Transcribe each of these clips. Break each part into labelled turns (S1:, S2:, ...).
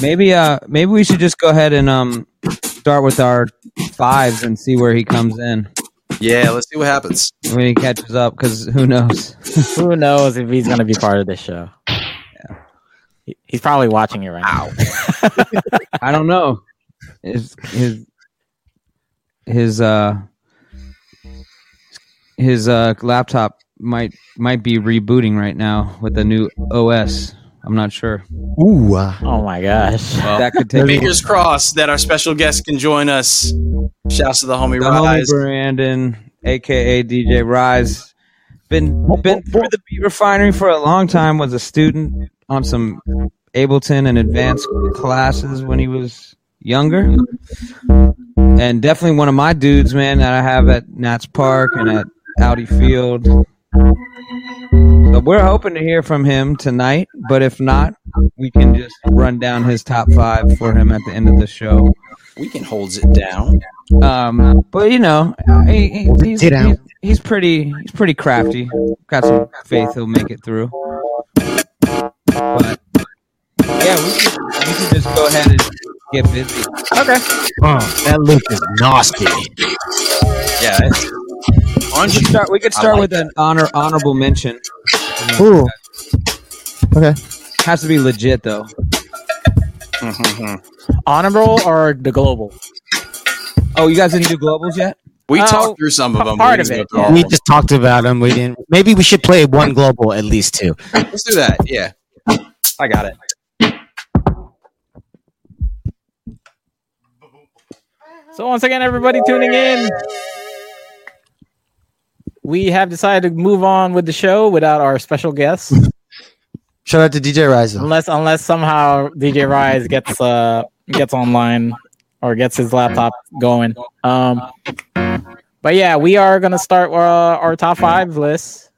S1: Maybe uh maybe we should just go ahead and um start with our fives and see where he comes in
S2: Yeah, let's see what happens.
S1: when he catches up because who knows?
S3: Who knows if he's gonna be part of this show? He- He's probably watching it right now.
S1: I don't know. Oh. His his his uh his uh laptop might might be rebooting right now with a new OS. I'm not sure.
S4: Ooh, uh,
S3: Oh my gosh!
S1: That could take
S2: Fingers crossed that our special guest can join us. Shouts to the homie
S1: the homie
S2: Rise.
S1: Brandon, aka DJ Rise, been been through the beat refinery for a long time. Was a student on some Ableton and advanced classes when he was younger, and definitely one of my dudes, man, that I have at Nats Park and at Audi Field. So we're hoping to hear from him tonight, but if not, we can just run down his top five for him at the end of the show.
S2: we can holds it down.
S1: Um, but you know, he, he- he's,
S4: Sit down.
S1: he's, he's pretty he's pretty crafty. Got some faith he'll make it through. But yeah, we could, we could just go ahead and get busy.
S4: oh, that loop is nasty.
S2: Yeah. it's- Aren't
S1: We could
S2: you?
S1: start. We could
S2: I
S1: start
S2: like
S1: with an honor honorable mention.
S4: Ooh. Okay.
S1: Has to be legit though.
S3: Honorable or the global?
S1: Oh, you guys didn't do globals yet? Uh,
S2: We
S3: Oh,
S2: talked through some of them.
S3: part
S2: We didn't
S3: of
S2: go through
S3: it,
S2: all
S4: We
S2: of them.
S4: just talked about him. We didn't. Maybe we should play one global at least two.
S2: Let's do that. Yeah. I got it.
S3: So once again, everybody tuning in, we have decided to move on with the show without our special guest,
S4: Shout out to DJ Rise. though.
S3: unless unless somehow DJ Rise gets uh gets online or gets his laptop going. Um, but yeah, we are gonna start uh, our top five list.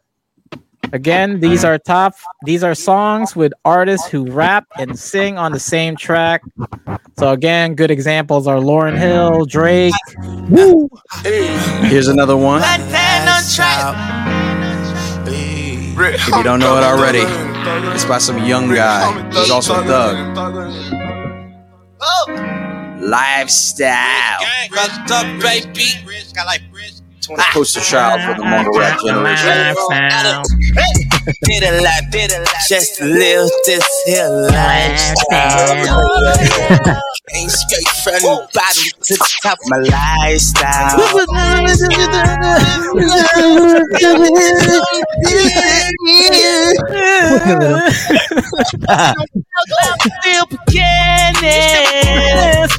S3: Again, these are top. These are songs with artists who rap and sing on the same track. So again, good examples are Lauren Hill, Drake,
S2: Here's another one.
S5: If
S2: you don't know it already, It's by some young guy. He's also a thug. Lifestyle.
S5: Rubbed up, baby. Got like rich.
S2: Poster child for the mumble rap generation.
S5: Did a lot, did a lot. Just live this here lifestyle. Came straight from the bottom to the top of my lifestyle. Still beginning.
S2: This is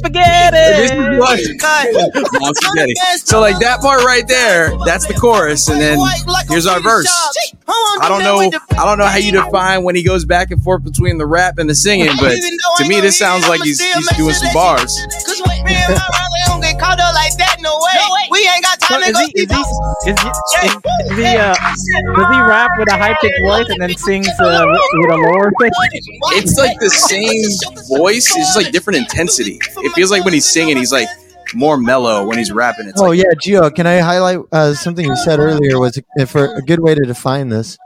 S2: what- Now spaghetti. So like that part right there, that's the chorus, and then here's our verse. I don't know. I don't know how you define when he goes back and forth between the rap and the singing, but to me, this sounds like he's, he's doing some bars.
S5: Cause wait, me and my brother don't get caught up like that, no way. We ain't got
S3: So
S5: time to
S3: is
S5: go
S3: he is
S5: see
S3: he is he, is, is he uh does he rap with a high pitched voice and then sings uh, with a lower pitch?
S2: It's like the same voice, it's just like different intensity. It feels like when he's singing, he's like more mellow. When he's rapping, it's
S4: Oh
S2: like
S4: yeah, Gio. Can I highlight uh, something you said earlier? Was if for a good way to define this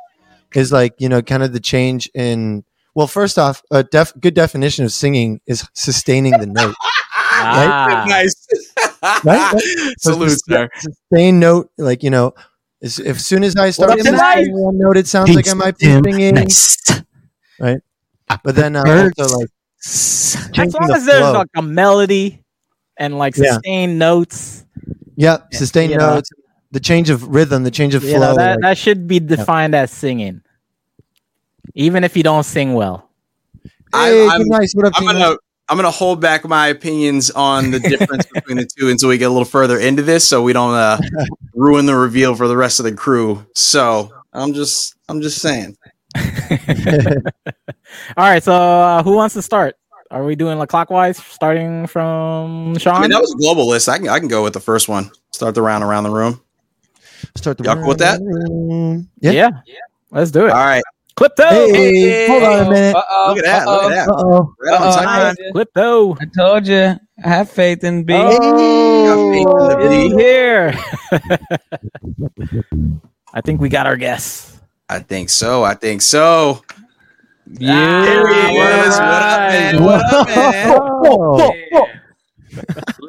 S4: is like you know kind of the change in. Well, first off, a def- good definition of singing is sustaining the note.
S3: Ah,
S2: nice.
S4: Right? So
S2: Salute,
S4: sus-
S2: sir.
S4: Sustain note, like you know, as, if soon as I start
S3: that's nice.
S4: sustaining one note, it sounds like I might be singing.
S6: Nice.
S4: But then uh,
S6: Birds.
S4: also like
S3: as
S4: changing
S3: long
S4: the
S3: as there's
S4: flow.
S3: like a melody and like
S4: Yeah.
S3: sustained notes,
S4: yeah, sustain
S3: Yeah.
S4: notes, the change of rhythm, the change of
S3: you
S4: flow.
S3: know, that,
S4: like-
S3: that should be defined as singing. Even if you don't sing well.
S2: I-
S4: hey,
S2: I'm-
S4: good nice. What up,
S2: I'm
S4: Tina?
S2: gonna I'm gonna hold back my opinions on the difference between the two until we get a little further into this, so we don't uh, ruin the reveal for the rest of the crew. So I'm just I'm just saying.
S3: All right, so uh, who wants to start? Are we doing like clockwise, starting from Sean?
S2: I mean that was a global list. I can I can go with the first one. Start the round around the room.
S4: start the
S2: y'all cool with that?
S4: Yeah.
S3: yeah. Let's do it.
S2: All right,
S3: Clip though.
S4: Hey, hold on a minute.
S1: Uh-oh,
S2: look at that. Look at that.
S4: Uh-oh.
S2: Right on
S1: Uh-oh.
S2: time.
S3: Clip though.
S1: I told you. I have faith in B.
S2: Got faith in the beat.
S3: here. I think we got our guess.
S2: I think so. I think so.
S1: Yeah.
S2: There he is. What up, man? What up, man?
S4: Whoa.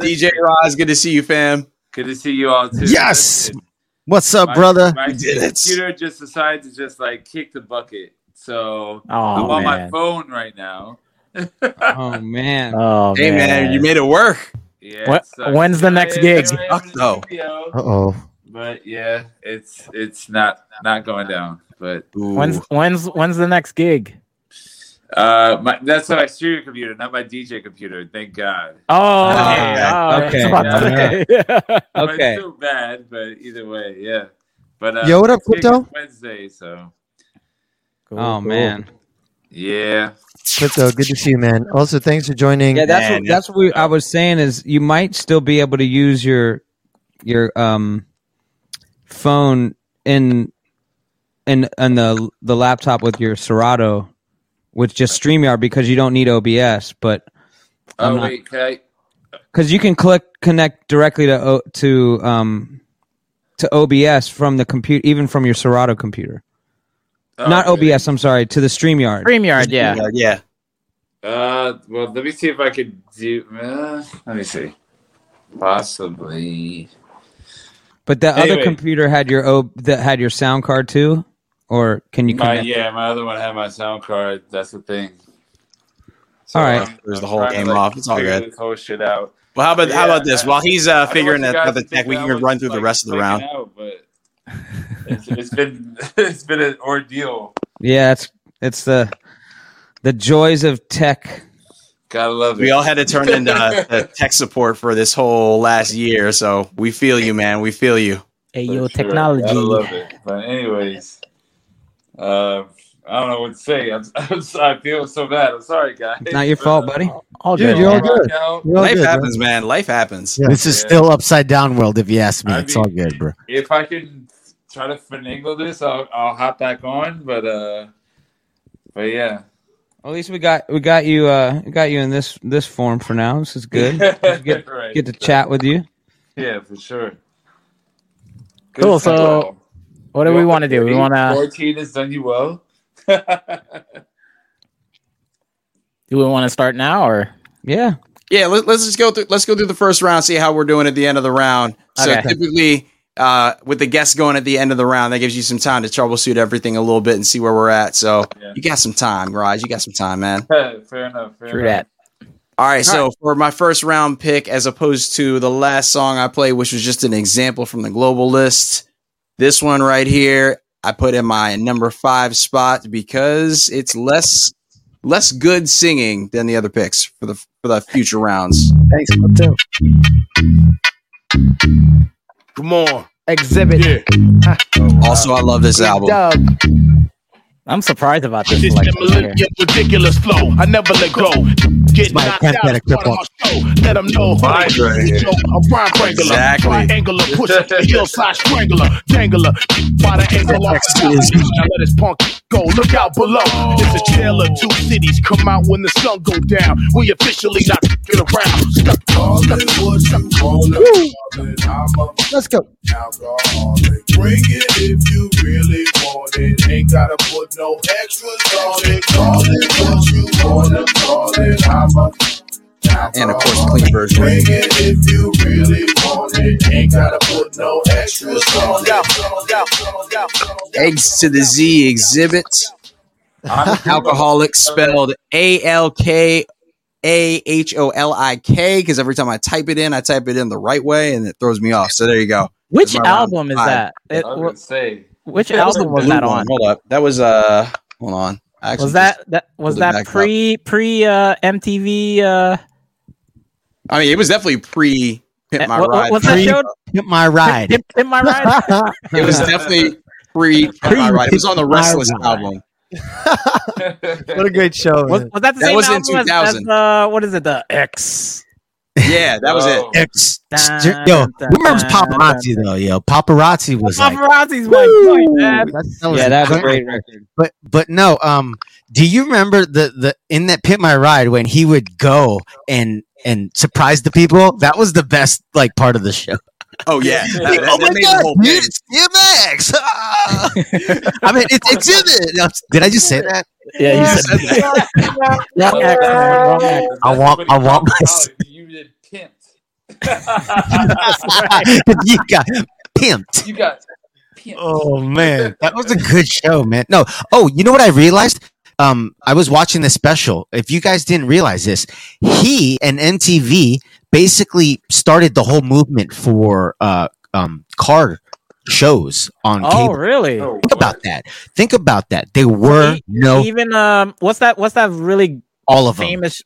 S2: DJ Roz, good to see you, fam.
S6: Good to see you all too.
S2: Yes!
S6: Listen,
S4: What's up,
S6: my-
S4: brother?
S6: My
S2: You did it.
S6: computer just decided to just like kick the bucket, so I'm
S3: Oh
S6: on my
S3: man.
S6: phone right now.
S1: Oh man.
S3: Oh
S2: Hey, man, you made it work.
S6: Yeah.
S3: What-
S6: it sucks.
S3: when's the next
S6: Here I am
S3: gig?
S6: in the
S2: Fuck no.
S6: studio,
S4: Uh oh.
S6: But yeah, it's it's not not going down. But
S3: When's when's when's the next gig?
S6: uh, my, that's my studio computer, not my DJ computer. Thank God.
S3: Oh,
S1: okay,
S3: okay.
S6: okay,
S3: okay.
S6: But it's
S1: Okay.
S6: still bad, but either way, yeah. But uh,
S4: Yo, what up,
S6: next gig
S4: Crypto?
S6: is Wednesday, so
S1: Oh man.
S6: yeah.
S4: Crypto, good to see you, man. Also, thanks for joining.
S1: Yeah, that's
S2: Man,
S1: what, that's what we, I was saying is you might still be able to use your your um phone in in in the the laptop with your Serato with just StreamYard because you don't need OBS, but I'm
S6: Oh
S1: not-
S6: wait, can I?
S1: because you can click connect directly to o, to um to OBS from the computer, even from your Serato computer.
S6: oh,
S1: Not
S6: okay.
S1: OBS, I'm sorry, to the StreamYard.
S3: Streamyard, yeah.
S2: yeah.
S6: Uh, well, let me see if I could do. Uh, let me see. Possibly.
S1: But the other
S6: Anyway.
S1: computer had your o, that had your sound card too, or can you
S6: My,
S1: connect?
S6: yeah, my other one had my sound card. That's the thing.
S1: All right.
S6: I'm-
S2: There's the
S6: I'm
S2: whole
S6: trying to,
S2: game
S6: like,
S2: off. It's all
S6: figure
S2: good.
S6: This whole shit out.
S2: Well, how about how about this?
S6: Yeah,
S2: While he's
S6: I
S2: uh,
S6: don't
S2: figuring
S6: want
S2: out
S6: you guys
S2: out the
S6: to
S2: tech,
S6: think
S2: we
S6: that I
S2: can
S6: was
S2: run through
S6: just,
S2: the
S6: like,
S2: rest of the
S6: freaking
S2: round.
S6: out, but it's, it's been it's been an ordeal.
S1: Yeah, it's it's the the joys of tech.
S6: Gotta love it.
S2: We all had to turn into uh, the tech support for this whole last year, so we feel you, man. We feel you.
S3: Hey,
S6: For
S3: yo,
S6: sure. I
S3: technology.
S6: love it. But anyways, uh, I don't know what to say. I'm, I'm sorry. I feel so bad. I'm sorry, guys. Uh,
S1: It's not your fault, buddy.
S3: All
S4: Dude,
S3: good.
S4: you're all
S3: man.
S4: good.
S6: Now,
S4: You're all
S2: Life
S4: good, bro.
S2: happens, man. Life happens.
S4: Yeah.
S7: This is
S6: Yeah.
S7: still upside down world, if you ask me.
S6: I
S7: it's
S6: mean-
S7: all good, bro.
S6: if I can try to finagle this, I'll, I'll hop back on. But uh, but yeah,
S1: At least we got we got you uh we got you in this this form for now. This is good. Get,
S6: Right.
S1: get to chat with you.
S6: Yeah, for sure.
S3: Cool, so- What do we want to do? We want to
S6: Fourteen has done you well. yeah,
S3: do we want to start now or
S1: Yeah.
S2: Yeah, let, let's just go through. Let's go through the first round. See how we're doing at the end of the round. So
S3: Okay.
S2: typically, uh, with the guests going at the end of the round, that gives you some time to troubleshoot everything a little bit and see where we're at. So
S6: Yeah.
S2: you got some time, Raj. You got some time, man.
S6: fair enough. Fair
S3: through
S6: enough.
S3: that?
S2: All right, so for my first round pick, as opposed to the last song I played, which was just an example from the global list, this one right here, I put in my number five spot because it's less less good singing than the other picks for the for the future rounds.
S7: Thanks, Crypto.
S8: Come on.
S7: Exhibit.
S2: Also, I love this album.
S7: Dub.
S3: I'm surprised about this
S8: This
S3: selection here.
S8: stimulus gets ridiculous flow. I never let go. Get
S7: my
S8: knocked
S7: cat
S8: out.
S7: got a
S8: is part
S7: cripple.
S8: of my show. Let them know. who
S6: Right,
S8: they
S6: right,
S8: is.
S6: yeah.
S8: So I'm prime triangular.
S2: Exactly.
S8: Triangular. Push up the hillside strangler. Tangler. By the angle off the top. Now let his punk go. Look out below. It's a tale of two cities. Come out when the sun go down. We officially not get around. Stuck, stuck,
S7: Let's go.
S9: alcoholic. Bring it if you really want it. Ain't gotta put no extras on it. Call it what you wanna call it. I'm a
S2: And of course, the clean version.
S9: Bring it if you really want it. Ain't gotta put no extras on it.
S2: Eggs to the Z exhibit. Alcoholic spelled A L K A H O L I K because every time I type it in, I type it in the right way and it throws me off. So there you go.
S3: Which
S2: It's my round
S3: album is
S2: five.
S3: that? It-
S6: I was gonna say
S3: which
S2: That was
S3: album
S2: the
S3: was
S2: blue
S3: that
S2: one.
S3: on?
S2: Hold up. That was uh hold on. I actually
S3: Was that that was
S2: Hold it back
S3: that
S2: up.
S3: pre pre uh, MTV? Uh,
S2: just- I mean it was definitely pre Pimp
S3: eh,
S2: My
S3: what- what-
S2: Ride.
S3: what's that
S2: Pre-
S3: show?
S7: Hit my ride.
S3: Pimp, Pimp my ride.
S2: It was definitely pre Pimp My Ride. It was on the Restless album.
S4: What a great show,
S3: Was,
S4: man.
S3: was that the
S2: That
S3: same
S2: was in
S3: album as-
S2: 2000.
S3: As, uh, what is it? The X.
S2: Yeah, that was it.
S6: Whoa.
S7: Ex-
S3: Dun,
S7: yo,
S3: dun,
S7: who remembers
S3: dun, dun.
S7: paparazzi though? Yo, paparazzi was like,
S3: Paparazzi's my boy,
S7: Woo!
S3: man.
S7: That's- that was
S1: Yeah, that's a
S7: great.
S1: great record.
S7: But but no, um, do you remember the the in that pit my ride when he would go and and surprise the people? That was the best like part of the show.
S2: Oh yeah, that, that-
S7: oh
S2: that
S7: my
S2: made
S7: god,
S2: the whole
S7: dude,
S2: thing.
S7: it's DMX. Ah. I mean, it's exhibit. Now, Did I just say that?
S3: Yeah, you said wrong accent, man, wrong accent.
S7: I Oh, want- I want my-
S6: You did pimped.
S7: you got pimped.
S6: you got pimped.
S7: Oh man, that was a good show, man. No, oh, you know what I realized? Um, I was watching this special. If you guys didn't realize this, he and MTV basically started the whole movement for uh, um, car shows on
S3: Oh,
S7: cable.
S3: really?
S6: Oh,
S7: Think about that. Think about that. They were
S3: E-
S7: no
S3: Even um, what's that? What's that really
S7: all of them.
S3: famous?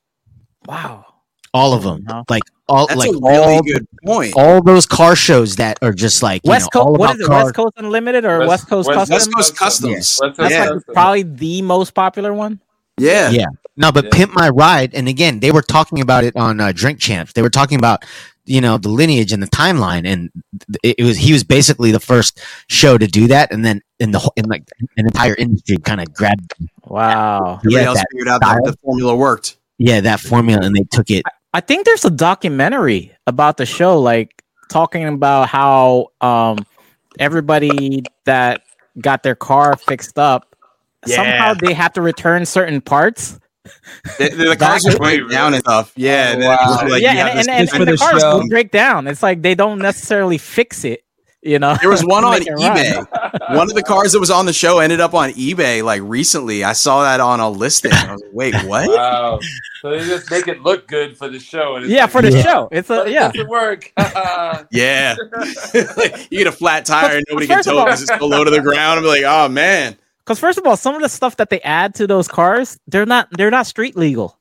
S3: Wow.
S7: All of them.
S3: No.
S7: Like all
S2: That's
S7: like
S2: a really
S7: all,
S2: good point.
S7: all those car shows that are just like you
S3: West
S7: know, all
S3: Coast. What
S7: about
S3: is it?
S7: car-
S3: West Coast Unlimited or West, Coast Custom?
S2: West Coast Customs.
S6: West Coast
S3: That's
S2: Yeah.
S3: like probably the most popular one.
S2: Yeah.
S7: Yeah. No, but
S6: Yeah.
S7: Pimp My Ride, and again, they were talking about it on uh, Drink Champs. They were talking about you know the lineage and the timeline, and th- it, it was he was basically the first show to do that, and then in the whole- in like an entire industry kind of grabbed
S3: Wow.
S2: Everybody
S7: yeah
S2: else
S7: that,
S2: figured out that the formula worked.
S7: yeah that formula, and they took it.
S3: I think there's a documentary about the show, like talking about how um everybody that got their car fixed up somehow they have to return certain parts.
S2: The, the, the cars
S6: Back-
S2: would break down and stuff. Yeah. and then it was
S1: Wow.
S2: like,
S3: yeah,
S2: you have
S3: and, and,
S2: this-
S3: and,
S2: this
S3: and the
S1: finished
S3: cars
S1: show.
S3: will break down. It's like they don't necessarily fix it, you know.
S2: There was one
S3: to
S2: on
S3: make it run.
S2: eBay. One of the cars that was on the show ended up on eBay like recently. I saw that on a listing. I was like, wait, what?
S6: Wow. Oh, So they just make it look good for the show. And it's
S3: Yeah,
S6: like,
S3: for the
S6: "But
S3: show. It's a
S6: it
S3: yeah.
S6: doesn't work.
S2: Yeah. you get a flat tire and nobody can
S3: First of
S2: tow it
S3: all-
S2: because it's so low to the ground. I'm like, oh man.
S3: Because first of all, some of the stuff that they add to those cars, they're not they're not street legal,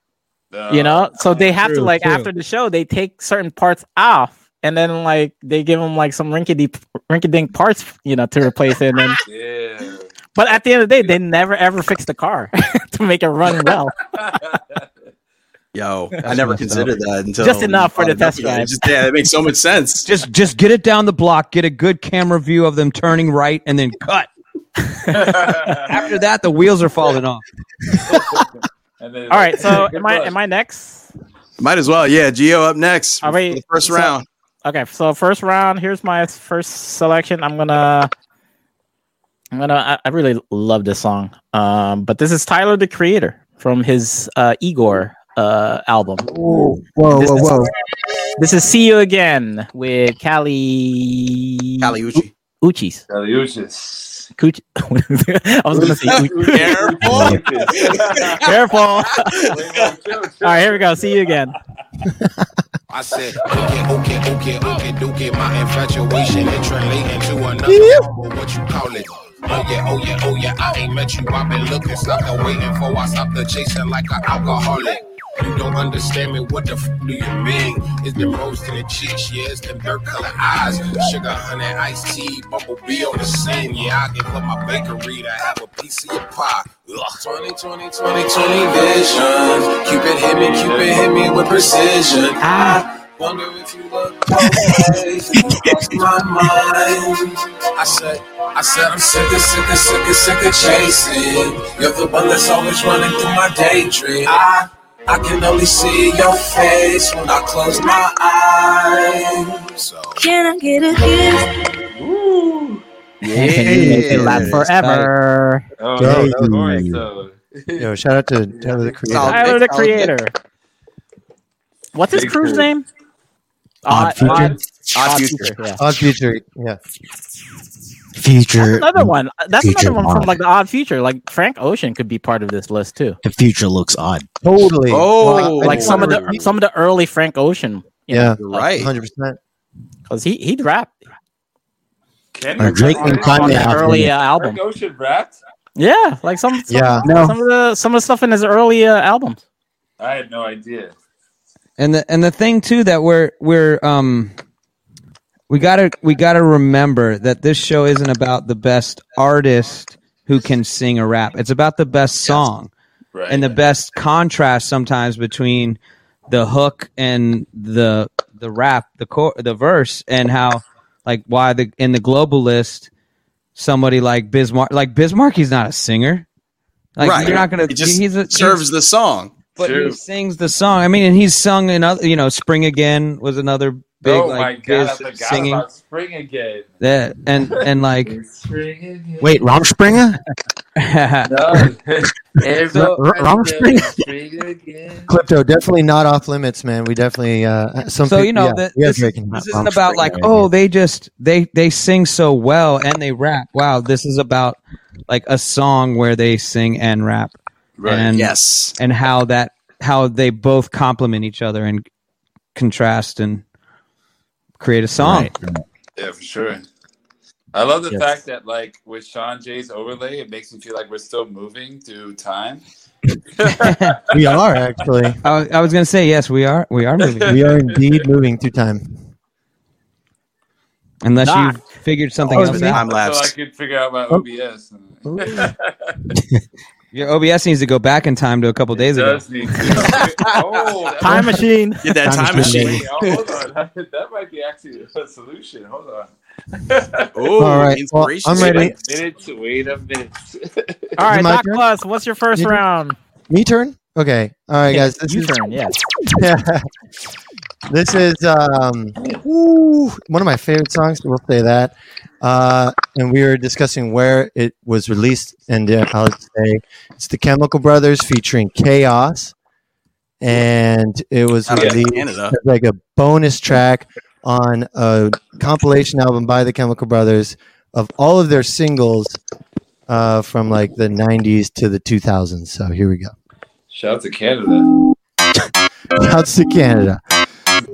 S4: Uh,
S3: you know. So they have to
S1: true,
S3: like
S1: true.
S3: after the show, they take certain parts off, and then like they give them like some rinky rinky dink parts, you know, to replace it. And then,
S6: Yeah.
S3: but at the end of the day, they never ever fix the car to make it run well.
S2: Yo, I never considered that until
S3: Just enough for the test
S2: Yeah,
S3: drive.
S2: just- yeah, that makes so much sense.
S1: Just just get it down the block, get a good camera view of them turning right, and then cut. After that, the wheels are falling off.
S6: And then-
S3: All right, so
S6: Good
S3: am I
S6: luck.
S3: am I next?
S2: Might as well. Yeah, Geo up next.
S3: All right,
S2: for the first
S3: so-
S2: round.
S3: Okay, so first round. Here's my first selection. I'm gonna, I'm gonna. I, I really love this song. Um, but this is Tyler the Creator from his uh, Igor uh album.
S4: Whoa, whoa,
S3: This
S4: whoa,
S3: is-
S4: whoa.
S3: This is "See You Again" with Cali
S2: Caliucci.
S3: Uchis.
S6: Caliuchis.
S3: Cooch- I was gonna say. Uchi-
S6: Careful.
S3: Careful! All right, here we go. See you again.
S9: I said, okay, okay, okay, okay, dookie, my infatuation is relating to another woman, what you call it. Oh yeah, oh yeah, oh yeah, I ain't met you, I've been looking, stopped and waiting for, I stopped the chasing like an alcoholic. You don't understand me, what the f do you mean? It's them rose in the cheeks, yeah, it's them dirt color eyes, sugar, honey, iced tea, bumblebee on the scene, yeah, I give up my bakery to have a piece of your pie. Ugh. 20, 20, 20, 20 vision, Cupid hit me, Cupid hit me with precision. Wonder if you look across my mind. I said, I said, I'm sick of, sick of, sick of, sick of chasing. You're the one that's always running through my daydream. I, I can only see your face when I close my eyes. So,
S10: Can I get a kiss?
S3: Can you make it last forever?
S6: Oh,
S4: Go.
S6: no, of course, so.
S4: Yo, shout out to Tyler the Creator.
S3: Tyler the
S2: Thanks, Tyler.
S3: Creator. What's his
S6: Big
S3: crew's
S6: cool.
S3: name?
S7: Odd Future.
S2: Odd
S3: Odd
S2: Future.
S3: Future, yeah.
S4: Odd Future. Yeah.
S7: Future,
S3: Another one. That's
S7: Future
S3: another one from
S7: Odd.
S3: like the Odd Future. Like Frank Ocean could be part of this list too.
S7: the future looks odd.
S4: Totally.
S2: Oh,
S3: Like some of the some of the early Frank Ocean, you
S4: Yeah.
S2: You're right.
S4: 100%.
S3: because he he rapped
S6: Can
S7: Or
S6: you
S7: Drake and
S6: find
S3: on
S7: Kanye
S6: out
S3: the
S7: album.
S3: early uh,
S6: if
S3: album.
S6: Frank Ocean rapped?
S3: Yeah, like some some,
S4: Yeah.
S3: some of the some of the stuff in his early uh, albums.
S6: I had no idea.
S1: And the and the thing too that we're we're um we gotta we gotta remember that this show isn't about the best artist who can sing a rap. It's about the best song
S6: Right.
S1: and the best contrast sometimes between the hook and the the rap, the cor- the verse, and how like why the in the global list somebody like Bismarck like Bismarck he's not a singer. Like
S2: Right.
S1: you're not gonna
S2: He just
S1: he's a,
S2: serves the song.
S1: but
S6: True.
S1: he sings the song. I mean, and he's sung in other, you know, "Spring Again" was another big
S6: oh my
S1: like
S6: god, I
S1: biz
S6: forgot
S1: singing.
S6: about spring again.
S1: That and and like
S6: Spring again.
S7: Wait, Romspringer?
S6: Everybody
S7: R- Rom Spring?
S6: says spring again.
S4: Clipto, definitely not off limits, man. We definitely uh something.
S1: so you know
S4: yeah,
S1: that
S4: we are
S1: this,
S4: drinking
S1: this
S4: Rom
S1: isn't about
S4: Springer
S1: like
S4: right now.
S1: oh they just they they sing so well and they rap. Wow, this is about like a song where they sing and rap.
S2: Right.
S1: And,
S2: Yes.
S1: And how that how they both complement each other and contrast and create a song.
S6: Yeah, for sure. I love the
S1: Yes.
S6: fact that like with Sean Jay's overlay, it makes me feel like we're still moving through time.
S4: we are actually.
S1: I, was- I was gonna say yes, we are we are moving.
S4: we are indeed moving through time.
S1: Unless
S4: Nah.
S1: you figured something
S4: Oh,
S1: else
S4: man.
S1: out.
S4: Time lapse.
S6: So I could figure out
S4: Oh.
S6: my OBS.
S1: Your OBS needs to go back in time to a couple days ago.
S6: Does need to- Oh, that-
S1: Time machine. Get that time machine.
S6: Wait, oh, hold on. that might be actually a solution. Hold on.
S2: Oh,
S4: All right, well, I'm
S6: Wait a
S4: ready.
S6: minute, Wait a minute.
S3: All right,
S4: my
S3: Doc
S4: turn?
S3: Plus, what's your first
S4: You-
S3: round?
S4: Me turn. Okay. All right, guys. This
S3: you
S4: is
S3: turn. Yeah.
S4: yeah. This is um, ooh, one of my favorite songs. We'll say that. Uh, and we were discussing where it was released, and uh, I'll say it's the Chemical Brothers featuring Chaos, and it was
S2: Out of
S4: released
S2: Canada.
S4: as like a bonus track on a compilation album by the Chemical Brothers of all of their singles uh, from like the '90s to the 2000s. So here we go.
S6: Shout out to Canada.
S4: Shouts to Canada.
S5: Just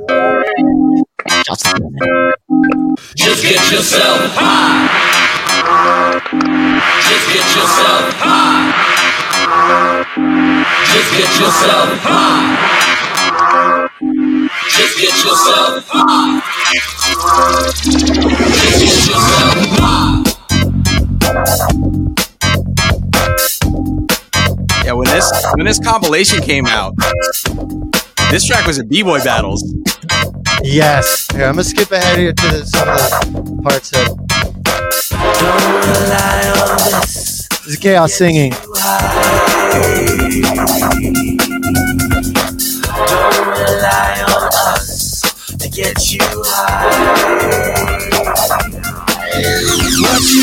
S5: get yourself high. Just get yourself high. Just get yourself high. Just get yourself high. Just get yourself high.
S2: Yeah, when this when this compilation came out, this track was at B-boy battles.
S4: Yes. Here, I'm gonna skip ahead here to the, some of the parts of. Don't rely on this. This is chaos singing.
S5: Don't rely on us to get you high. What you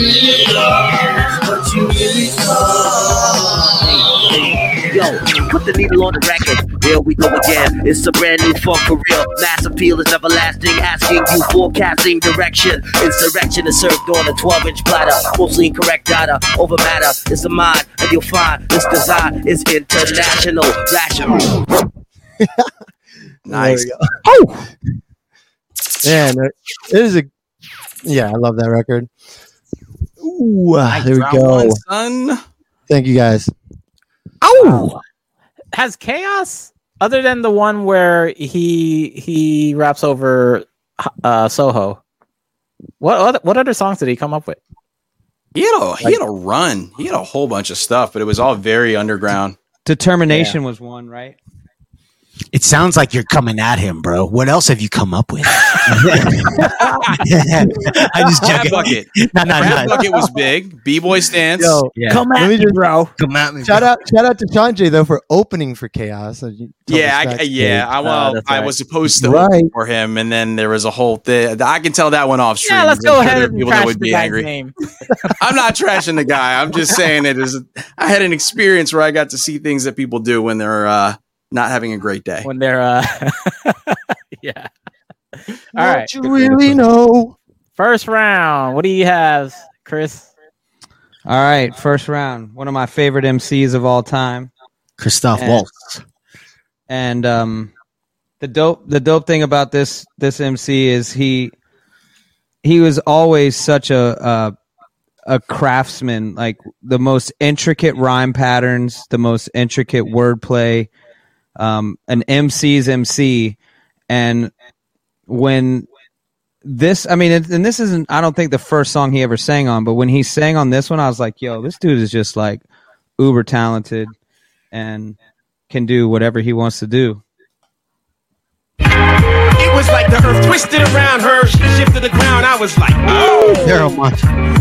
S5: really thought, what you really thought.
S11: Yo, put the needle on the record. Here we go again. It's a brand new funk for real. Mass appeal is everlasting. Asking you forecasting direction. Insurrection is served on a 12 inch platter. Mostly incorrect data over matter. It's the mind, and you'll find this design is international. Rational.
S4: Nice. Oh. Man, it it is a. Yeah, I love that record. Ooh, ah, there we
S2: Round
S4: go.
S2: one, son.
S4: Thank you guys.
S3: Oh. Has chaos other than the one where he he raps over uh Soho? What other, what other songs did he come up with?
S2: He had a he had a run. He had a whole bunch of stuff, but it was all very underground.
S1: Determination was one, right?
S7: It sounds like you're coming at him, bro. What else have you come up with? I just
S2: Rat
S7: joking.
S2: bucket.
S7: No, no,
S2: Rat
S7: no.
S2: bucket was big. B-boy stance.
S4: Yo, let me just bro.
S7: Come at me.
S4: Shout out, shout out to Sanjay though for opening for chaos. So you told
S2: Yeah,
S4: us
S2: I,
S4: backstage.
S2: yeah. I well, I was supposed to
S4: Ah, Right.
S2: open for him, and then there was a whole thing. I can tell that one off stream.
S3: Yeah, let's
S2: I'm
S3: go
S2: sure
S3: ahead
S2: there are
S3: and trash the guy's name.
S2: I'm not trashing the guy. I'm just saying it is. I had an experience where I got to see things that people do when they're uh, not having a great day.
S3: When they're uh Yeah. All
S4: Don't
S3: right.
S4: you really know?
S3: First round. What do you have, Chris?
S1: All right, first round. One of my favorite MCs of all time.
S7: Christoph
S1: And-
S7: Waltz.
S1: And um, the dope the dope thing about this this MC is he he was always such a uh, a craftsman, like the most intricate rhyme patterns, the most intricate wordplay, um, an MC's MC, and when this, I mean, and and this isn't, I don't think the first song he ever sang on, but when he sang on this one, I was like, yo, this dude is just like uber talented and can do whatever he wants to do.
S12: It was like the earth twisted around her. She shifted the ground. I was like, oh.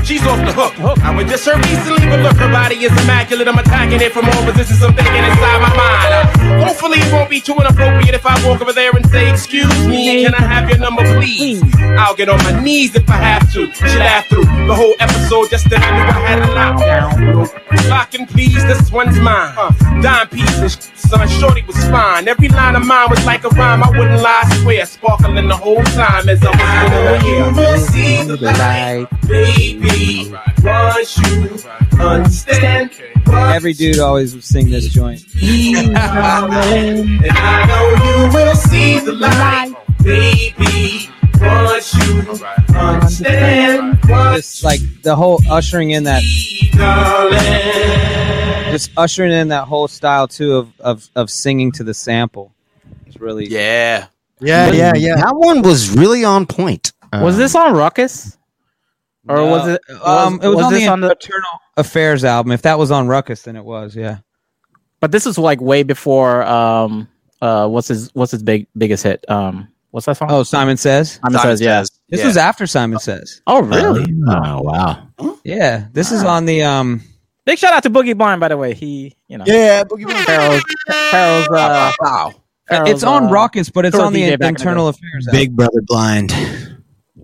S12: She's off the hook. I would diss her easily, but look, her body is immaculate. I'm attacking it from all resistance. I'm thinking inside my mind. Uh, hopefully, it won't be
S13: be too inappropriate if I walk over there and say, Excuse me, can I have your number, please? I'll get on my knees if I have to. She laughed through the whole episode just then I knew I had a lockdown. Lock and please, this one's mine. Uh, dime piece and sh- son, shorty was fine. Every line of mine was like a rhyme. I wouldn't lie, swear, sparkling the whole time as I was going to see the light, baby. Once you understand.
S1: Every dude always would sing this joint.
S13: And I know you will see the light, baby. Once you understand what
S1: It's like the whole ushering in that,
S13: darling.
S1: just ushering in that whole style too of of, of singing to the sample. It's really
S2: yeah,
S7: That one was really on point.
S3: was
S7: Uh,
S3: this on Ruckus? Or was it? Was,
S1: um, it was, on,
S3: this
S1: the
S3: on the
S1: Eternal Affairs album. If that was on Ruckus, then it was. Yeah.
S3: But this is like way before. Um, uh, what's his what's his big biggest hit? Um, what's that song?
S1: Oh, Simon Says.
S3: Simon, says, yeah.
S1: This was after Simon Says.
S3: Oh, really?
S7: Oh, wow.
S1: Yeah. This is on the um.
S3: Big shout out to Boogie Blind, by the way. He, you know,
S2: Yeah, Boogie Blind.
S3: Farrell's, Farrell's, uh,
S2: wow.
S1: it's on Rockets, but it's
S3: tour
S1: on the
S3: DJ back in the
S1: Internal Affairs. album.
S7: Big Brother Blind.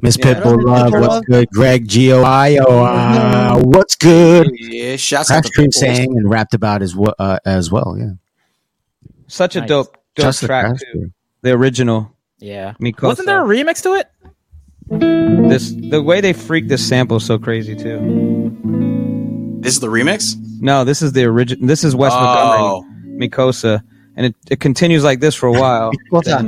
S7: Miss
S1: Yeah.
S7: Pitbull Love,
S1: Pitbull
S7: what's
S1: Love?
S7: good? Greg Gio, uh, what's good?
S2: Yeah, shouts out to
S7: Crabtree
S2: people.
S7: sang and rapped about as well, uh, as well. Yeah,
S1: Such a
S3: Nice.
S1: dope, dope
S7: Just the
S1: track
S7: Crabtree.
S1: too. The original.
S3: Yeah.
S1: Mikosa.
S3: Wasn't there a remix to it?
S1: this the way they freaked this sample is so crazy too.
S2: This is the remix.
S1: No, this is the original. This is West
S2: Oh.
S1: Montgomery, Mikosa, and it, it continues like this for a while.
S4: What's that?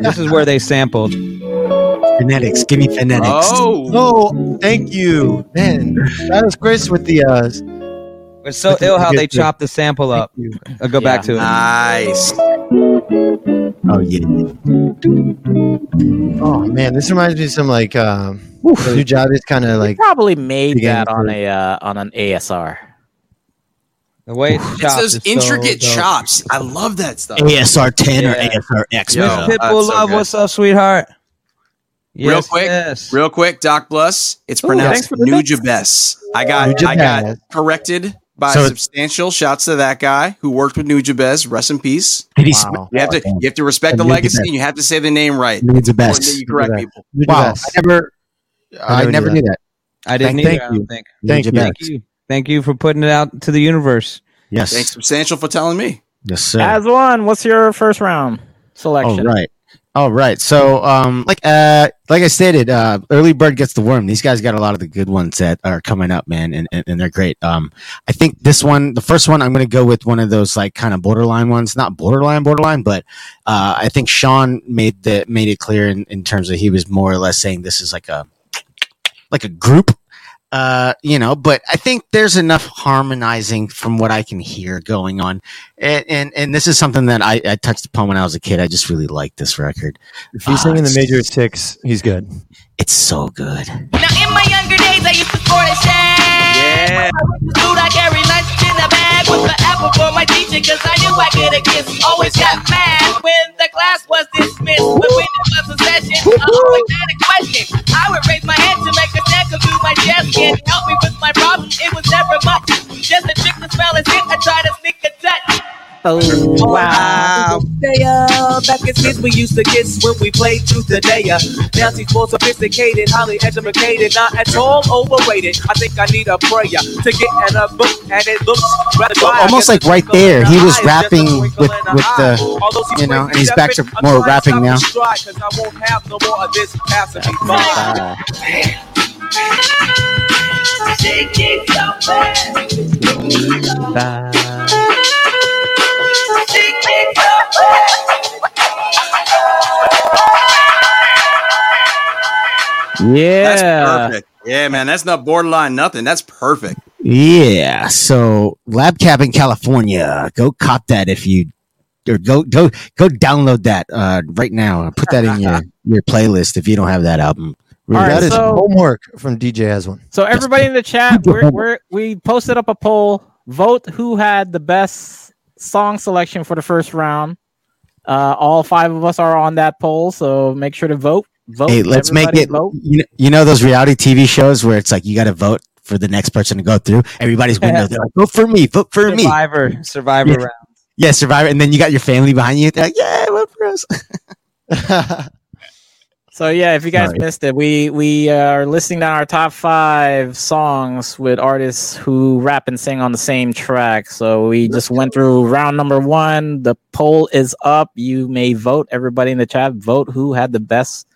S1: this is where they sampled.
S7: phonetics. Give me phonetics.
S2: Oh,
S4: Oh, thank you, man. That was Chris with the uh,
S1: It's so ill how they chopped the sample up.
S4: you.
S1: I'll go back to it.
S2: nice.
S7: Oh yeah.
S4: Oh man, this reminds me of some like um, new job. It's kind of like
S3: Probably made
S4: Began
S3: that on a uh, on an ASR.
S1: The way it's
S2: It's
S1: chopped
S2: those
S1: is so
S2: intricate
S1: dope.
S2: chops. I love that stuff.
S7: ASR ten
S1: Yeah.
S7: or ASR X.
S1: Miss
S2: Yeah.
S7: man.
S2: Yo,
S1: Pitbull
S2: that's so
S1: Love,
S2: good.
S1: what's up, sweetheart?
S2: Real
S1: Yes,
S2: quick,
S1: yes.
S2: Real quick, Doc Plus. It's
S3: Ooh, thanks
S2: pronounced
S3: for the
S2: New
S3: mix.
S2: Jabes. I got I got
S4: Nujabes.
S2: corrected by
S7: So-
S2: substantial. Shouts to that guy who worked with New Jabes. Rest in peace.
S7: Did he
S3: Wow.
S2: You have to you have to respect
S7: And
S2: the
S7: New
S2: legacy.
S7: Jabez.
S2: and You have to say the name right.
S7: Needs the
S2: Or
S7: best.
S2: you correct
S4: Jabez.
S2: people.
S4: new
S7: Wow,
S4: job.
S7: I never, I never knew that.
S1: I didn't
S7: Thank-
S1: either,
S7: thank
S1: I don't
S7: you.
S1: think.
S4: Thank
S7: Needs
S4: you.
S7: the
S1: Thank
S7: best.
S1: you. Thank you for putting it out to the universe.
S7: Yes.
S2: Thanks, substantial, for telling me.
S7: Yes, sir.
S3: As one, what's your first round
S7: All
S3: selection?
S7: right. All right. So, um, like, uh, like I stated, uh, early bird gets the worm. These guys got a lot of the good ones that are coming up, man, and, and, and they're great. Um, I think this one, the first one, I'm going to go with one of those like kind of borderline ones, not borderline, borderline, but, uh, I think Sean made the, made it clear in, in terms of he was more or less saying this is like a, like a group uh, you know, but I think there's enough harmonizing from what I can hear going on. And and, and this is something that I, I touched upon when I was a kid. I just really like this record. Uh,
S4: If you sing in the major six, he's good.
S7: It's so good.
S12: Now in my younger days, I used to score a shag. Dude, I carry lunch in a bag. Was forever for my teacher, cause I knew I get a kiss. Always got mad when the class was dismissed. But when it was a session, I always had a question. I would raise my hand to make a snack or do my chest. Can't help me with my problem, it was never much. Just a trick to spell it, I try to sneak a touch.
S3: Oh,
S12: Wow. Back as kids, we used to kiss when we played truth or dare. Now she's more sophisticated, highly educated, not at all overrated. I think I need a prayer to get in a book, and it looks rather dry.
S7: almost like right there, he was rapping with- with the-
S12: Although she's
S7: you know,
S12: way
S7: and he's
S12: better
S7: back
S12: fit,
S7: to
S12: I'm
S7: more
S12: trying
S7: rapping
S12: stop
S7: now.
S12: this stride, 'cause I won't have no more of this passing me by.
S2: That's
S3: yeah.
S2: perfect. Yeah, man, that's not borderline nothing. That's perfect.
S7: Yeah. So Lab Cab in California. Go cop that if you or go go go download that uh, right now. Put that in your, your playlist if you don't have that album. Really
S3: All right,
S4: that is
S3: so-
S4: homework from DJ as one.
S3: So everybody in the chat, we're, we're, we posted up a poll. Vote who had the best song selection for the first round. Uh, all five of us are on that poll, so make sure to vote. Vote.
S7: Hey, let's make
S3: Everybody
S7: it.
S3: Vote.
S7: You, know, you know those reality TV shows where it's like you got to vote for the next person to go through. Everybody's window. They're like, vote for me, vote for me.
S1: Survivor, Survivor
S7: Yeah.
S1: round.
S7: Yeah, Survivor, and then you got your family behind you. They're like, yeah, we're pros.
S3: So yeah, if you guys
S7: Sorry.
S3: missed it, we we uh, are listing down our top five songs with artists who rap and sing on the same track. So we just went through round number one. The poll is up. You may vote. Everybody in the chat, vote who had the best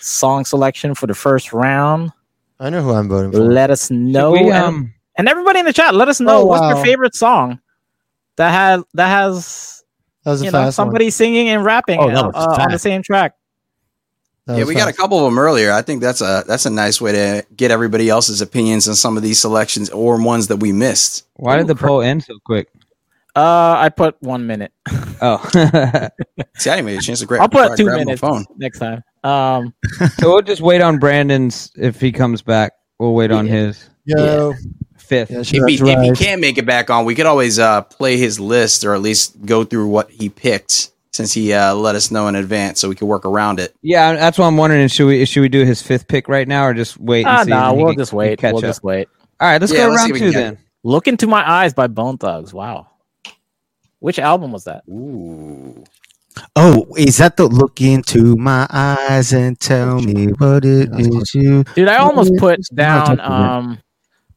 S3: song selection for the first round.
S14: I know who I'm voting for.
S3: Let us know.
S14: we,
S3: and-
S14: um,
S3: and everybody in the chat, let us know
S14: Oh,
S3: what's
S14: wow.
S3: your favorite song that had that has
S14: That was a
S3: you know,
S14: fast one.
S3: somebody singing and rapping
S14: Oh, that was
S3: uh, on the
S14: fast.
S3: same track.
S2: yeah, we got a couple of them earlier. I think that's a that's a nice way to get everybody else's opinions on some of these selections or ones that we missed.
S1: Why did the poll end so quick?
S3: Uh, I put one minute.
S1: Oh,
S2: see, I didn't get a chance to grab.
S3: I'll put
S2: grab
S3: two
S2: my
S3: minutes
S2: phone.
S3: next time. Um,
S1: so we'll just wait on Brandon's if he comes back. We'll wait on his.
S2: Yo.
S1: fifth.
S2: if, he, if he can't make it back on, we could always uh, play his list or at least go through what he picked since he uh, let us know in advance so we could work around it.
S1: Yeah, that's what I'm wondering. Should we should we do his fifth pick right now or just wait? And
S3: Ah,
S1: see
S3: nah,
S1: if he
S3: we'll
S1: can-
S3: just wait.
S1: catch
S3: We'll
S1: up?
S3: just wait.
S1: All right, let's
S3: Yeah,
S1: go
S3: let's see
S1: round
S3: if we
S1: two
S3: can
S1: then.
S3: get Look into my eyes by Bone Thugs. Wow. Which album was that?
S2: Ooh.
S7: oh, is that the look into my eyes and tell me what it is you?
S3: Dude, I almost put
S7: talking
S3: down
S7: to her.
S3: um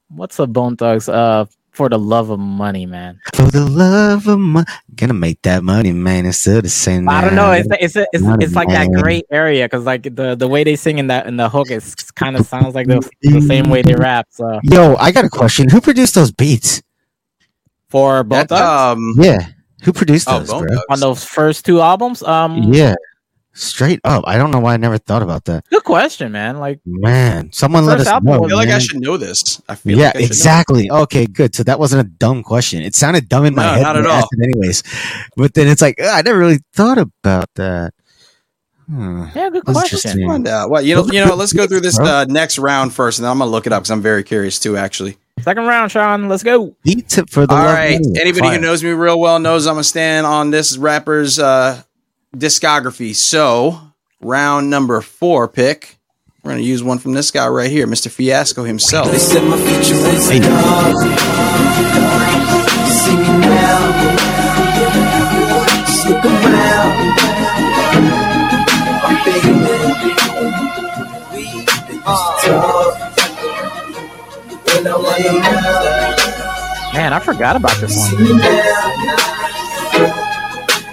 S3: what's a Bone Thugs uh for the love of money, man.
S7: For the love of my, gonna make that money, man. It's still the same.
S3: I don't know.
S7: man.
S3: It's it's it's, it's,
S7: Money,
S3: like that
S7: man.
S3: great area because like the, the way they sing in that in the hook is kind of sounds like the, the same way they rap. So
S7: Yo, I got a question. Who produced those beats?
S3: for Bone Thugs
S2: Um,
S7: yeah, who produced
S2: Oh,
S7: those, bro?
S3: on those first two albums, um,
S7: Yeah, straight up. I don't know why I never thought about that.
S3: good question, man. Like
S7: Man, someone let
S3: First
S7: us
S3: album
S7: know.
S3: was-
S2: I feel like I
S7: man.
S2: should know this. I feel
S7: Yeah,
S2: like I should know.
S7: exactly. Okay, good. So that wasn't a dumb question. It sounded dumb in my
S2: No,
S7: head.
S2: not
S7: when
S2: at
S7: I
S2: all.
S7: asked it anyways, but then it's like "Ugh, I never really thought about that. Hmm.
S3: Yeah, good
S7: That's
S2: Let's
S7: interesting.
S2: find out. Well, you know, you know, let's go through this
S7: Bro.
S2: uh, next round first, and I'm gonna look it up because I'm very curious too. Actually,
S3: second round, Sean. Let's go.
S7: Beat tip for the
S2: all
S7: love of
S2: right.
S7: money.
S2: Anybody
S7: Fire.
S2: who knows me real well knows I'm a stand on this rapper's uh, discography. So, round number four pick. We're gonna use one from this guy right here, Mr. Fiasco himself.
S5: They said my future is a dog. You see me now. Just look around. I'm bigger than we talk. When I lay around,
S3: Man, I forgot about this one.
S5: see me now.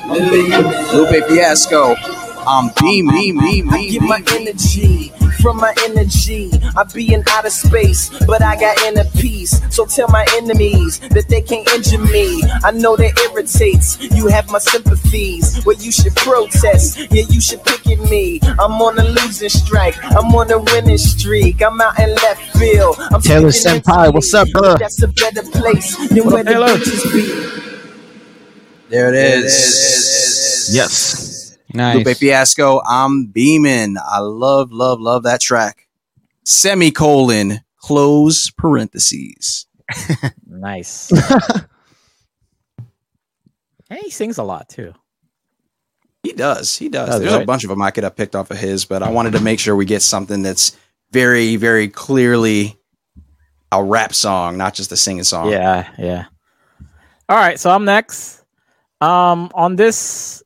S2: Lupe Fiasco. Um, beam, beam, beam,
S5: I
S2: beam.
S5: get my energy from my energy. I be in outer space, but I got inner peace. So tell my enemies that they can't injure me. I know that irritates. You have my sympathies. Well, you should protest. Yeah, you should picket me. I'm on a losing strike. I'm on a winning streak. I'm out in left field. I'm
S7: Taylor
S5: sticking in
S7: Senpai, what's up, brother?
S5: That's a better place than
S7: What up,
S5: where the
S7: Taylor?
S5: bitches be.
S2: There it is.
S7: Yes.
S1: Nice.
S2: Lupe Fiasco, I'm beaming. I love, love, love that track. Semicolon, close parentheses.
S3: Nice. and he sings a lot too.
S2: He does. He does.
S3: Does,
S2: There's a
S3: right?
S2: bunch of them I could have picked off of his, but I wanted to make sure we get something that's very, very clearly a rap song, not just a singing song.
S3: Yeah, yeah. All right, so I'm next. Um, on this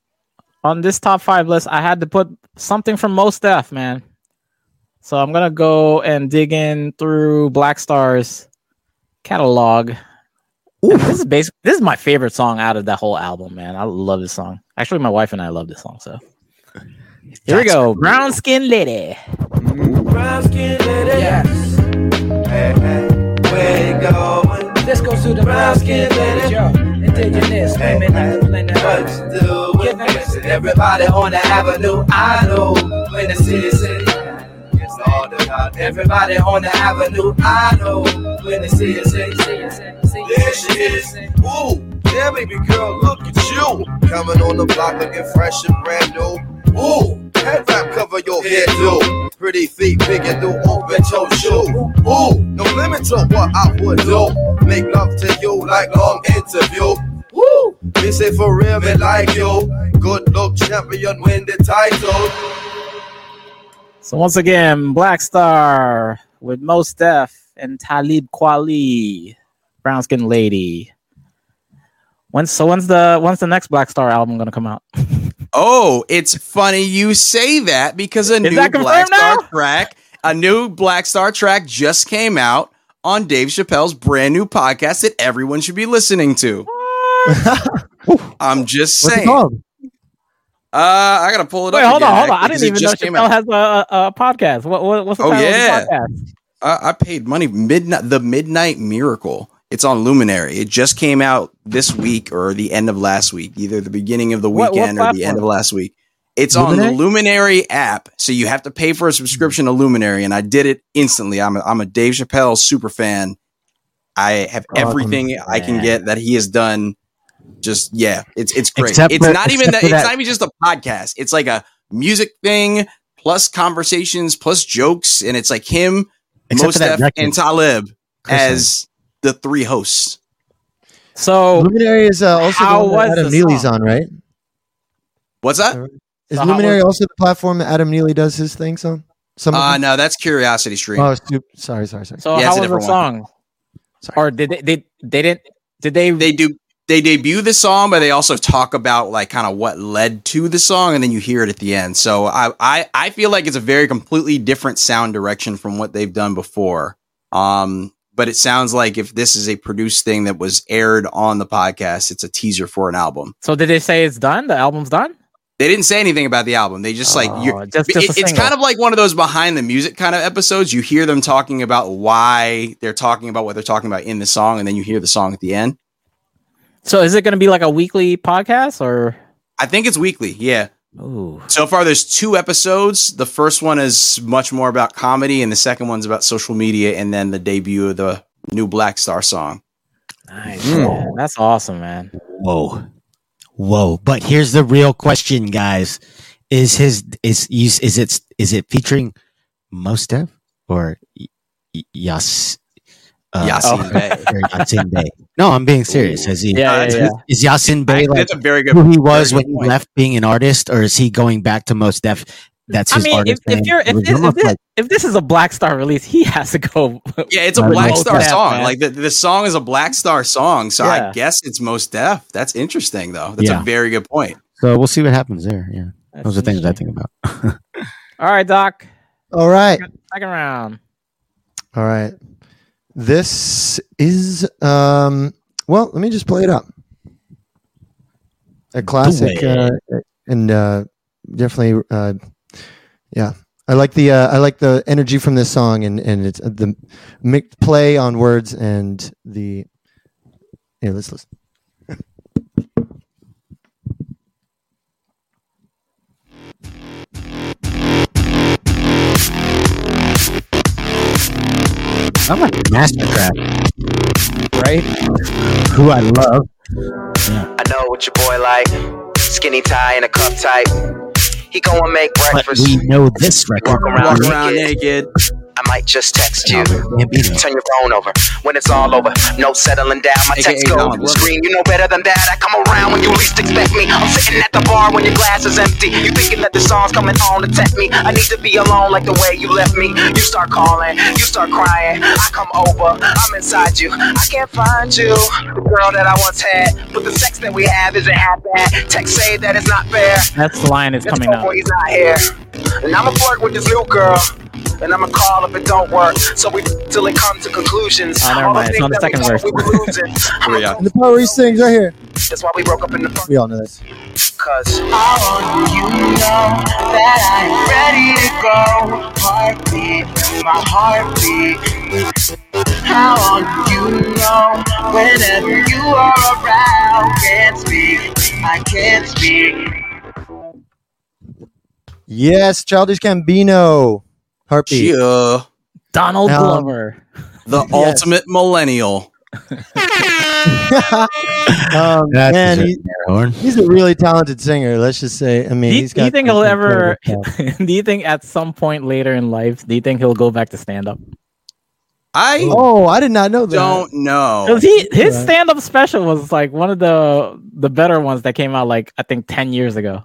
S3: on this top five list, I had to put something from Most Def, man. So I'm gonna go and dig in through Black Star's catalog. And This is basic. This is my favorite song out of that whole album, man. I love this song. Actually, my wife and I love this song. So here we go, Brown Skin Lady.
S5: Brown skin lady. Yes. Hey, hey, where you going? This goes to the brown skin lady. Yo, indigenous women hey, hey, What's doing? Yes, and everybody on the avenue. I know when the citizen. It's all about everybody on the avenue. I know when the citizen. There she is. Ooh, yeah, baby girl, look at you.
S15: Coming on the block looking fresh and brand new. Ooh, head wrap cover your head too. Pretty feet picking through open toe shoe. Ooh, no limit to what I would do. Make love to you like long interview. Woo, this it for real, me like you. Good look champion win the title.
S3: So once again, Black Star with Most Def and Talib Kweli, Brown Skin Lady. When's so when's the when's the next Black Star album gonna come out?
S2: Oh, it's funny you say that because a new
S3: that
S2: Black
S3: confirmed
S2: Star track, a new Black Star track just came out on Dave Chappelle's brand new podcast that everyone should be listening to. I'm just
S3: What's it
S2: saying.
S3: called?
S2: Uh, I gotta pull it
S3: Wait,
S2: up.
S3: hold on,
S2: again,
S3: hold on. I
S2: actually,
S3: didn't even know
S2: because it just came
S3: Chappelle
S2: out.
S3: has a, a, a podcast. What, what what's the
S2: Oh,
S3: title
S2: yeah.
S3: of the podcast?
S2: I, I paid money. Midnight, the Midnight Miracle. It's on Luminary. It just came out this week or the end of last week, either the beginning of the
S12: What- what
S2: weekend or the end
S12: platform?
S2: of last week. It's on the Luminary app, so you have to pay for a subscription to Luminary, and I did it instantly. I'm a, I'm a Dave Chappelle super fan. I have
S12: Awesome.
S2: everything I can get that he has done. Just yeah, it's it's great.
S12: Except
S2: it's
S12: for-
S2: not even
S12: except
S2: that.
S12: for
S2: It's
S12: that-
S2: not even just a podcast. It's like a music thing plus conversations plus jokes, and it's like him,
S7: Except for that
S2: Mostef,
S7: record.
S2: and Talib as the three hosts.
S3: So
S4: Luminary is uh, also
S2: how
S4: the one that
S2: was
S4: Adam
S2: the
S4: Neely's
S2: song?
S4: on, right?
S2: What's that?
S4: Is
S2: So how
S4: Luminary
S2: was-
S4: also the platform that Adam Neely does his things on? Some of
S2: Uh,
S4: them?
S2: no, that's Curiosity Stream.
S4: Oh, stu- sorry, sorry, sorry.
S3: So
S2: Yeah, it's
S3: how
S2: a
S3: was the
S2: different one.
S3: song? Or did they, they they didn't did they
S2: they do they debut the song, but they also talk about like kind of what led to the song, and then you hear it at the end. So I I I feel like it's a very completely different sound direction from what they've done before. Um, but it sounds like if this is a produced thing that was aired on the podcast, it's a teaser for an album.
S3: So did they say it's done? The album's done?
S2: They didn't say anything about the album. They just like you're,
S3: Oh, just-
S2: it-
S3: just a
S2: it's
S3: single.
S2: kind of like one of those behind the music kind of episodes. You hear them talking about why they're talking about what they're talking about in the song, and then you hear the song at the end.
S3: So is it gonna be like a weekly podcast or
S2: I think it's weekly. Yeah.
S3: Ooh.
S2: So far, there's two episodes. The first one is much more about comedy, and the second one's about social media, and then the debut of the new Black Star song.
S3: Nice.
S2: Hmm.
S3: man. That's awesome, man.
S7: Whoa. Whoa. But here's the real question, guys. Is his is is, is it is it featuring Mostev or Y- Y- Yas uh,
S2: Yasin Bey.
S7: or Yasin Bey? No, I'm being serious. Is he
S3: Yeah, yeah,
S7: is,
S3: yeah.
S7: is Yasin Bey like
S2: that's a very good-
S7: who he was
S2: very
S7: when
S2: good
S7: he
S2: point.
S7: left being an artist, or is he going back to Mostev? That's
S3: I
S7: his
S3: mean, if,
S7: artist.
S3: if
S7: name?
S3: you're if,
S7: It was
S3: this- if,
S7: almost
S3: this,
S7: like-
S3: if this is a Black Star release, he has to go.
S2: Yeah, it's a
S3: Right,
S2: Black
S3: Mos
S2: Star
S3: Def,
S2: song.
S3: man.
S2: Like the, the song is a Black Star song, so
S3: Yeah.
S2: I guess it's most deaf. That's interesting, though. That's
S7: Yeah.
S2: a very good point.
S7: so we'll see what happens there. Yeah, those are things I think about.
S3: All right, Doc.
S4: All right.
S3: Second round.
S4: All right. This is um well, let me just play it up. A classic
S7: it.
S4: uh, and uh definitely uh yeah. I like the uh, I like the energy from this song and and it's uh, the mi- play on words and the Yeah, let's listen.
S7: I'm like Mastercraft,
S3: right?
S7: Who I love.
S5: I know what your boy like. Skinny tie and a cup tight. He gonna make
S7: But
S5: breakfast.
S7: we know this record.
S5: Walk around,
S7: Walk
S5: naked. I might just text you. Turn your phone over when it's all over. No settling down. My text
S10: AKA
S5: go
S10: Donald.
S5: screen. You know better than that. I come around when you least expect me. I'm sitting at the bar when your glass is empty. You thinking that the song's coming on to tempt me? I need to be alone like the way you left me. You start calling. You start crying. I come over. I'm inside you. I can't find you. The girl that I once had, but the sex that we have isn't half bad. Text say that it's not fair.
S3: That's the line is coming up.
S5: Boy, he's not here. And I'ma flirt with this new girl. And I'ma call if it don't work. So we till it comes to conclusions.
S3: Oh, never
S5: All the
S3: mind. It's
S5: things
S3: on the
S5: that we
S3: second
S5: thought
S3: verse.
S5: we were losing.
S4: The power he sings right here.
S5: That's why we broke up in the first
S4: We all know this.
S5: Cause I want you to know that I'm ready to go. Heartbeat, my heartbeat. How long you know whenever you are around? Can't speak, I can't speak.
S4: Yes, Childish Gambino. Heartbeat.
S2: Yeah.
S3: Donald
S4: Um,
S3: Glover.
S2: The ultimate millennial.
S4: Um,
S7: That's
S4: man,
S7: dessert
S4: he-
S7: there, Horn.
S4: he's a really talented singer. Let's just say. I mean,
S3: Do you,
S4: he's
S3: do you
S4: got
S3: think he'll
S4: some
S3: ever?
S4: incredible talent.
S3: do you think at some point later in life, do you think he'll go back to stand up?
S2: I
S4: Oh, I did not know that.
S2: don't know.
S3: Because he his
S4: Right.
S3: stand up special was like one of the the better ones that came out like I think ten years ago.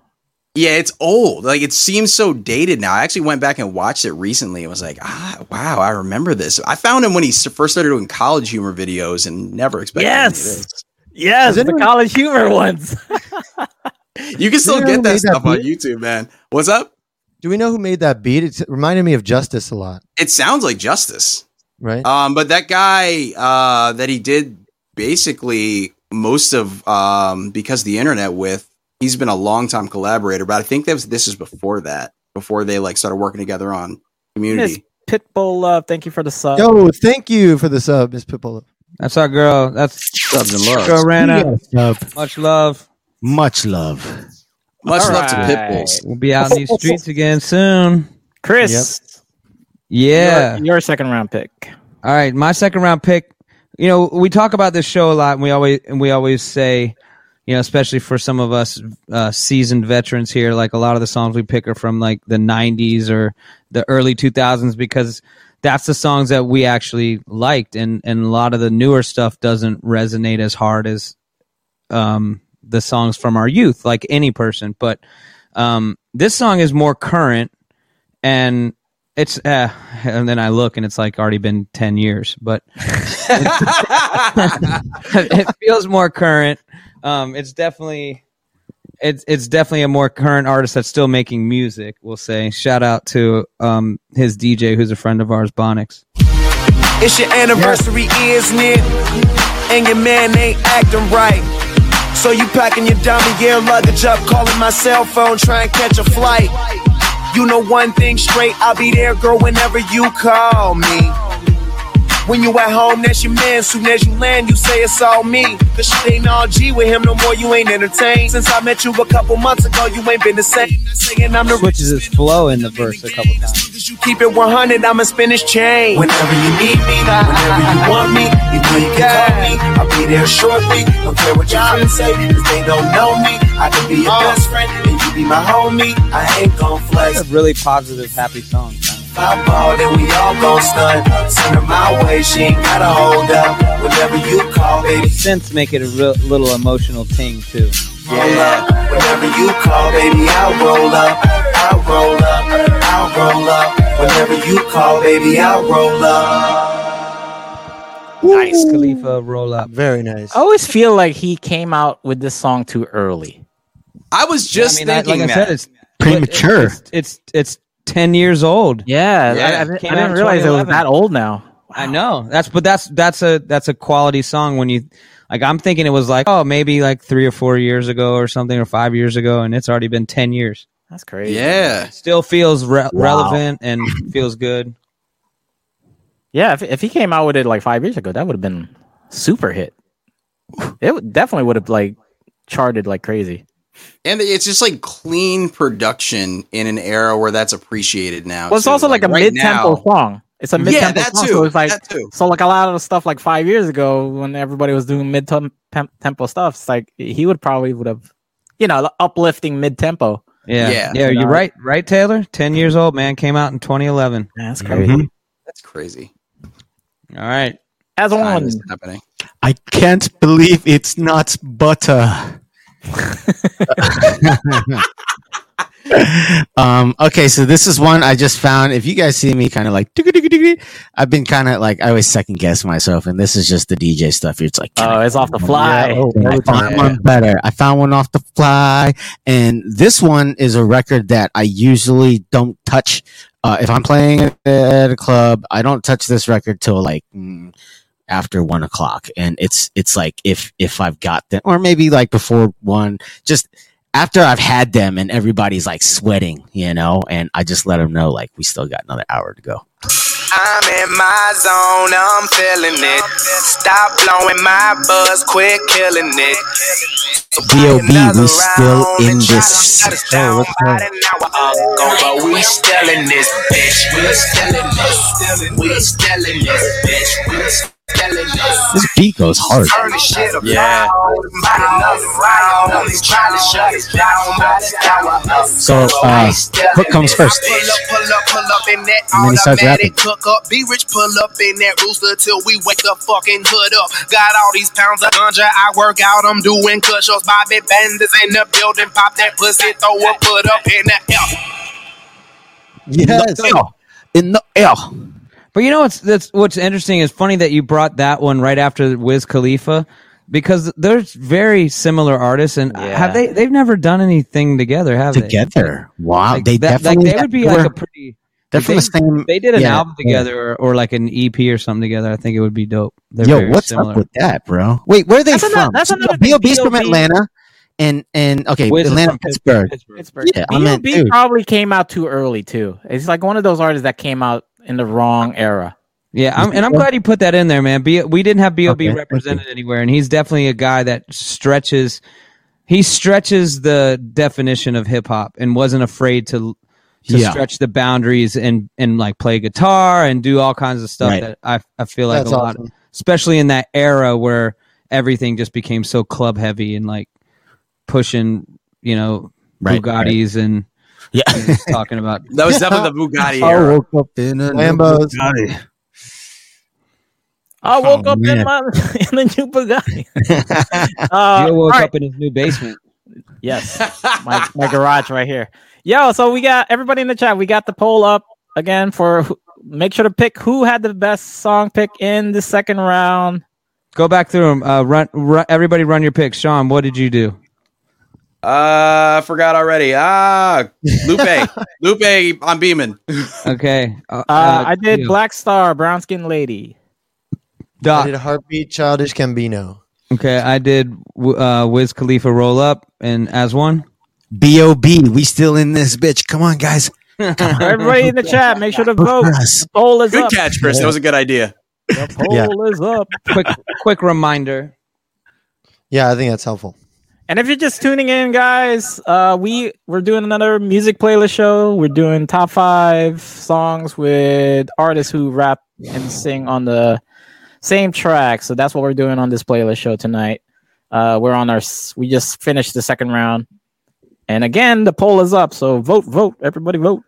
S2: Yeah, it's old. Like it seems so dated now. I actually went back and watched it recently and was like, ah, wow, I remember this. I found him when he s- first started doing college humor videos and never expected. any of
S3: Yes.
S2: this.
S3: Yes, the college humor ones.
S2: You can still get that stuff on YouTube, man. What's up?
S4: Do we know who made that beat? It reminded me of Justice a lot,
S2: It sounds like justice.
S4: right?
S2: Um, but that guy uh, that he did basically most of um, because of the internet with, he's been a longtime collaborator. But I think that was, this is before that, before they like started working together on
S3: Miss
S2: Community.
S3: Pitbull Love, thank you for the sub.
S4: Yo, Oh, thank you for the sub, Miss Pippola.
S1: That's our girl. That's
S2: Subs and loves.
S1: Girl Rana.
S4: Yes,
S1: Much love.
S7: Much love.
S2: Much love to
S3: Alright.
S2: Pitbulls.
S1: We'll be out in these streets again soon.
S3: Chris,
S1: Yeah.
S3: your, your second round pick.
S1: All right, my second round pick. You know, we talk about this show a lot, and we always and we always say, you know, especially for some of us uh, seasoned veterans here, like a lot of the songs we pick are from like the '90s or the early 2000s because that's the songs that we actually liked, and and a lot of the newer stuff doesn't resonate as hard as um, the songs from our youth, like any person. But um, this song is more current, and it's uh, and then I look and it's like already been ten years, but it feels more current. Um, it's definitely it's it's definitely a more current artist that's still making music. We'll say shout out to um, his DJ, who's a friend of ours, Bonix.
S5: It's your anniversary, isn't it? And your man ain't acting right. So you packing your dummy gear luggage up, calling my cell phone, trying to catch a flight. You know one thing straight, I'll be there, girl, whenever you call me. When you at home, that's your man. Soon as you land, you say it's all me. Cause shit ain't all G with him no more, you ain't entertained. Since I met you a couple months ago, you ain't been the same. Saying I'm the
S1: Switches his flow in the verse a couple times.
S5: you keep it 100, I'ma spin this chain. Whenever you need me, whenever you want me, you know you can call me. I'll be there shortly. Don't care what your friends say, cause they don't know me. I can be your best friend, and you be my homie. I ain't gon' flex.
S1: A really positive, happy song.
S5: I ball, then we all gon' stun. Send her my way, she ain't gotta hold up. Whenever you call, baby,
S1: Since make it a real, little emotional ting too.
S5: roll up. Whenever you call, baby, I'll roll up. I'll roll up. I'll roll up. Whenever you call, baby, I'll roll up.
S1: Nice Khalifa roll up.
S4: Very nice.
S3: I always feel like he came out with this song too early.
S2: I was just
S1: I mean, I-
S2: thinking
S1: like I
S2: that.
S1: said, it's
S7: Premature.
S1: It's it's, it's ten years old.
S3: Yeah, I- I,
S2: Yeah.
S3: didn't-
S1: Came
S3: I
S1: out
S3: didn't
S1: in
S3: realize it was
S1: 2011.
S3: that old now.
S1: I know that's, but that's that's a that's a quality song when you like. I'm thinking it was like oh maybe like three or four years ago or something or five years ago, and it's already been ten years.
S3: That's crazy.
S2: yeah.
S1: Still feels re-
S3: Wow.
S1: relevant and feels good.
S3: Yeah, if, if he came out with it like five years ago, that would have been super hit. It would- definitely would have like charted like crazy.
S2: And it's just like clean production in an era where that's appreciated now.
S3: Well, it's
S2: too.
S3: also like, a
S2: right
S3: mid-tempo
S2: now-
S3: song. It's a
S2: Yeah,
S3: mid-tempo
S2: that
S3: song,
S2: too,
S3: so it's like
S2: that too.
S3: so like a lot of the stuff like five years ago when everybody was doing mid-tempo stuff. It's like he would probably would have, you know, uplifting mid-tempo.
S1: Yeah,
S2: Yeah.
S1: yeah, you're right, right, Taylor. Ten years old, man, came out in 2011.
S3: Man,
S2: Mm-hmm.
S3: that's crazy.
S7: Mhm.
S2: That's crazy.
S1: Mm-hmm. All right,
S3: As
S2: Time
S3: on
S2: is happening.
S7: I can't believe it's not butter. um, okay, so this is one I just found. If you guys see me kind of like, "Digga-digga-digga," I've been kind of like, I always second guess myself, and this is just the DJ stuff. It's like,
S3: oh, it's off the fly.
S7: I found one better. I found one off the fly, and this one is a record that I usually don't touch. Uh, if I'm playing at at a club, I don't touch this record till like mm, after one o'clock, and it's it's like if if I've got them, or maybe like before one, just after I've had them, and everybody's like sweating, you know, and I just let them know like we still got another hour to go.
S5: I'm in my zone, I'm feeling it. Stop blowing my buzz, quit killing it.
S7: Dob, we still in this.
S4: Oh, let's go.
S5: But we still in this bitch. We're still in this. We're still in this bitch. We're still in this.
S7: This beat goes hard.
S5: Turn this shit around.
S2: Yeah.
S5: Buy another round. Only try to shut it down. But it's our up.
S7: So, uh, what comes first?
S5: Pull up, pull up, pull up in that
S7: And then he starts rapping.
S5: automatic cook up. Be rich, pull up in that rooster till we wake the fucking hood up. Got all these pounds of ganja. I work out, I'm doing cushions. Bobby Banders in the building. Pop that pussy, throw a put up in the air.
S7: Yes. In the L.
S1: But you know what's that's what's interesting is funny that you brought that one right after Wiz Khalifa. because they're very similar artists, and have they? They've never done anything together, have they?
S7: together. Wow,
S1: Like,
S7: they
S1: that- like,
S7: definitely
S1: they would be like a
S7: were-
S1: pretty.
S7: They're
S1: if
S7: from
S1: they,
S7: the same-
S1: They did an
S7: yeah,
S1: album
S7: yeah.
S1: together, or, or like an EP or something together. I think it would be dope. They're
S7: Yo,
S1: very
S7: what's
S1: similar.
S7: up with that, bro? Wait, where are they
S1: That's
S7: from?
S1: another- that's
S7: So,
S1: another thing,
S7: B.O.B. 's from
S1: B.O.B.
S7: Atlanta, and and okay,
S3: Wiz is
S7: Atlanta,
S3: from
S7: Pittsburgh.
S3: Pittsburgh.
S7: Yeah, I mean,
S3: B.O.B.
S7: dude.
S3: probably came out too early too. It's like one of those artists that came out in the wrong era.
S1: Yeah, I'm, and I'm glad he put that in there, man. B, we didn't have Bob
S3: Okay,
S1: represented anywhere, and he's definitely a guy that stretches. He stretches the definition of hip hop and wasn't afraid to to
S7: Yeah.
S1: stretch the boundaries and and like play guitar and do all kinds of stuff
S7: Right.
S1: that I I feel like
S7: That's
S1: a lot,
S7: awesome.
S1: especially in that era where everything just became so club heavy and like pushing, you know,
S7: Right,
S1: Bugattis and
S7: yeah,
S1: talking about
S2: That was definitely the Bugatti
S7: I
S2: era.
S7: woke up in a new
S2: Lambos.
S7: Bugatti.
S3: I woke
S7: Oh,
S3: up in
S7: man.
S3: my in the new Bugatti.
S1: Joe
S3: uh,
S1: woke
S3: all right.
S1: up in his new basement.
S3: Yes, my, my garage right here. Yo, so we got everybody in the chat. We got the poll up again for who- make sure to pick who had the best song pick in the second round.
S1: Go back through them. Uh, run, run, everybody, run your picks. Sean, what did you do?
S2: Uh, I forgot already. Ah, Lupe, Lupe, I'm beaming.
S1: Okay, uh,
S3: Uh, I did Black Star, Brown Skin Lady.
S1: Doc.
S4: I did heartbeat, childish Gambino.
S1: Okay, I did uh, Wiz Khalifa roll up and as one.
S7: B.O.B. We still in this bitch. Come on, guys.
S3: Everybody in the chat, make sure to
S7: Vote
S3: vote.
S7: for us.
S3: The poll is
S2: Good
S3: up.
S2: catch, Chris. That was a good idea.
S3: The poll
S7: Yeah.
S3: is up.
S1: quick, quick reminder.
S4: Yeah, I think that's helpful.
S3: And if you're just tuning in, guys, uh, we we're doing another music playlist show. We're doing top five songs with artists who rap and sing on the same track. So that's what we're doing on this playlist show tonight. Uh, we're on our s- we just finished the second round, and again the poll is up. So vote, vote, everybody vote.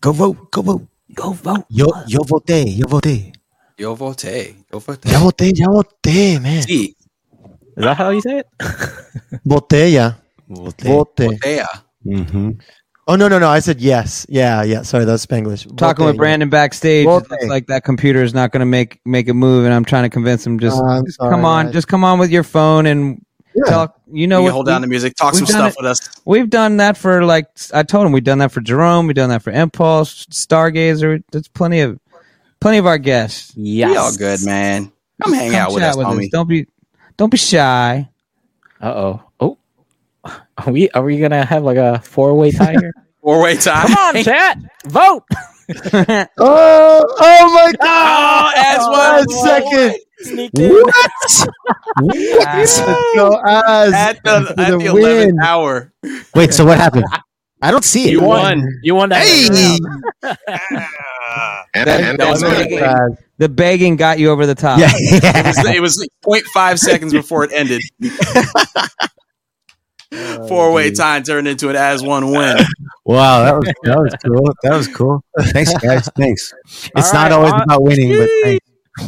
S7: Go vote. Go vote.
S3: Go vote.
S7: Yo, yo voté. Yo voté.
S2: Yo vote. Yo vote.
S7: Ya voté. Ya voté, man.
S2: Sí.
S3: Is that how you say it?
S4: Botella.
S7: Vote.
S4: Bote.
S2: Yeah.
S7: Mm-hmm.
S4: Oh no no no! I said yes. Yeah yeah. Sorry, that's Spanglish.
S1: Talking
S4: Botella.
S1: with Brandon backstage, it looks like that computer is not going to make make a move, and I'm trying to convince him just,
S4: Uh, I'm
S1: just
S4: sorry,
S1: come on,
S4: guys.
S1: just come on with your phone and tell you know
S2: You
S1: what
S2: hold
S1: we-
S2: down the music, talk
S1: we've
S2: some
S1: done it-
S2: stuff with us.
S1: We've done that for like I told him we've done that for Jerome, we've done that for Impulse, Stargazer. There's plenty of plenty of our guests.
S3: Yes.
S2: We all good, man. Come hang out with
S1: chat
S2: us, homie.
S1: Don't be don't be shy.
S3: Uh oh. Oh, are we are we gonna have like a four way tie here?
S2: Four way time.
S3: Come on, chat, vote.
S4: Oh oh my
S2: Oh, as well.
S4: god! Second.
S3: Sneak in.
S4: What?
S1: Let's
S4: go
S3: Uh,
S4: Az.
S2: At the,
S4: For
S2: at
S4: the
S2: the 11th
S4: win.
S2: hour.
S7: Wait, so what happened? I don't see it.
S3: You won. You won that.
S7: Hey.
S1: That-
S2: That was pretty good.
S4: Az.
S1: the begging got you over the top.
S7: Yeah.
S2: It was, it was like 0.5 seconds before it ended. Four way time turned into an as one win.
S7: Wow, that was that was cool. That was cool. Thanks, guys. Thanks. It's not
S3: right,
S7: always
S3: on-
S7: about winning, but thanks.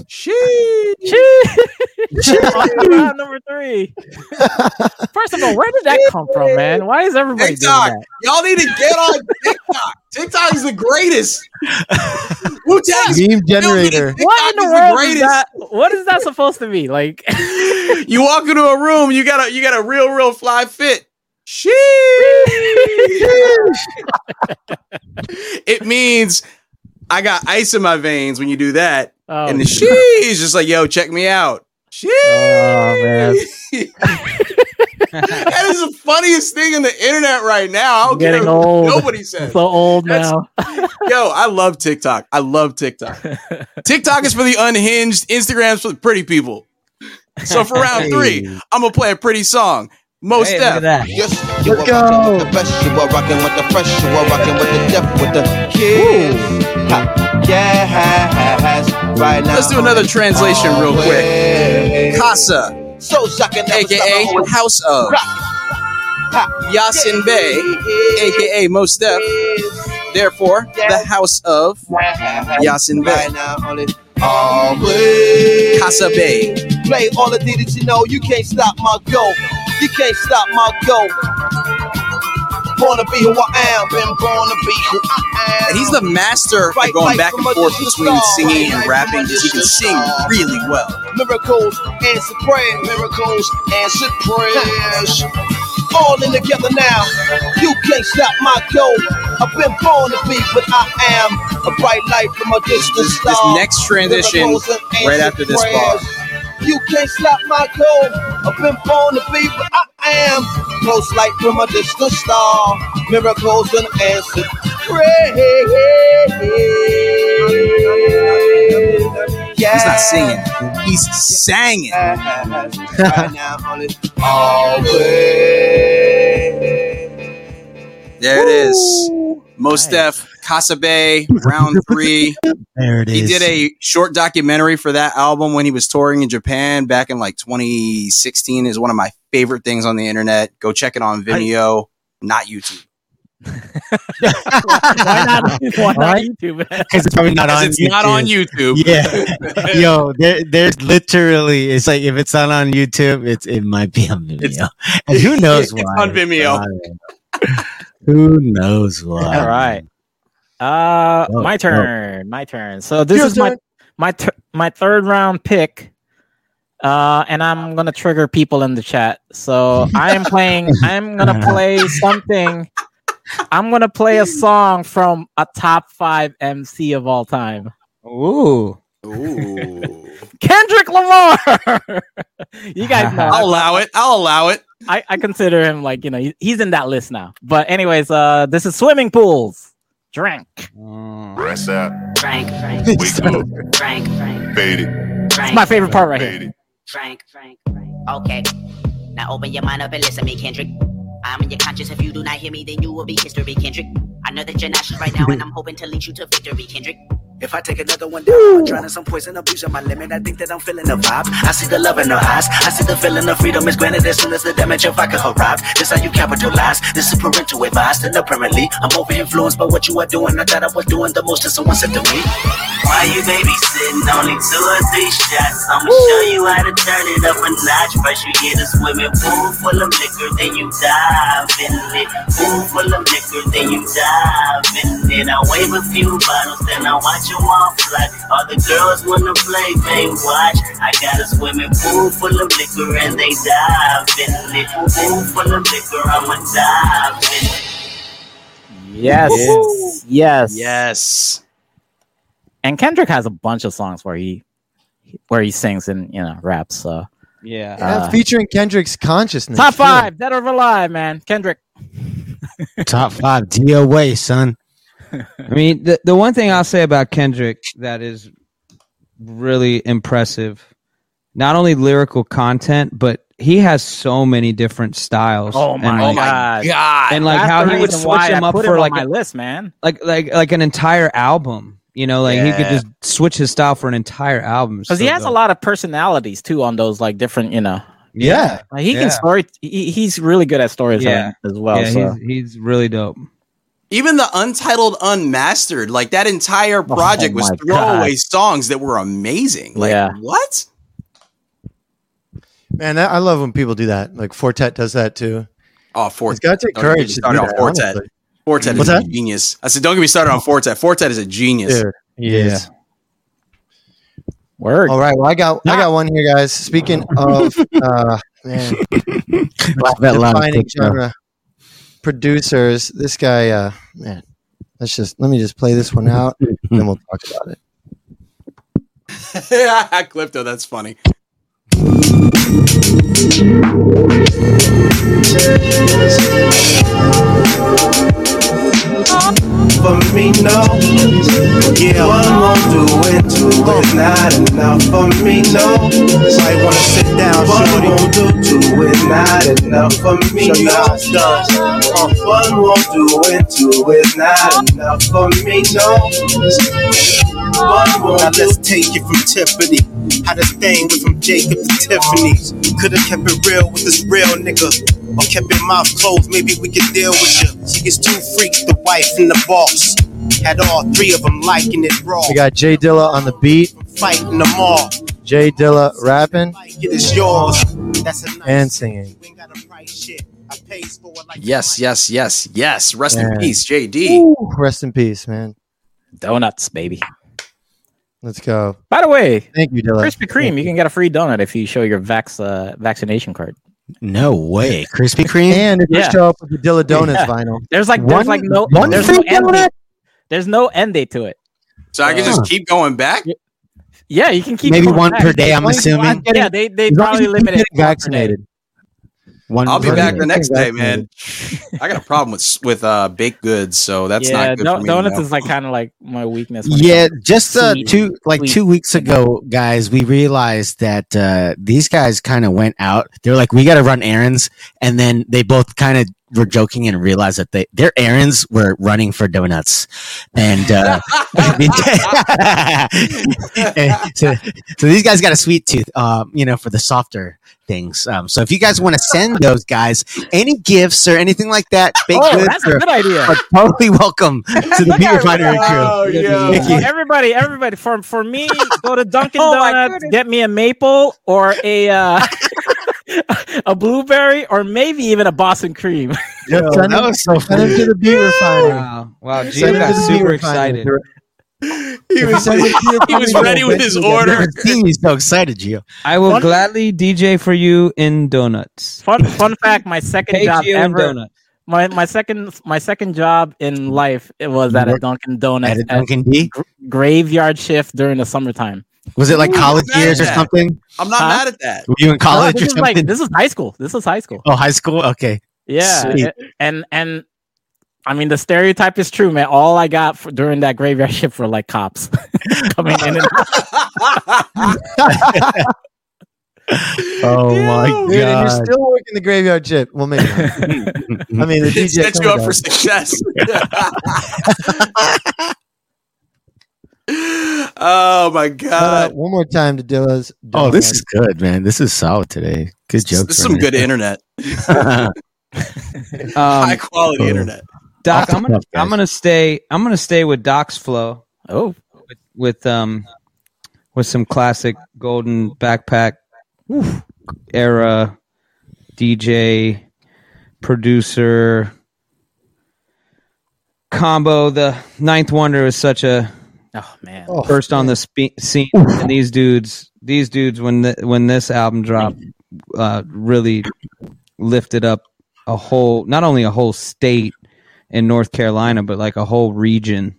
S2: She.
S3: On round number three. First of all, where did that come from, man? Why is everybody
S2: TikTok.
S3: doing that?
S2: Y'all need to get on TikTok. TikTok is the greatest. Wu Tang
S4: Meme generator.
S3: What in the
S2: is the
S3: world is
S2: greatest.
S3: that? What is that supposed to be? Like,
S2: You walk into a room, you got a you got a real, real fly fit. She. it means I got ice in my veins when you do that.
S3: oh,
S2: and the she's just like, yo, check me out. She.
S4: Oh man.
S2: that is the funniest thing in the internet right now. I
S3: I'm
S2: don't care
S3: getting
S2: what
S3: old.
S2: nobody says.
S3: so old
S2: That's-
S3: now.
S2: Yo, I love TikTok. I love TikTok. TikTok is for the unhinged. Instagram's for the pretty people. So for round three, I'm gonna play a pretty song. Most
S1: Hey,
S2: hey,
S1: look at that.
S5: Yes, you
S4: Let's
S5: are
S4: go.
S5: rocking with the best. You are rocking with the fresh. You are rocking with the depth. With the kids. Ha, yes, right now.
S2: Let's do another translation real quick. Casa,
S5: So shocking, never stop,
S2: aka
S5: always
S2: House of Yasin Bey, aka Most Def. Therefore, the House of Yasin Bey,
S5: Right now, on it. Always.
S2: Casa Bey.
S5: Play all the things that you know. You can't stop my go. You can't stop my go.
S16: born to be who I am. Been born to be who I am.
S2: And he's the master of going back and forth between singing and rapping because he can sing really well.
S16: Miracles answer prayer. Miracles answer prayers. All in together now. You can't stop my goal. I've been born to be what I am. A bright light from a distant star.
S2: This next transition,
S16: Miracles and answered
S2: right after this bar.
S16: prayers. You can't stop my goal. I've been born to be what I am. Close light from a distant star. Miracles and answered prayers.
S2: He's not singing. He's singing.
S16: right now, only always.
S2: There it is. Most Def, Casa Bay, round three.
S7: There it
S2: He
S7: is.
S2: did a short documentary for that album when he was touring in Japan back in like 2016. Is one of my favorite things on the internet. Go check it on Vimeo, not YouTube.
S3: Why not? Why not
S7: Right?
S3: YouTube?
S7: Because it's probably not
S2: Because
S7: on.
S2: it's not on YouTube.
S7: Yeah, yo, there, there's literally. It's like if it's not on YouTube, it's it might be on Vimeo. and who knows
S2: It's
S7: why?
S2: on Vimeo.
S7: Who knows why?
S3: All right. Uh,
S7: Oh,
S3: my
S7: oh.
S3: turn. My turn. So this
S7: Your
S3: is my
S7: turn.
S3: my tur my third round pick. Uh, and I'm gonna trigger people in the chat. So I am playing. I'm gonna play something. I'm gonna play a song from a top five MC of all time.
S1: Ooh.
S3: Kendrick Lamar. you guys know.
S2: I'll allow it. I'll allow it.
S3: I, I consider him like you know he- he's in that list now. But anyways, uh, this is swimming pools. Drink.
S17: Rest out.
S11: Frank, Frank,
S17: Wake up.
S11: Frank, Frank,
S17: Fade it.
S11: Frank.
S3: It's my favorite part right here.
S11: Frank, Frank, Frank. Okay. Now open your mind up and listen to me, Kendrick. I'm in your conscience. If you do not hear me, then you will be history, Kendrick. I know that you're nauseous right now, and I'm hoping to lead you to victory, Kendrick. If I take another one down, I'm drowning some poison, abusing my limit. I think that I'm feeling the vibes. I see the love in her eyes. I see the feeling of freedom is granted as soon as the damage of vodka arrives. This how you capitalize. This is parental advice. And apparently, I'm over influenced by what you are doing. I thought I was doing the most, and someone said to me, Why you babysitting? Only two or three shots. I'ma show you how to turn it up a notch. First, you get a swimming pool full of liquor, then you dive in it. Pool full of liquor, then you dive in it. I wave a few bottles, then I watch you all fly. All the girls wanna play, they watch. I got a swimming pool full of liquor, and they dive in it. Pool full of liquor, I'ma dive in it.
S3: Yes.
S11: Woohoo.
S3: Yes.
S2: Yes.
S3: And Kendrick has a bunch of songs where he where he sings and you know raps. So
S1: Yeah.
S3: Uh,
S2: E
S4: featuring Kendrick's
S1: Mm.
S4: consciousness.
S3: top five, dead or alive, man. Kendrick.
S7: Top five DOA, son.
S1: I mean, the, the one thing I'll say about Kendrick that is really impressive, not only lyrical content, but he has so many different styles.
S3: Oh my,
S1: and like,
S3: god.
S1: And like
S3: That's
S1: how
S3: the
S1: he would
S3: reason
S1: switch
S3: why
S1: him
S3: I
S1: up
S3: put
S1: for
S3: on
S1: like
S3: my
S1: a,
S3: list, man.
S1: like like like an entire album. You know, like he could
S3: Yeah.
S1: just switch his style for an entire album.
S3: Because
S1: So
S3: he has a
S1: dope.
S3: lot of personalities too on those like different, you know.
S1: Yeah.
S3: Like, he
S1: Yeah.
S3: can story he, he's really good at storytelling
S1: Yeah.
S3: as well.
S1: Yeah,
S3: so.
S1: he's, he's really dope.
S2: Even the Untitled Unmastered, like that
S7: Oh
S2: entire project was
S3: my
S2: throwaway
S3: God.
S2: songs that were amazing. Like
S3: Yeah.
S2: what?
S4: Man, that, I love when people do that. Like Fortet does that too.
S2: Oh, Fortet.
S4: It's gotta take
S2: Don't get me
S4: courage to do
S2: started on
S4: that,
S2: Fortet.
S4: honestly.
S2: Fortet is
S4: What's
S2: a
S4: that?
S2: genius. I said, don't get me started on Fortet. Fortet is a genius.
S4: Dude,
S1: Yeah.
S3: Word.
S4: All right. Well, I got I got one here, guys. Speaking of uh, man,
S7: Laugh out loud,
S4: defining
S7: good show.
S4: genre producers, this guy, uh, man, let's just let me just play this one out, and then we'll talk about it.
S2: Clipto, that's funny.
S5: For me, no. Yeah, one won't do it, two is not enough. For me, no. Might wanna sit down, one won't do two is not enough. For me, no. Uh, one won't do it, two is not enough. For me, no.
S18: Now let's take it from Tiffany. How this thing went from Jacob to Tiffany's. Could've kept it real with this real nigga. Or kept your mouth closed, maybe we could deal with you. She gets too freaked, the wife and the boss. Had all three of them liking it raw.
S4: We got Jay Dilla on the beat,
S18: Fighting them all.
S4: Jay Dilla rapping
S18: It is yours. That's a
S4: and singing.
S18: I pays for it like
S2: Yes, yes, yes, yes. Rest in
S4: Yeah.
S2: peace, JD.
S4: Ooh, rest in peace, man.
S3: Donuts, baby.
S4: Let's go.
S3: By the way,
S4: thank you, Dylan.
S3: Krispy Kreme, you can get a free donut if you show your vax uh, vaccination card.
S7: No way, Krispy Kreme.
S4: And if
S3: Yeah.
S4: you show up with the Dilla Donuts
S3: Yeah.
S4: vinyl,
S3: There's like
S4: One-
S3: there's like no
S4: one
S3: there's no
S4: free
S3: end
S4: donut?
S3: date. There's no end date to it.
S2: So I can just keep going back.
S3: Yeah, you can keep
S7: Maybe
S3: going
S7: one
S3: back.
S7: per day, I'm
S3: As long as you
S7: assuming.
S3: want- Yeah, they they
S7: As long as
S3: probably
S7: you keep
S3: limit it.
S7: getting vaccinated. One
S2: I'll be
S7: per
S2: back
S7: day.
S2: the next day, man. I got a problem with with uh, baked goods, so that's
S3: yeah,
S2: not good
S3: no-
S2: for me.
S3: donuts
S2: no.
S3: is like kind of like my weakness. when it
S7: Yeah,
S3: comes to
S7: just uh,
S3: sweet-
S7: two like
S3: sweet.
S7: two weeks ago, guys, we realized that uh, these guys kind of went out. They're like, we got to run errands, and then they both kind of were joking and realized that they their errands were running for donuts, and. Uh, and so, so these guys got a sweet tooth, um, you know, for the softer things. Um, so if you guys want to send those guys any gifts or anything like that, baked
S3: Oh,
S7: goods
S3: that's a
S7: are-
S3: good idea.
S7: Are totally welcome to the Beer Refinery crew.
S2: Oh,
S5: Oh,
S7: Thank you.
S3: Everybody, everybody, for for me, go to Dunkin'
S10: Oh my
S3: Donuts, get me a maple or a uh, a blueberry, or maybe even a Boston cream.
S4: Yo, send that him- was so send him funny. to the beer refinery. Wow.
S1: Wow,
S4: Send
S1: Gio
S4: him to
S1: got
S4: the
S1: super
S4: beer
S1: excited.
S4: refinery.
S7: He
S4: was- Send it to your he was ready with his order.
S7: I've never seen you so excited, Gio.
S1: I will gladly DJ for you in donuts.
S3: Fun fun fact: my second
S1: Hey,
S3: job
S1: Gio and
S3: ever.
S1: Donut.
S3: My my second my second job in life it was at a Dunkin' Donuts
S7: At a Dunkin' D?
S3: gr- graveyard shift during the summertime.
S7: Was it like
S3: Ooh,
S7: college
S3: I'm mad
S7: years or
S3: at that.
S7: something?
S2: I'm not
S3: Huh?
S2: mad at that.
S7: Were you in college
S3: No,
S7: or
S3: this is
S7: something?
S3: like- this is high school. This is high school.
S7: oh, high school. Okay.
S3: Yeah,
S7: Sweet.
S3: a- and and I mean the stereotype is true, man. All I got for, during that graveyard shift were like cops coming in. And
S7: Oh my god.
S4: Dude, and you're still working the graveyard chip. Well, maybe. not. I mean, the DJ
S2: It set you up
S4: comes
S2: for
S4: out.
S2: success. oh my
S4: Shout
S2: god,
S4: out Uh, one more time to Dilla's.
S7: Oh,
S4: Donuts.
S7: this is good, man. This is solid today. Good joke.
S2: this is some good internet,
S1: Um,
S2: high quality internet.
S1: Doc,
S7: Off the
S1: I'm gonna
S7: cuff, guys.
S1: I'm gonna stay I'm gonna stay with Doc's flow.
S3: Oh,
S1: with, with um with some classic golden backpack era DJ producer combo. The Ninth Wonder is such a
S3: oh man,
S1: first on the spe- scene, and these dudes these dudes when the, when this album dropped uh, really lifted up a whole not only a whole state in North Carolina but like a whole region.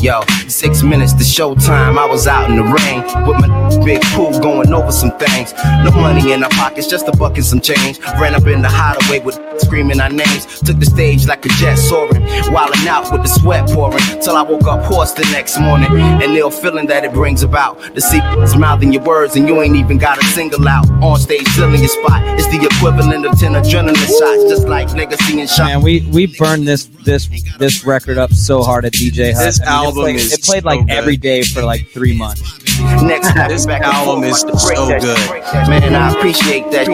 S5: Yo, six minutes to showtime. I was out in the rain with my big pool going over some things. No money in our pockets, just a buck and some change. Ran up in the hideaway with screaming our names. Took the stage like a jet soaring, wilding out with the sweat pouring. Till I woke up hoarse the next morning. And the ill feeling that it brings about. The secret's mouthing your words, and you ain't even got a single out. On stage, filling your spot. It's the equivalent of 10 adrenaline shots, just like legacy and shot.
S1: Man, we we burned this this this record up so hard at DJ Hut.
S5: This
S1: I mean, it
S5: album
S1: played-
S5: is
S1: it played like
S5: so good.
S1: every day for like three months.
S5: Next
S2: This
S5: back
S2: album is so good.
S5: Man, I appreciate that.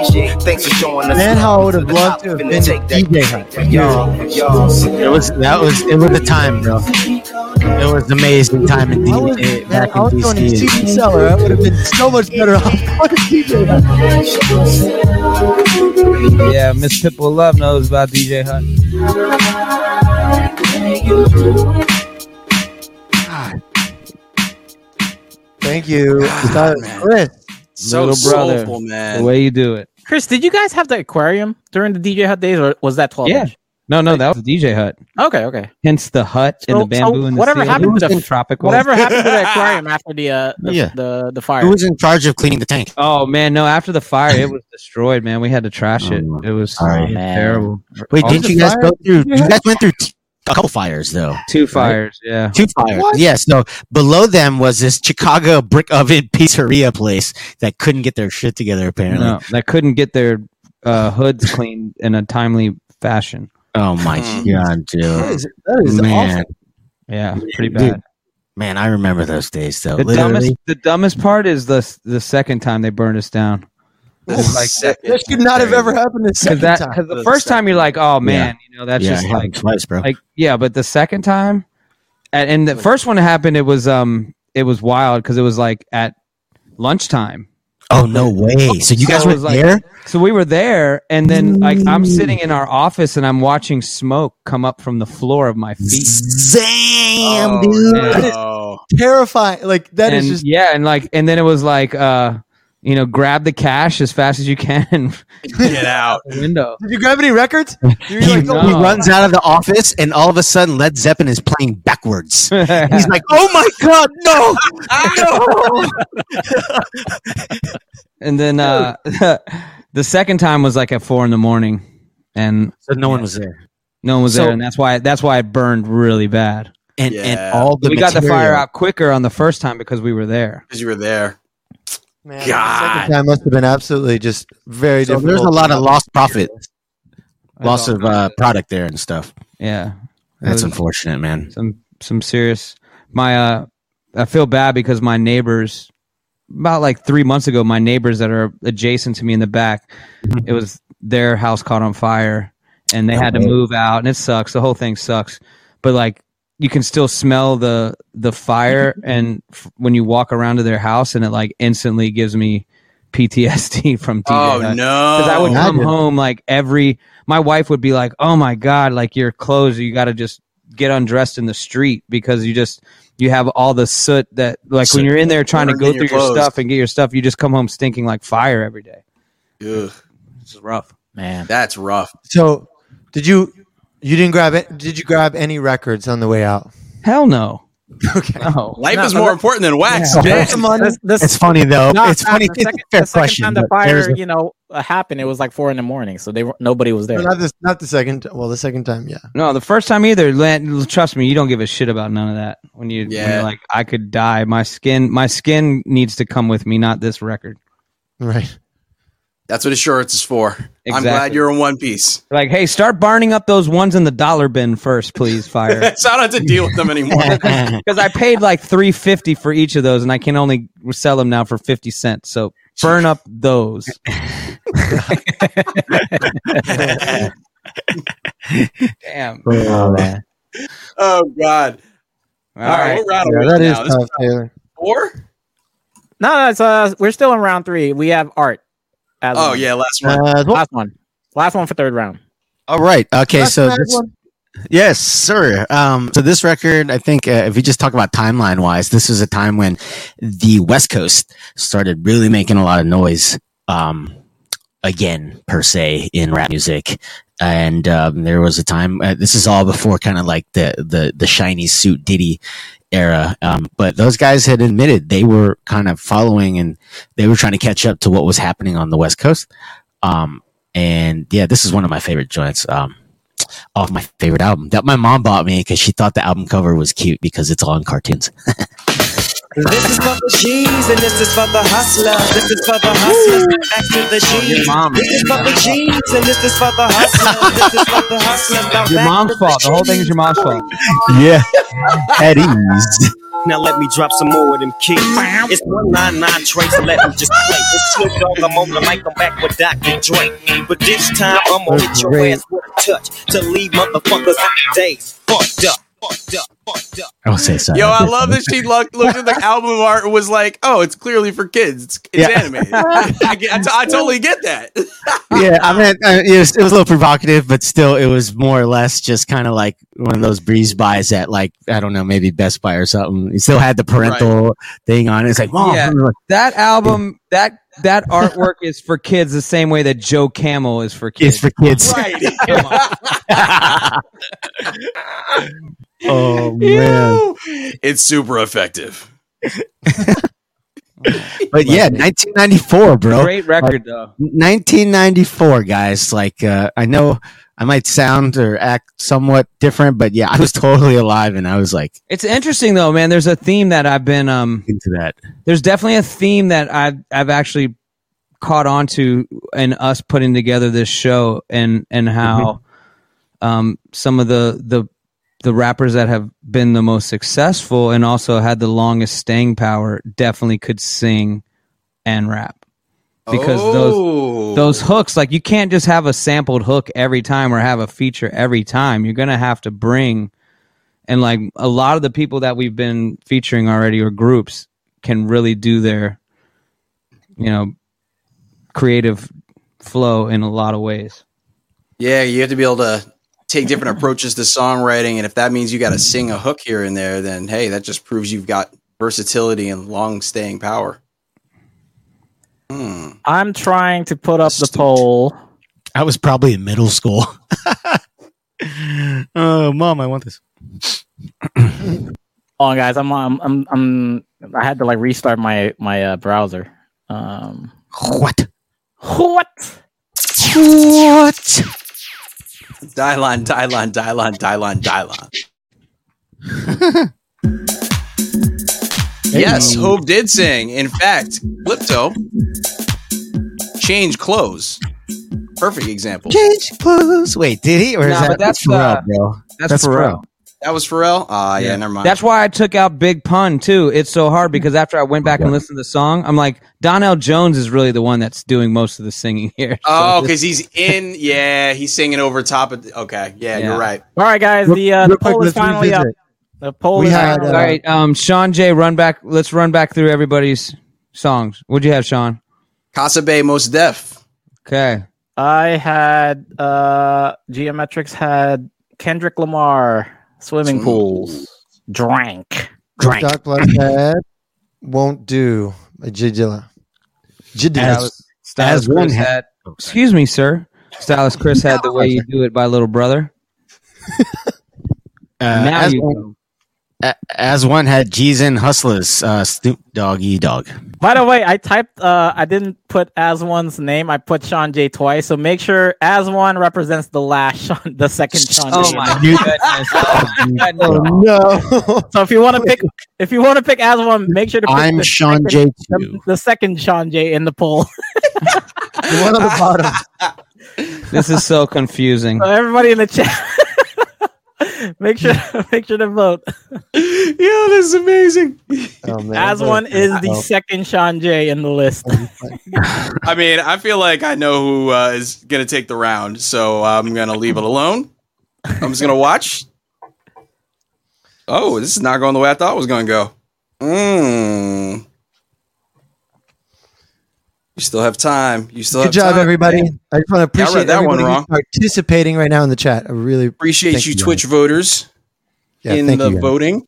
S5: Thanks for showing us.
S4: Man, how I would have loved to have been
S5: Finna take that.
S4: DJ Hut.
S5: Yo, yo.
S7: It was that was it was the time, bro. It was an amazing time in D- eh,
S4: Man,
S7: back
S4: I
S7: in
S4: was going to
S7: DC.
S4: CD Cellar. I would have been so much better off. What is DJ
S1: Yeah, Miss Pitbull Love knows about DJ Hut.
S4: Thank you. Uh, Chris.
S2: So
S1: Little brother,
S2: soulful, man.
S1: The way you do it.
S3: Chris, did you guys have the aquarium during the DJ Hut days, or was that twelve?
S1: Yeah.
S3: inch?
S1: No, no, that was DJ Hut.
S3: Okay. Okay.
S1: Hence the hut and
S3: So-
S1: the bamboo
S3: so
S1: and the
S3: whatever
S1: ceiling.
S3: happened to
S1: It was
S3: the-
S1: tropical.
S3: Whatever happened to the aquarium after the uh the
S1: Yeah.
S3: the, the fire?
S7: Who was in charge of cleaning the tank?
S1: Oh man, no! After the fire, it was destroyed. Man, we had to trash it. It was
S7: Sorry.
S1: it was terrible.
S7: Oh, Wait,
S1: All
S7: didn't
S1: the
S7: you guys
S1: fire-
S7: go through? You guys went through t- a couple fires though.
S1: Two fires, yeah.
S7: Two fires.
S1: What?
S7: Yeah. So below them was this Chicago brick oven pizzeria place that couldn't get their shit together apparently.
S1: No, that couldn't get their uh, hoods cleaned in a timely fashion. Hmm.
S7: Oh my god, dude.
S1: That is-
S4: that is
S7: Man.
S1: Yeah, pretty
S7: Dude,
S1: bad.
S7: Man, I remember those days though.
S1: The dumbest,
S7: Literally,
S1: the dumbest part is the the second time they burned us down. It's like
S4: this could not have ever happened the
S1: Cause
S4: second
S1: that,
S4: time.
S1: 'cause the first time you're like, oh man, you know, that's
S7: Yeah,
S1: just
S7: it happened
S1: like
S7: twice, bro.
S1: Like, yeah, but the second time, and, and the first one happened, it was um, it was wild because it was like at lunchtime.
S7: oh no way! So you guys
S1: it
S7: were
S1: was, like-
S7: there?
S1: So we were there, and then like I'm sitting in our office and I'm watching smoke come up from the floor of my feet.
S7: Damn,
S2: Oh,
S4: dude.
S1: yeah.
S4: That is terrifying. Like that is
S1: and,
S4: just
S1: yeah, and like, and then it was like, uh, you know, grab the cash as fast as you can.
S2: Get out.
S1: window.
S4: Did you grab any records? You're
S7: He,
S4: like,
S7: he runs out of the office, and all of a sudden, Led Zeppelin is playing backwards. He's like, "Oh my god, no, no!"
S1: And then uh, the second time was like at four in the morning, and
S7: so no one was there.
S1: No one was
S7: So-
S1: there, and that's why that's why it burned really bad.
S7: And and all the
S1: we got the fire
S7: material-
S1: out quicker on the first time because we were there.
S2: Because you were there.
S4: God. That must have been absolutely just very
S7: So
S4: difficult.
S7: there's a lot of lost profit, loss of uh, product there and stuff.
S1: Yeah,
S7: That's
S1: It was
S7: unfortunate, man.
S1: Some some serious. My uh, I feel bad because my neighbors, about like three months ago, my neighbors that are adjacent to me in the back, it was their house caught on fire, and they had to
S7: Okay.
S1: move out, and it sucks. The whole thing sucks, but like you can still smell the the fire, and f- when you walk around to their house, and it like instantly gives me PTSD from DJ.
S2: Oh,
S1: Like,
S2: no.
S1: I would come
S2: Imagine.
S1: home like every. My wife would be like, "Oh my god, like your clothes, you got to just get undressed in the street because you just you have all the soot that like when you're in there trying to
S2: Burned
S1: go
S2: in
S1: through
S2: your
S1: your,
S2: clothes.
S1: stuff and get your stuff, you just come home stinking like fire every day.
S2: Ugh.
S1: It's rough,
S3: man.
S2: That's rough.
S4: So, did you you didn't grab it? Did you grab any records on the way out?
S1: Hell no.
S4: okay.
S1: No.
S2: Life is more important than wax.
S4: Yeah.
S2: bitch.
S4: That's the money.
S7: it's funny though.
S3: No,
S7: it's
S3: no,
S7: funny.
S3: The
S7: It's a
S3: second,
S7: fair
S3: the second
S7: question.
S3: time the
S7: but there's
S3: fire,
S7: a-
S3: you know, uh, happened, it was like four in the morning, so they were, nobody was there.
S4: Not this. Not the second. Well, the second time, yeah.
S1: No, the first time either. Lan- Trust me, you don't give a shit about none of that. When you when
S2: Yeah.
S1: you're like, I could die. My skin, my skin needs to come with me, not this record.
S4: Right.
S2: That's what insurance is for. I'm glad
S1: Exactly.
S2: you're in one piece.
S1: Like, hey, start burning up those ones in the dollar bin first, please. Fire.
S2: so I don't have to deal with them anymore.
S1: because I paid like three fifty for each of those, and I can only sell them now for fifty cents. So burn up those. Damn.
S7: Oh, man.
S2: oh God.
S1: All
S2: All right,
S1: right.
S2: we're out of
S4: Yeah,
S2: it
S4: that is
S2: now. This
S4: tough, Taylor.
S2: four?
S3: No, no, it's uh, we're still in round three. We have art. as
S2: Oh
S3: one.
S2: yeah, last one.
S4: Uh, well,
S3: last one, last one for third round.
S7: All right. Okay.
S4: that's
S7: So
S4: not
S7: this,
S4: one.
S7: yes, sir. Um, so this record, I think, uh, if we just talk about timeline wise, this was a time when the West Coast started really making a lot of noise. Um, again, per se, in rap music, and um, there was a time. Uh, this is all before kind of like the the the shiny suit Diddy era. Um, but those guys had admitted they were kind of following and they were trying to catch up to what was happening on the West Coast. Um, and yeah, this is one of my favorite joints. Um, off my favorite album that my mom bought me because she thought the album cover was cute because it's all in cartoons.
S10: This is for the G's and this is for the hustlers. This is for the hustlers. Back to the G's. This is for the G's and this is for the hustlers. This is for the hustlers. Now
S1: Your
S10: back
S1: mom's
S10: to the
S1: fault. The whole thing is your mom's fault.
S7: yeah, at ease.
S11: Now let me drop some more of them keys. It's 199 trace, so let me just play. It's Snoop Dogg, I'm on the mic, I'm back with Dr. Dre. But this time, I'm gonna hit your ass with a touch to leave motherfuckers days fucked up. Fucked up, fucked up.
S7: I will say so.
S2: Yo, I love that she looked, looked at the album art and was like, "Oh, it's clearly for kids. It's, it's
S7: Yeah.
S2: animated." I, get, I, t- I totally get that.
S7: yeah, I mean, uh, it was, it was a little provocative, but still, it was more or less just kind of like one of those breeze buys at like I don't know, maybe Best Buy or something. It still had the parental thing on. it. It's like, mom,
S1: Yeah. That album, that that artwork is for kids the same way that Joe Camel is for kids.
S7: it's for kids.
S2: right.
S1: Come on.
S7: Oh man.
S2: Ew. It's super effective.
S7: But yeah, 1994, bro.
S1: Great record though.
S7: 1994 guys like uh, i know i might sound or act somewhat different but yeah i was totally alive and i was like
S1: It's interesting though, man. There's a theme that I've been um
S7: into that
S1: there's definitely a theme that I've I've actually caught on to in us
S7: Mm-hmm.
S1: putting together this show and and how um some of the the the rappers that have been the most successful and also had the longest staying power definitely could sing and rap because
S2: Oh.
S1: those those hooks like you can't just have a sampled hook every time or have a feature every time you're gonna have to bring and like a lot of the people that we've been featuring already or groups can really do their you know creative flow in a lot of ways
S2: Yeah, you have to be able to take different approaches to songwriting, and if that means you got to sing a hook here and there, then hey, that just proves you've got versatility and long-staying power. Hmm.
S3: I'm trying to put up the poll.
S7: I was probably in middle school. oh, mom, I want this.
S3: Hold on, guys. I'm I'm I'm, I'm I had to like restart my my uh, browser. Um,
S7: what?
S3: What?
S7: What?
S2: Dylon, Dylon, Dylon, Dylon, Dylon. Yes, Hove did sing. In fact, Lipto change clothes. Perfect example.
S7: Change clothes. Wait, did he? Or is
S2: Nah,
S7: that
S2: but that's,
S7: Pharrell,
S2: uh,
S7: bro?
S1: that's Pharrell.
S2: That was Pharrell. Ah, yeah, never mind.
S1: That's why I took out Big Pun too. It's so hard because after I went back and listened to the song, I'm like, Donnell Jones is really the one that's doing most of the singing here.
S2: oh, because he's in. Yeah, he's singing over top of. Okay, yeah,
S1: Yeah.
S2: you're right.
S3: All right, guys. The uh,
S1: Real
S3: the
S1: quick,
S3: poll is
S1: let's
S3: finally up.
S1: revisit.
S3: The poll
S1: we
S3: is
S1: had
S3: finally
S1: all
S2: uh,
S3: up.
S1: right. Um, Sean J, run back. Let's run back through everybody's songs. What'd you have, Sean?
S2: Casa Bay Most Def.
S1: Okay.
S3: I had uh Geometrics had Kendrick Lamar swimming pools drank drank.
S4: Doc Black Dad won't do. by J Dilla. J Dilla.
S1: As, Stylist
S4: one
S1: Chris
S4: ha-
S1: had. Excuse me, sir. Stylist Chris had the way you do it by Little Brother. now
S7: Uh, as,
S1: you
S7: one, a- as one had G's and Hustlers, uh, Snoop Doggy Dog.
S3: By the way, I typed uh I didn't put as one's name. I put Sean J twice. So make sure as one represents the last Sean, the second Sean
S1: Oh
S3: J.
S1: my goodness.
S12: Oh,
S1: Oh,
S4: Oh, no.
S3: So if you want to pick if you want to pick as one, make sure to pick
S7: I'm
S3: the
S7: Sean J.
S3: second- The, the second Sean J in the poll.
S4: the one on the bottom.
S1: This is so confusing.
S3: So everybody in the chat make sure make sure to vote.
S2: Yeah, this is amazing.
S4: Oh,
S3: As one is the
S2: Oh.
S3: second Sean J in the list.
S2: I mean, I feel like I know who uh, is going to take the round, so I'm going to leave it alone. I'm just going to watch. Oh, this is not going the way I thought it was going to go. Mm. You still have time. You still
S4: Good
S2: have
S4: job,
S2: time.
S4: everybody. I just want to
S2: Yeah, I read
S4: appreciate
S2: that one
S4: everybody
S2: wrong.
S4: participating right now in the chat. I really
S2: Appreciate
S4: thank
S2: you,
S4: guys.
S2: Twitch voters,
S4: Yeah,
S2: in
S4: thank
S2: the
S4: you, guys.
S2: voting.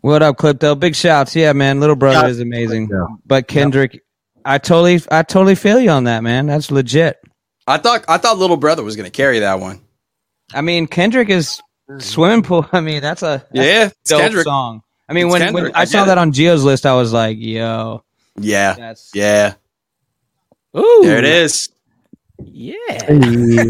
S1: What up, Clipto? Big shouts. Yeah, man. Little brother
S2: Yeah.
S1: is amazing. But Kendrick, I totally I totally feel you on that, man. That's legit.
S2: I thought I thought Little Brother was going to carry that one.
S1: I mean, Kendrick is swimming pool. I mean, that's a that's
S2: Mm-hmm. Yeah,
S1: a
S2: it's
S1: dope
S2: Kendrick.
S1: song. I mean,
S2: It's
S1: when, when
S2: Kendrick,
S1: I
S2: I
S1: saw
S2: get
S1: that
S2: it.
S1: on Geo's list, I was like, "Yo,
S2: Yeah.
S1: That's-
S2: yeah.
S1: Ooh.
S2: There it is.
S3: Yeah.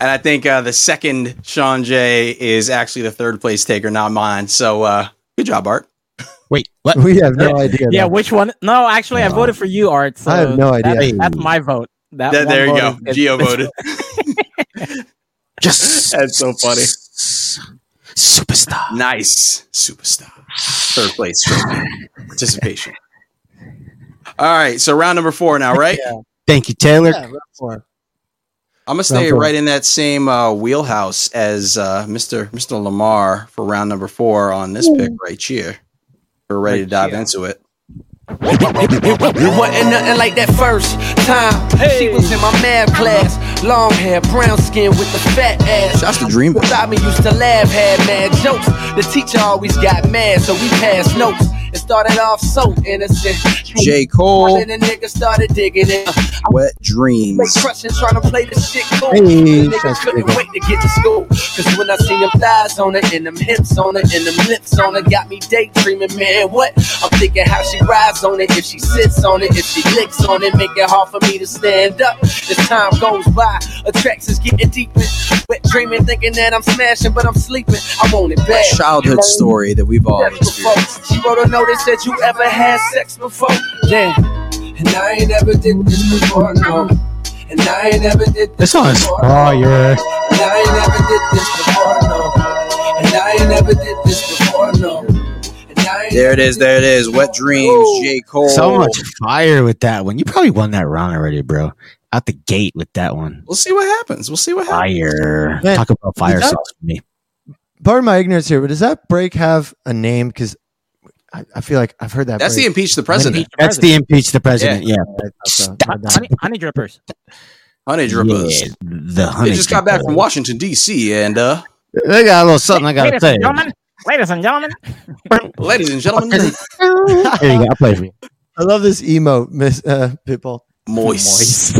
S2: And I think uh, the second Sean Jay is actually the third place taker, not mine. So uh, good job, Art.
S7: Wait, what?
S4: We have no idea.
S3: yeah,
S4: though.
S3: which one? No, actually, I voted for you, Art. So
S4: I have no
S3: that-
S4: idea.
S3: that's my vote. That
S2: There-
S3: one
S2: there you
S3: vote
S2: go.
S3: is-
S2: Geo voted.
S7: Just
S2: That's so funny.
S7: Superstar.
S2: Nice. Superstar. Third place. Participation. All right. So round number four now, right?
S7: Thank you, Taylor.
S2: I'm gonna stay
S7: Round four.
S2: right in that same uh, wheelhouse as uh, Mr. Mr. Lamar for round number four on this pick right here. We're ready to dive into it.
S5: It wasn't nothing like that first time. She was in my math class. Long hair, brown skin with the fat ass.
S2: That's the dream.
S5: Without me used to laugh, had mad jokes. The teacher always got mad, so we passed notes. It started off so innocent.
S2: J. Cole.
S5: One of the niggas started digging it.
S2: Wet dreams.
S5: They crushing, trying to play the shit cool.
S2: Hey,
S5: The
S2: that's
S5: niggas couldn't
S2: big.
S5: wait to get to school. Cause when I seen them thighs on her, and them hips on her, and them lips on her, got me daydreaming, man. What? I'm thinking how she rides on it, if she sits on it, if she licks on it, make it hard for me to stand up. As time goes by, attracts is getting deeper. Wet dreaming, thinking that I'm smashing, but I'm sleeping. I want it bad.
S2: Childhood story that we've all
S5: Sex before. She wrote a note that said you ever had sex before. Damn. And I ain't ever did this before, no.
S16: And I ain't never did
S19: This song is fire.
S16: and I ain't never did this before, no. And I ain't never did this before, no.
S2: There it is. There it is. Wet dreams. J Cole.
S7: So much fire with that one. You probably won that round already, bro. Out the gate with that one.
S2: We'll see what happens. We'll see what
S7: Fire.
S4: Man,
S7: Talk about fire
S4: is that-
S7: sauce for me.
S4: Pardon my ignorance here, but does that break have a name? Because I, I feel like I've heard that.
S2: That's
S4: break.
S2: the impeach the president.
S7: That's the impeach the president. Yeah.
S3: honey, honey drippers.
S2: Honey drippers.
S7: The honey.
S2: They just got back from Washington D.C. and uh,
S7: They got a little something I gotta
S3: Ladies
S7: say.
S3: and gentlemen, ladies and gentlemen,
S2: ladies and gentlemen,
S7: There you go. I'll play for you.
S4: I love this emo, Miss uh, Pitbull.
S2: Moist.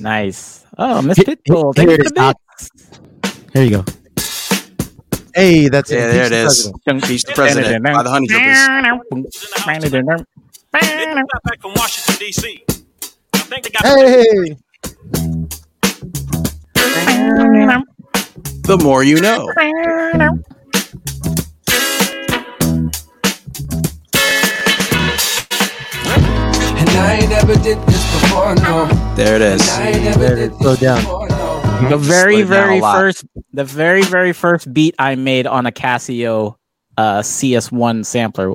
S3: nice. Oh, Miss
S4: here
S3: Pitbull. Thank you
S4: it
S3: for
S4: is,
S3: the bit.
S7: Here you go.
S4: Hey, that's
S2: Yeah, there it is. Impeach the president by the honey
S3: drippers.
S20: back from Washington D.C. I think they got
S4: Hey.
S2: the more you know.
S16: And I ain't never did this before, no.
S2: There it is.
S16: I ain't never did
S4: Slow down.
S3: The very,
S2: Slowed down a
S3: very
S2: lot.
S3: first, the very, very first beat I made on a Casio uh, CS1 sampler.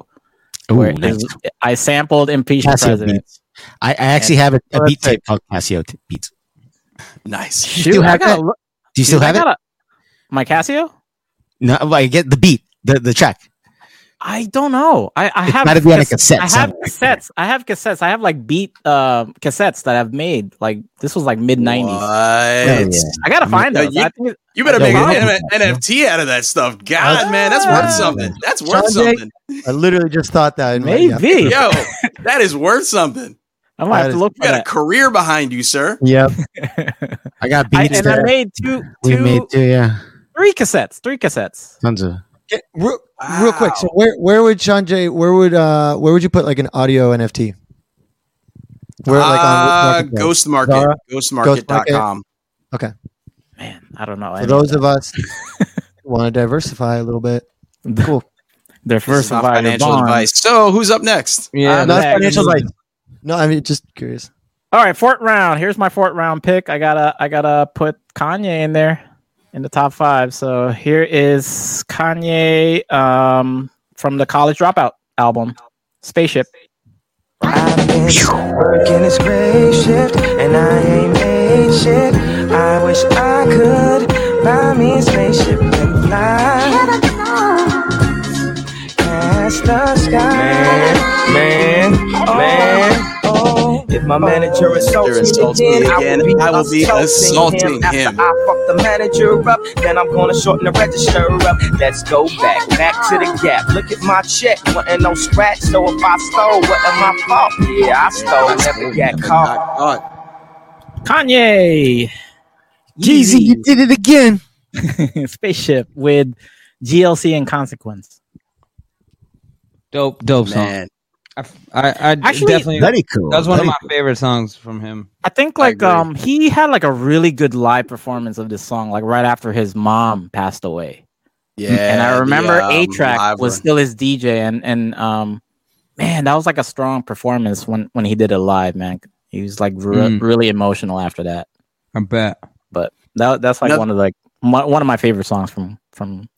S3: where it
S7: nice.
S3: is- I sampled impeach the
S7: Casio
S3: president.
S7: beats. I, I actually have a, a beat tape called Casio t- beats.
S2: Nice.
S7: Do you have it? Do you still have it?
S3: My Casio?
S7: No, well, I get the beat, the, the track.
S3: I don't know. I, I
S7: It's
S3: have
S7: gotta be on a
S3: cas-
S7: cassette
S3: I have
S7: somewhere.
S3: cassettes. I have cassettes. I have like beat uh, cassettes that I've made. Like this was like mid nineties. I gotta find
S2: Uh,
S3: those.
S2: you-
S3: I think-
S2: You better
S3: I don't
S2: make
S3: know.
S2: an NFT out of that stuff. God, man, that's worth something. That's worth
S4: Sean Jake,
S2: something.
S4: I literally just thought that. in my-
S3: Maybe.
S2: Yo, that is worth something.
S3: I
S4: might have That to is- look
S2: You got
S4: for
S2: a
S4: that.
S2: career behind you, sir.
S4: Yep.
S7: I got
S3: I,
S7: beats
S3: and I
S7: there.
S3: made two,
S7: we
S3: two,
S7: made two, yeah.
S3: three cassettes. Three cassettes.
S7: Tons of.
S4: Get- real, real quick. So where where would Sean Jay? Where would uh where would you put like an audio NFT? Where like
S2: Uh,
S4: on which
S2: Ghost Market.
S4: Zara?
S2: Ghostmarket.com.
S4: Okay.
S3: Oh, I don't know.
S4: For those of us who want to diversify a little bit, cool.
S3: Their
S2: This is not financial advice. So who's up next?
S4: Yeah, Uh, not
S3: next.
S4: financial advice. No, I mean just curious.
S3: All right, fourth round. Here's my fourth round pick. I gotta I gotta put Kanye in there in the top five. So here is Kanye um, from the College Dropout album, Spaceship.
S5: Working a spaceship, and I ain't made shit. I wish I could buy me a spaceship and fly. Past the sky.
S12: Man, man.
S5: If my manager
S2: You're insulting me again. I will be assaulting him.
S5: After I fuck the manager up, then I'm gonna shorten the register up. Let's go back, back to the gap. Look at my check, wasn't no scratch. So if I stole, what am I fault? Yeah, I stole, never got
S7: Oh.
S5: caught.
S3: Kanye.
S7: Jeezy, you did it again.
S3: Spaceship with GLC and Consequence.
S1: Dope, dope song.
S2: Man.
S1: I, I, I
S3: Actually,
S1: definitely
S3: Very cool,
S1: That was one
S3: very
S1: of my favorite songs from him.
S3: I think like um he had like a really good live performance of this song like right after his mom passed away.
S2: Yeah,
S3: and I
S2: the,
S3: remember
S2: um,
S3: A Track
S2: live
S3: was
S2: one.
S3: still his DJ, and and um, man, that was like a strong performance when when he did it live, man. He was like re-
S1: Mm.
S3: really emotional after that.
S1: I bet.
S3: But that that's like
S2: Another-
S3: one of like my, one of my favorite songs from from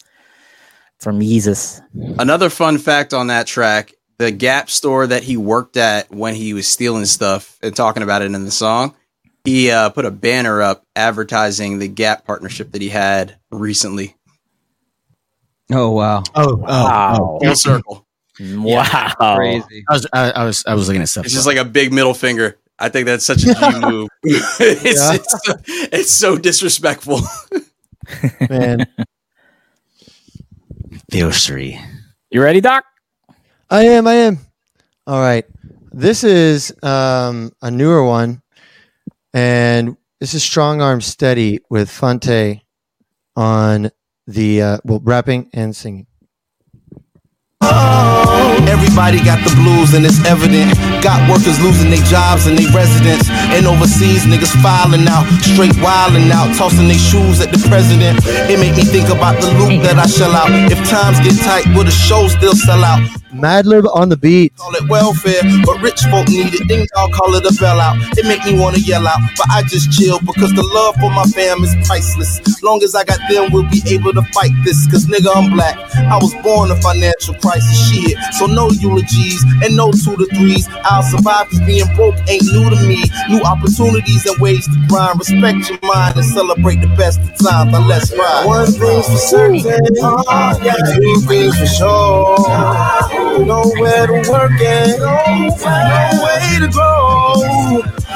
S3: from Yeezus.
S2: Another fun fact on that track the Gap store that he worked at when he was stealing stuff and talking about it in the song, he uh, put a banner up advertising the Gap partnership that he had recently.
S1: Oh wow.
S7: Oh, oh,
S3: Wow.
S2: Full circle.
S3: Wow,
S1: Crazy.
S7: I was, I, I was, I was looking at stuff.
S2: It's just like a big middle finger. I think that's such a G move. it's,
S4: Yeah.
S2: it's, it's so disrespectful.
S4: Man,
S7: Theory.
S3: you ready, Doc?
S4: I am. I am. All right. This is um, a newer one, and this is Strong Arm Steady with Fonte on the uh, well rapping and singing.
S13: Everybody got the blues and it's evident. Got workers losing their jobs and their residence. And overseas niggas filing out, straight wilding out, tossing their shoes at the president. It make me think about the loot that I shell out. If times get tight, will the show still sell out?
S4: Madlib on the beat.
S13: Call it welfare, but rich folk need it. Then y'all call it a bailout. It make me wanna yell out, but I just chill because the love for my fam is priceless. Long as I got them, we'll be able to fight this. Cause nigga, I'm black. I was born a financial crisis shit. So no eulogies and no two to threes. I'll survive cause being broke ain't new to me. New opportunities and ways to grind. Respect your mind and celebrate the best of times. Now let's ride. One thing's for certain. Oh, yeah. Two things for sure. Nowhere to work and no way to go.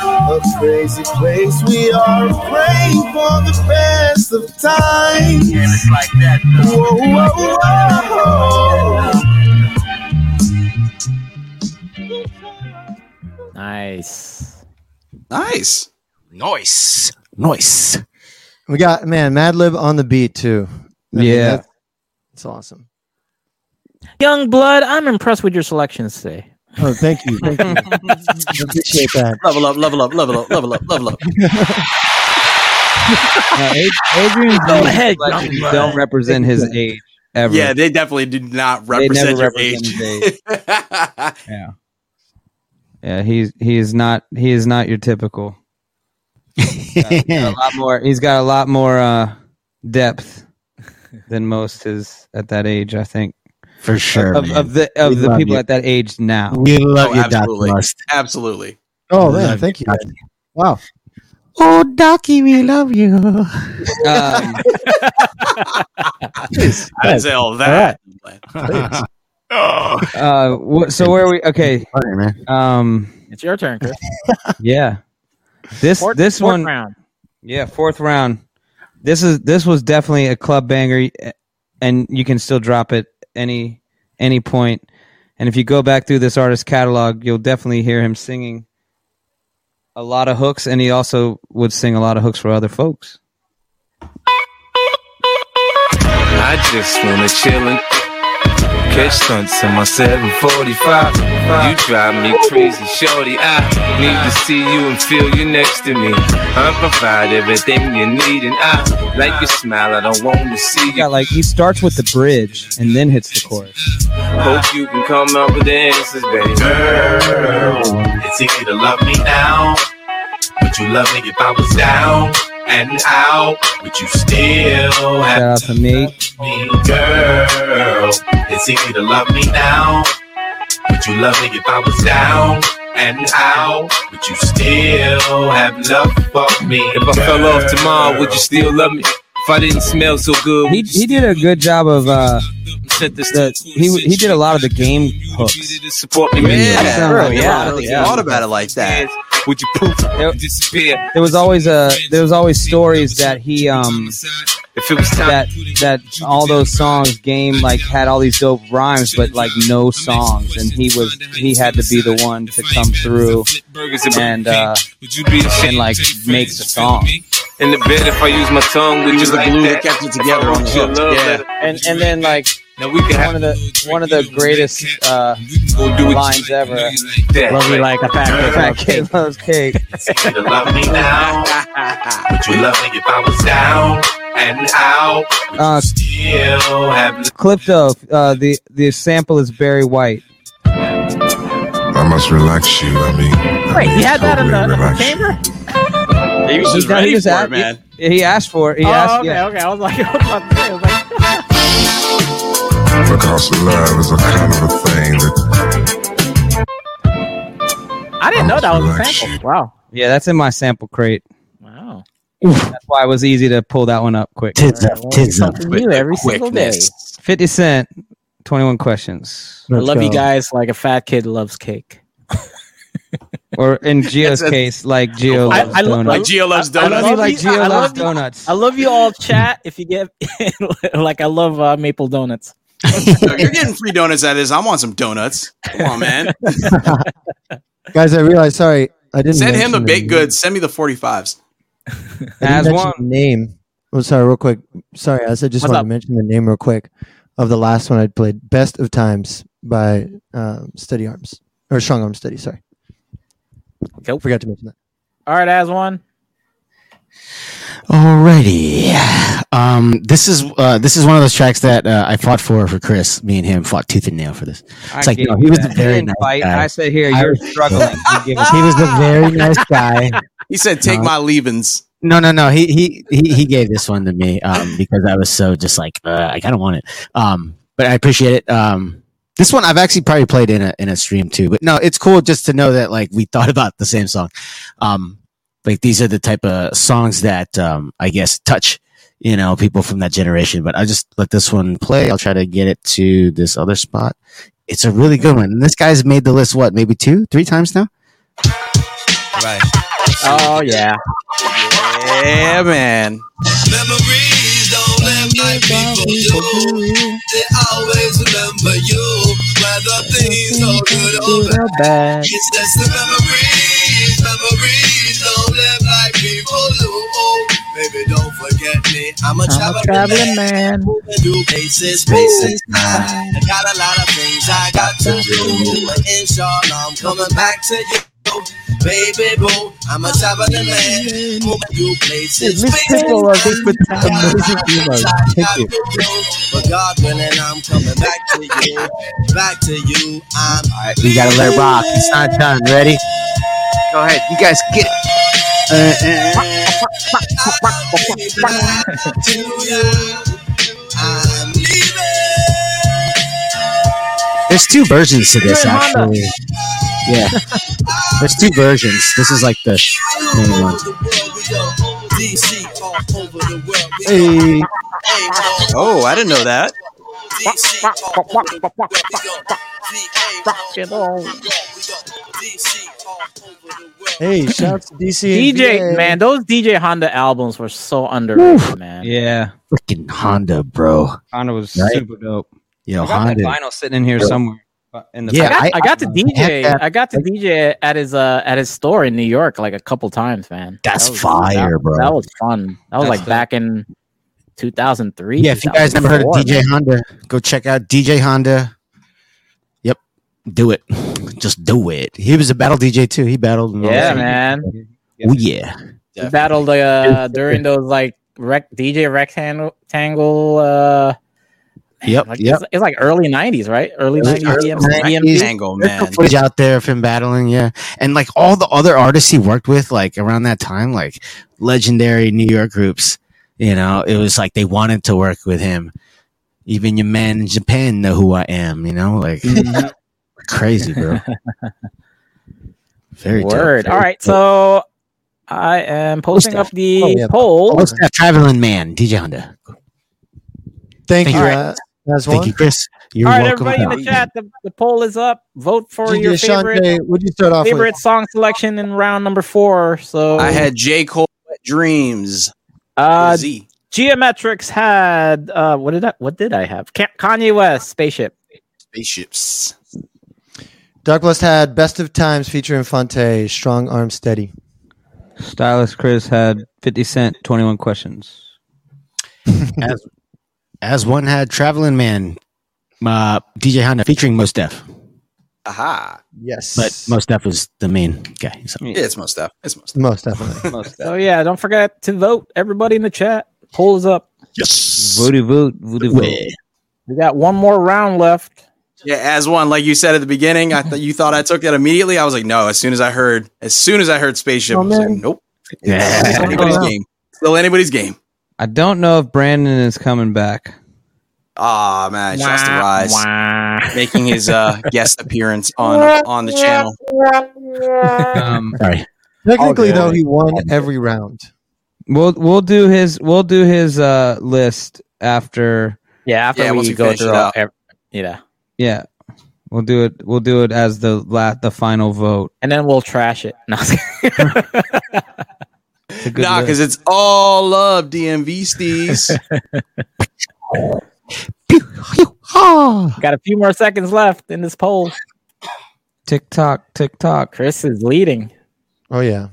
S13: A crazy place we are praying for the best of times. And it's like that. Whoa, whoa, whoa.
S3: Nice.
S2: Nice.
S7: Nice. Nice.
S4: We got man Madlib on the beat too.
S1: Yeah.
S4: that's, that's awesome.
S3: Young blood, I'm impressed with your selections today.
S4: Oh, thank you. Thank you. Appreciate that.
S2: Level up, level up, level up, level up, level up.
S1: No, Ad- Adrian's
S2: Go
S1: age
S2: ahead,
S1: selections
S2: young
S1: don't
S2: man.
S1: represent his age ever.
S2: Yeah, they definitely did not
S1: They never
S2: represent your
S1: represent
S2: age.
S1: his yeah. Yeah, he's he is not he is not your typical. He's got- he's got a lot more. He's got a lot more uh, depth than most is at that age. I think
S7: for sure
S1: of,
S7: man.
S1: of the of
S7: We
S1: the
S7: love
S1: people
S7: you.
S1: at that age now.
S7: We love
S2: Oh,
S7: you,
S2: absolutely.
S7: Dr. Lust.
S2: Absolutely.
S4: Oh
S7: We
S4: man,
S7: love
S4: thank you.
S7: Doc.
S4: Wow.
S7: Oh, Docky, we love you.
S1: Um,
S2: I say all that. oh.
S1: uh, wh- so where are we? Okay, um,
S3: It's your turn, Chris.
S1: yeah, this
S3: Fourth-
S1: this
S3: fourth
S1: one,
S3: round.
S1: yeah, fourth round. This is this was definitely a club banger, eh, and you can still drop it any any point. And if you go back through this artist's catalog, you'll definitely hear him singing a lot of hooks, and he also would sing a lot of hooks for other folks.
S19: I just wanna chillin'. Catch stunts in my 745. You drive me crazy, shorty. I need to see you and feel you next to me. I provide everything you need, and I like your smile. I don't wanna see
S1: He got like he starts with the bridge and then hits the chorus.
S19: Hope you can come up with the answers, baby.
S9: Girl, it's easy to love me now. Would you love me if I was down and out? Would you still
S1: Shout
S9: have
S1: out to me.
S9: me, girl? It's easy to love me now. Would you love me if I was down and out? Would you still have love for me?
S19: If I fell off tomorrow, would you still love me? If I didn't smell so good,
S1: He he did a good job of uh,
S19: Set this
S1: the, he he did a lot of the game hooks.
S19: to support me.
S1: Yeah,
S19: Sound
S1: bro,
S19: like
S1: yeah,
S19: a lot of
S1: yeah.
S19: things.
S1: Thought about it like that.
S19: Would you poof and disappear?
S1: There was always a there was always stories that he um
S19: If it was time
S1: that that all those songs game like had all these dope rhymes but like no songs and he was he had to be the one to come through and uh and like make the song.
S19: In the bed, if I use my tongue, would you
S2: Use the
S19: like
S2: glue to
S19: that?
S2: catch it together
S19: If I
S2: on the
S19: wrote you a
S2: hook,
S19: love
S2: yeah.
S19: letter,
S1: And and then like
S19: Now we can
S1: one of the one of the greatest uh, lines ever.
S19: that.
S3: Love you like a fat kid.
S1: Fat kid loves cake.
S9: Would you love me now? Would you love me if I was down and out?
S1: Uh,
S9: Still have
S1: Clipto, uh, the the sample is Barry White.
S17: I must relax you. I mean,
S3: Wait, he had that in the, in the
S17: Relax.
S3: chamber?
S2: He was just
S1: He- he
S2: ready
S1: just
S2: for
S1: asked-
S2: it, man.
S1: He, he asked for it. He
S3: oh,
S1: asked.
S3: okay,
S1: yeah.
S3: okay. I was like, I was about to say, I was like,
S17: the cost of love is a kind of a thing that
S3: I didn't know that was a sample. Wow.
S1: Yeah, that's in my sample crate.
S3: Wow.
S1: That's why it was easy to pull that one up quick.
S7: Tids up, tids up.
S3: Something new every single day.
S1: Fifty Cent, Twenty One Questions,
S3: I love you guys like a fat kid loves cake.
S1: or in Geo's
S3: That's a-
S1: case, like Geo
S3: I-
S1: loves
S3: I lo-
S1: donuts.
S2: Like Geo loves
S3: I
S2: donuts.
S1: I love you like Geo
S3: I
S1: loves
S3: love you.
S1: donuts.
S3: I love you all, chat. If you get like, I love uh, maple donuts.
S2: Yo, You're getting free donuts out of this. I'm on some donuts. Come on, man.
S4: Guys, I realized sorry, I didn't
S2: Send him the
S4: mention
S2: baked goods. Send me the 45s.
S4: I didn't
S1: As
S4: mention
S1: one.
S4: the name. I'm sorry, real quick. Sorry, as I just
S3: What's
S4: wanted
S3: up?
S4: to mention the name real quick of the last one I played, "Best of Times" by um, Steady Arms or Strong Arm Steady. Sorry,
S3: Nope.
S4: forgot to mention that.
S3: All right, as one.
S7: Alrighty. Um, this is uh, this is one of those tracks that uh, I fought for for Chris. Me and him fought tooth and nail for this. It's like
S1: gave
S7: no,
S1: you
S7: he was
S1: that.
S7: a very
S1: didn't
S7: nice
S1: bite.
S7: guy.
S1: I said, "Here, you're struggling." You give it-
S7: he was a very nice guy.
S2: He said, "Take
S4: Uh-huh.
S7: No.
S2: my leavings."
S7: No, no, no. He he he, he gave this one to me um, because I was so just like uh, I kind of want it. Um, but I appreciate it. Um, this one I've actually probably played in a in a stream too. But no, it's cool just to know that like we thought about the same song. Um, like these are the type of songs that um, I guess touch you know people from that generation. But I just let this one play. I'll try to get it to this other spot. It's a really good one. And this guy's made the list what maybe two, three times now.
S2: Right.
S7: Oh yeah.
S2: Yeah, man.
S10: They always remember you. Whether things are good or
S3: Good or bad.
S10: It's just the memories, memories. Don't live like people do. Baby, don't forget me. I'm a
S3: I'm a
S10: traveling,
S3: traveling
S10: man.
S3: man.
S10: Do places, places. I got a lot of things I got to do. But inshallah, I'm coming back to you. Baby boo, I'm a traveling man. Moving through places, places. I got a lot of things I got to but God willing, I'm coming back to you. Back to you. I'm.
S7: We gotta let it rock. It's not done. Ready? Go ahead. You guys get it. Uh, uh. There's two versions to this, actually. Yeah. There's two versions. This is like the main one.
S2: Hey. Oh, I didn't know that.
S4: Hey, shouts to DC.
S3: DJ, man, those DJ Honda albums were so underrated, man.
S1: Yeah.
S7: Freaking Honda, bro.
S1: Honda was
S7: Right?
S1: super dope.
S7: Yo,
S1: I got that
S7: Honda.
S1: vinyl sitting in here
S7: Dope.
S1: somewhere. uh, In the
S7: Yeah,
S1: back.
S3: I, got, I, got to
S7: had
S3: DJ.
S7: that-
S3: I got to DJ at his uh at his store in New York like a couple times, man.
S7: That's
S3: was-
S7: fire,
S3: that-
S7: bro.
S3: That was fun. That was
S7: That's
S3: like back in 2003.
S7: Yeah, if you guys never heard of
S3: 2004,
S7: DJ
S3: man.
S7: Honda, go check out DJ Honda. Yep. Do it. Just do it. He was a battle DJ too. He battled. and all
S3: Yeah,
S7: that.
S3: man.
S7: Oh, yeah.
S3: We battled uh, during those like rec- DJ Rectangle Tangle. Uh,
S7: Yep.
S3: like,
S7: yep.
S3: it's, it's like early 90s, right? Early 90s. DMC,
S7: There's some footage out there of him battling, yeah, and like all the other artists he worked with, like around that time, like legendary New York groups. You know, it was like they wanted to work with him. Even your man in Japan know who I am. You know, like
S3: Mm-hmm.
S7: crazy, bro. Very dope,
S3: Word.
S7: very
S3: All right,
S7: dope.
S3: so I am posting up the
S7: Oh,
S3: poll.
S7: What's that traveling man, DJ Honda?
S4: Thank,
S7: you.
S4: you. Uh, that's
S7: Thank
S4: one.
S7: you, Chris. You're
S3: All right,
S7: welcome.
S3: everybody in the chat, the, the poll is up. Vote for
S4: DJ
S3: your
S4: Shante,
S3: favorite,
S4: what'd you start off with?
S3: favorite song selection in round number four. So
S2: I had J. Cole Wet Dreams.
S3: uh,
S2: Z.
S3: Geometrics had uh, what did I what did I have? Ka- Kanye West, Spaceship.
S2: Spaceships.
S4: Dark Blast had Best of Times featuring Fonte, Strong Arm Steady.
S1: Stylist Chris had 50 Cent, 21 questions.
S7: as, as one had traveling man, uh, DJ Honda featuring Most Def,
S2: Aha.
S4: Yes.
S7: but Most Def was the main guy. So.
S2: Yeah, it's most stuff. It's most.
S4: Most definitely.
S3: So yeah, don't forget to vote. Everybody in the chat, poll is up.
S2: Yes.
S1: Voodoo vote, voodoo vote.
S3: We got one more round left.
S2: Yeah, as one, like you said at the beginning, I thought you thought I took that immediately. I was like, no. As soon as I heard, as soon as I heard spaceship, I was like, nope. It's anybody's game. Still anybody's game.
S1: I don't know if Brandon is coming back.
S2: Ah man, just
S1: Wah,
S2: rise making his uh guest appearance on on the channel.
S1: Um,
S7: Sorry.
S2: Oh,
S4: Technically, though, he won every round.
S1: We'll we'll do his we'll do his uh list after
S3: Yeah, after
S2: Yeah, once
S3: we
S2: we
S3: go
S2: finish
S3: through
S2: it
S3: all,
S2: up.
S3: ev- yeah,
S1: yeah. We'll do it we'll do it as the la- the final vote.
S3: and then we'll trash it. No,
S1: It's a good
S2: Nah, because
S1: list.
S2: it's all love, DMV stees.
S3: Got a few more seconds left in this poll.
S1: Tick tock, tick tock.
S3: Chris is leading.
S4: Oh, yeah.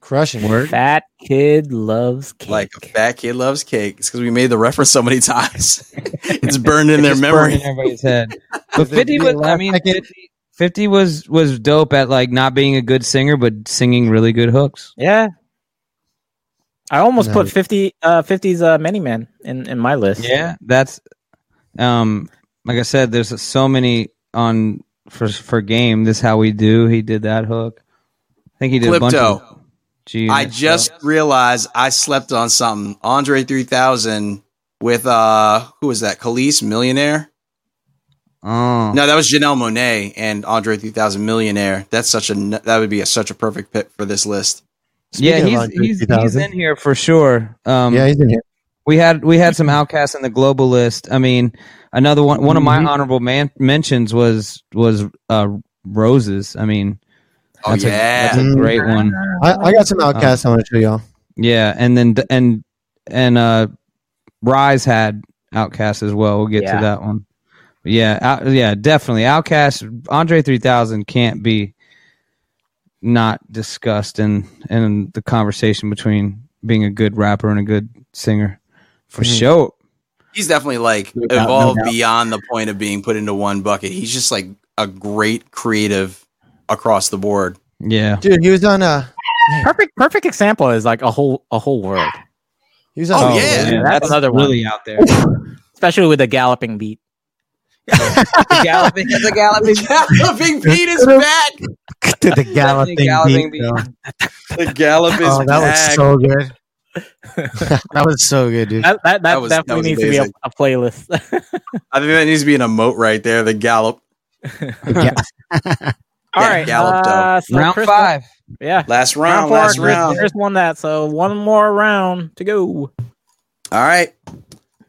S4: Crushing work.
S3: Fat kid loves cake.
S2: like a fat kid loves cake. It's because we made the reference so many times. it's burned in their
S1: It's burned
S2: memory.
S1: in everybody's head. But fifty was I mean 50, 50 was was dope at like not being a good singer but singing really good hooks.
S3: Yeah. I almost
S1: No.
S3: put 50 uh 50s uh mini man in in my list.
S1: Yeah, that's um like I said. There's so many on for for game. This how we do. He did that hook. I think he did a bunch of.
S2: Flipto.
S1: G
S2: I just realized I slept on something. Andre 3000 with uh who was that? Khalees Millionaire?
S1: Oh.
S2: No, that was Janelle Monet and Andre 3000 Millionaire. That's such a n- that would be a, such a perfect pick for this list.
S1: yeah, he's, he's, he's in here for sure. Um,
S2: Yeah, he's in here.
S1: We had we had some outcasts in the global list. I mean, another one. One of my
S2: Mhm.
S1: honorable man- mentions was was uh, roses. I mean,
S2: Oh,
S1: that's
S2: yeah.
S1: a, that's a great one.
S4: I, I got some outcasts
S1: Um,
S4: I want to show y'all.
S1: yeah, and then and and uh, Rise had outcasts as well. We'll get
S4: Yeah.
S1: to that one. But yeah, out, yeah, definitely outcast. Andre three thousand can't be not discussed in in the conversation between being a good rapper and a good singer for
S3: Mm-hmm.
S2: Mhm.
S1: sure.
S2: He's definitely like
S1: No doubt, no
S2: evolved
S1: doubt.
S2: beyond the point of being put into one bucket. He's just like a great creative across the board.
S1: Yeah.
S4: Dude, he was on uh, a
S3: perfect perfect example is like a whole a whole world.
S4: He's
S2: on- Oh, yeah.
S3: that's,
S2: That's
S3: another
S1: really
S3: one.
S1: out there.
S3: Especially with the galloping beat.
S2: the galloping, the galloping, galloping beat is back.
S4: to the galloping,
S2: galloping
S4: beat,
S2: beat.
S7: uh,
S4: though.
S2: The gallop is
S4: Oh, that was
S2: back.
S4: so good. that was so good, dude.
S3: That that, that,
S2: That was- that
S3: definitely
S2: was
S3: needs to be
S2: amazing.
S3: a, a playlist.
S2: I think that needs to be an emote right there. The gallop.
S3: All right,
S2: galloped
S3: uh,
S2: up.
S3: so
S2: Round
S3: Crystal-
S2: five.
S3: Yeah.
S2: Last round,
S3: four,
S2: last
S3: Chris-
S2: round.
S3: Chris won that, so one more round to go.
S2: All right.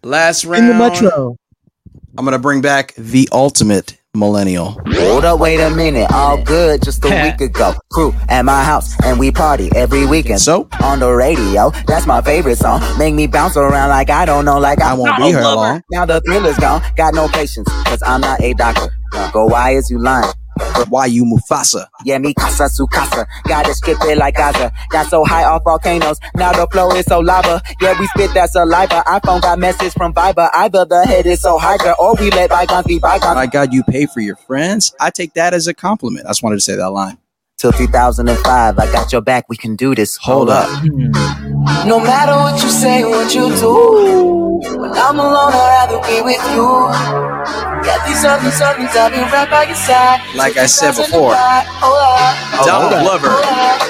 S2: Last round. I'm gonna bring back the ultimate millennial.
S21: Hold up, wait a minute. All good just a week ago. Crew at my house, and we party every weekend.
S2: So
S21: on the radio, that's my favorite song. Make me bounce around like I don't know, like I,
S2: won't be here long.
S21: Now the thriller's gone. Got no patience, cause I'm not a doctor. Go, why is you lying?
S2: Why you Mufasa?
S21: Yeah, me casa su casa. Gotta strip it like Gaza. Got so high off volcanoes. Now the flow is so lava. Yeah, we spit that saliva. iPhone got message from Viber. Either the head is so hydra, or we let bygones be bygones.
S2: Oh My God, you pay for your friends. I take that as a compliment. I just wanted to say that line.
S21: Till 2005, I got your back. We can do this. Hold, up.
S22: No matter what you say, what you do, when I'm alone, I'd rather be with you. Get these something, something, I'll be right by your side.
S2: Like I said before, Donald Glover.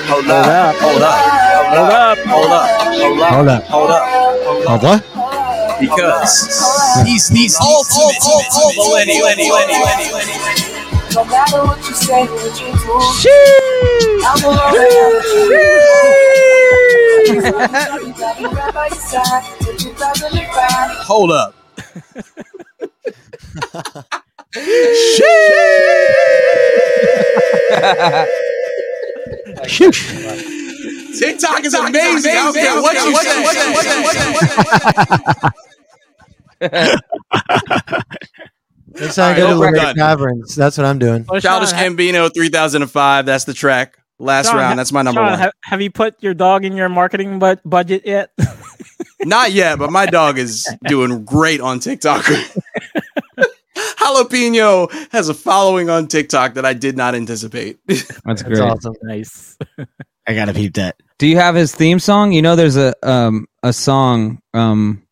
S2: Hold
S4: up.
S2: Hold up. Hold up. Hold up.
S4: Hold up.
S2: Hold up.
S4: Oh, what?
S2: Because he's he's ultimate millennial.
S22: No matter what you say, what you do, I'm alone, I'd rather be with you. Get these something, something, I'll be right by your side. Till 2005.
S2: Hold up. TikTok is amazing. I don't care what you say.
S4: Next
S2: All
S4: time I
S2: right,
S4: go to
S2: over
S4: Lunar
S2: done.
S4: Caverns, that's what I'm doing.
S2: Childish Gambino 3005. That's the track. Last
S3: Sean, ha-
S2: round. That's my number
S3: Sean,
S2: one.
S3: Have, have you put your dog in your marketing bu- budget yet?
S2: Not yet, but my dog is doing great on TikTok. Jalapeno has a following on TikTok that I did not anticipate.
S1: That's great.
S3: Nice.
S1: I gotta peep that. Do you have his theme song? You know, there's a um a song um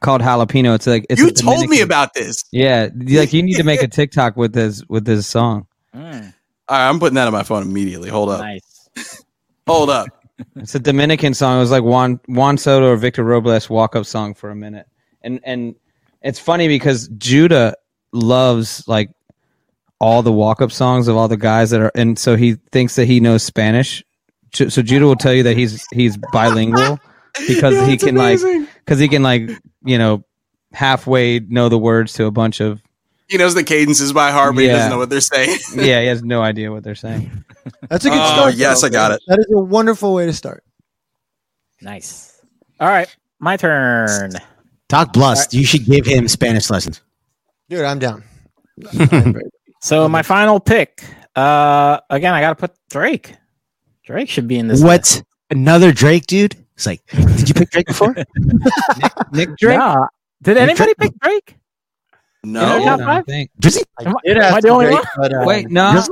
S1: called Jalapeno. It's like it's
S2: you
S1: a
S2: told me
S1: Dominican-
S2: about this.
S1: Yeah, like you need to make a TikTok with his with his song.
S2: All right, I'm putting that on my phone immediately. Hold up.
S3: Nice.
S2: Hold up.
S1: It's a Dominican song. It was like Juan Juan Soto or Victor Robles walk up song for a minute, and and it's funny because Judah loves like all the walk up songs of all the guys that are, and so he thinks that he knows Spanish. Ju- So Judah will tell you that he's he's bilingual because
S2: Yeah,
S1: he
S2: it's
S1: can
S2: amazing.
S1: like because he can like you know halfway know the words to a bunch of
S2: He knows the cadences by heart, but he
S1: Yeah.
S2: doesn't know what they're saying.
S1: yeah he has no idea what they're saying.
S4: That's a good
S2: Oh,
S4: start.
S2: yes,
S4: though.
S2: I got it.
S4: That is a wonderful way to start.
S3: nice. All right, my turn.
S7: Doc Blust, you should give him Spanish lessons.
S4: Dude, I'm down.
S3: So my final pick. Uh, again, I gotta put Drake. Drake should be in this.
S7: What? Another Drake dude? It's like, did you pick Drake before?
S1: Nick, Nick
S7: Drake?
S3: Nah. Did
S7: Nick
S3: anybody pick Drake?
S2: No.
S3: In our top
S1: I
S3: five?
S1: think.
S7: Drizzy?
S3: Am I, am I the only one?
S1: Wait, no. uh,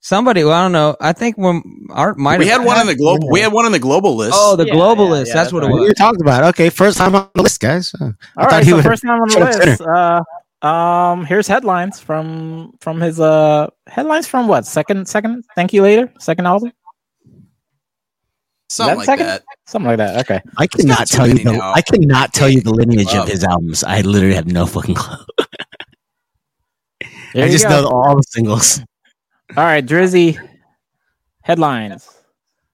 S1: Somebody, well, I don't know. I think when Art might
S2: we
S1: have
S2: had one on the global. We had one on the global list.
S1: Oh, the global list. that's, what it was.
S7: What you talking about? Okay, first time on the list, guys. Uh,
S3: All right, so first time on the list. Uh, um, here's headlines from from his uh headlines from what second second Thank You Later second album.
S2: Something like
S3: second?
S2: that.
S3: Something like that. Okay.
S7: I cannot tell you. The, I cannot tell you the lineage
S3: Wow.
S7: of his albums. I literally have no fucking clue.
S3: There
S7: I
S3: you
S7: just
S3: go.
S7: know all the singles.
S3: All right, Drizzy. Headlines.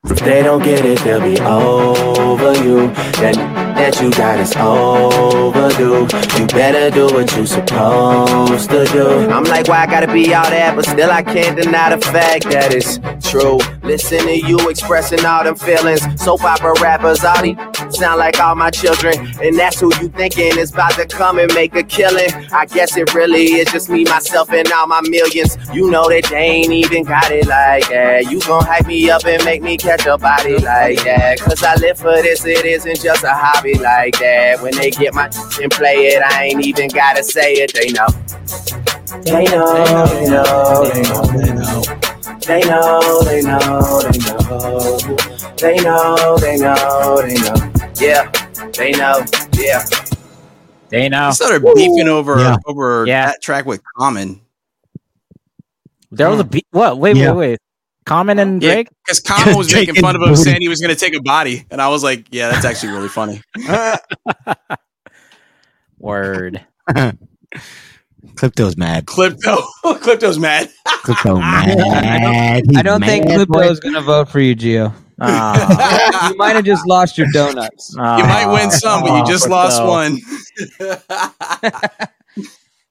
S5: If they don't get it, they'll be over you. That that you got is overdue. You better do what you supposed to do.
S23: I'm like, why I gotta be all that, but still I can't deny the fact that it's true.
S5: Listen to you expressing all them feelings. Soap opera rappers, all these sound like all my children. And that's who you thinking is about to come and make a killing. I guess it really is just me, myself, and all my millions. You know that they ain't even got it like that. You gon' hype me up and make me catch a body like that. Cause I live for this, it isn't just a hobby like that. When they get my and play it, I ain't even gotta say it, they know. They know, they know, they know, they know. They know, they know, they know. They know, they know, they know. Yeah, they know, yeah.
S3: They know.
S2: They started beefing over over that track with Common.
S3: There was a beat. What? Wait,
S2: Yeah.
S3: wait, wait. Common and Drake.
S2: Because Common was
S3: Drake
S2: making fun
S3: and
S2: of him,
S3: Booty.
S2: saying he was going to take a body, and I was like, "Yeah, that's actually really funny."
S3: Word.
S7: Crypto's mad.
S2: Clipto, Clipto's mad.
S7: Crypto mad.
S1: I don't think Clipto's going to vote for you, Gio.
S3: Ah.
S1: you might have just lost your donuts.
S2: you might win some, but you
S3: Ah,
S2: just lost one.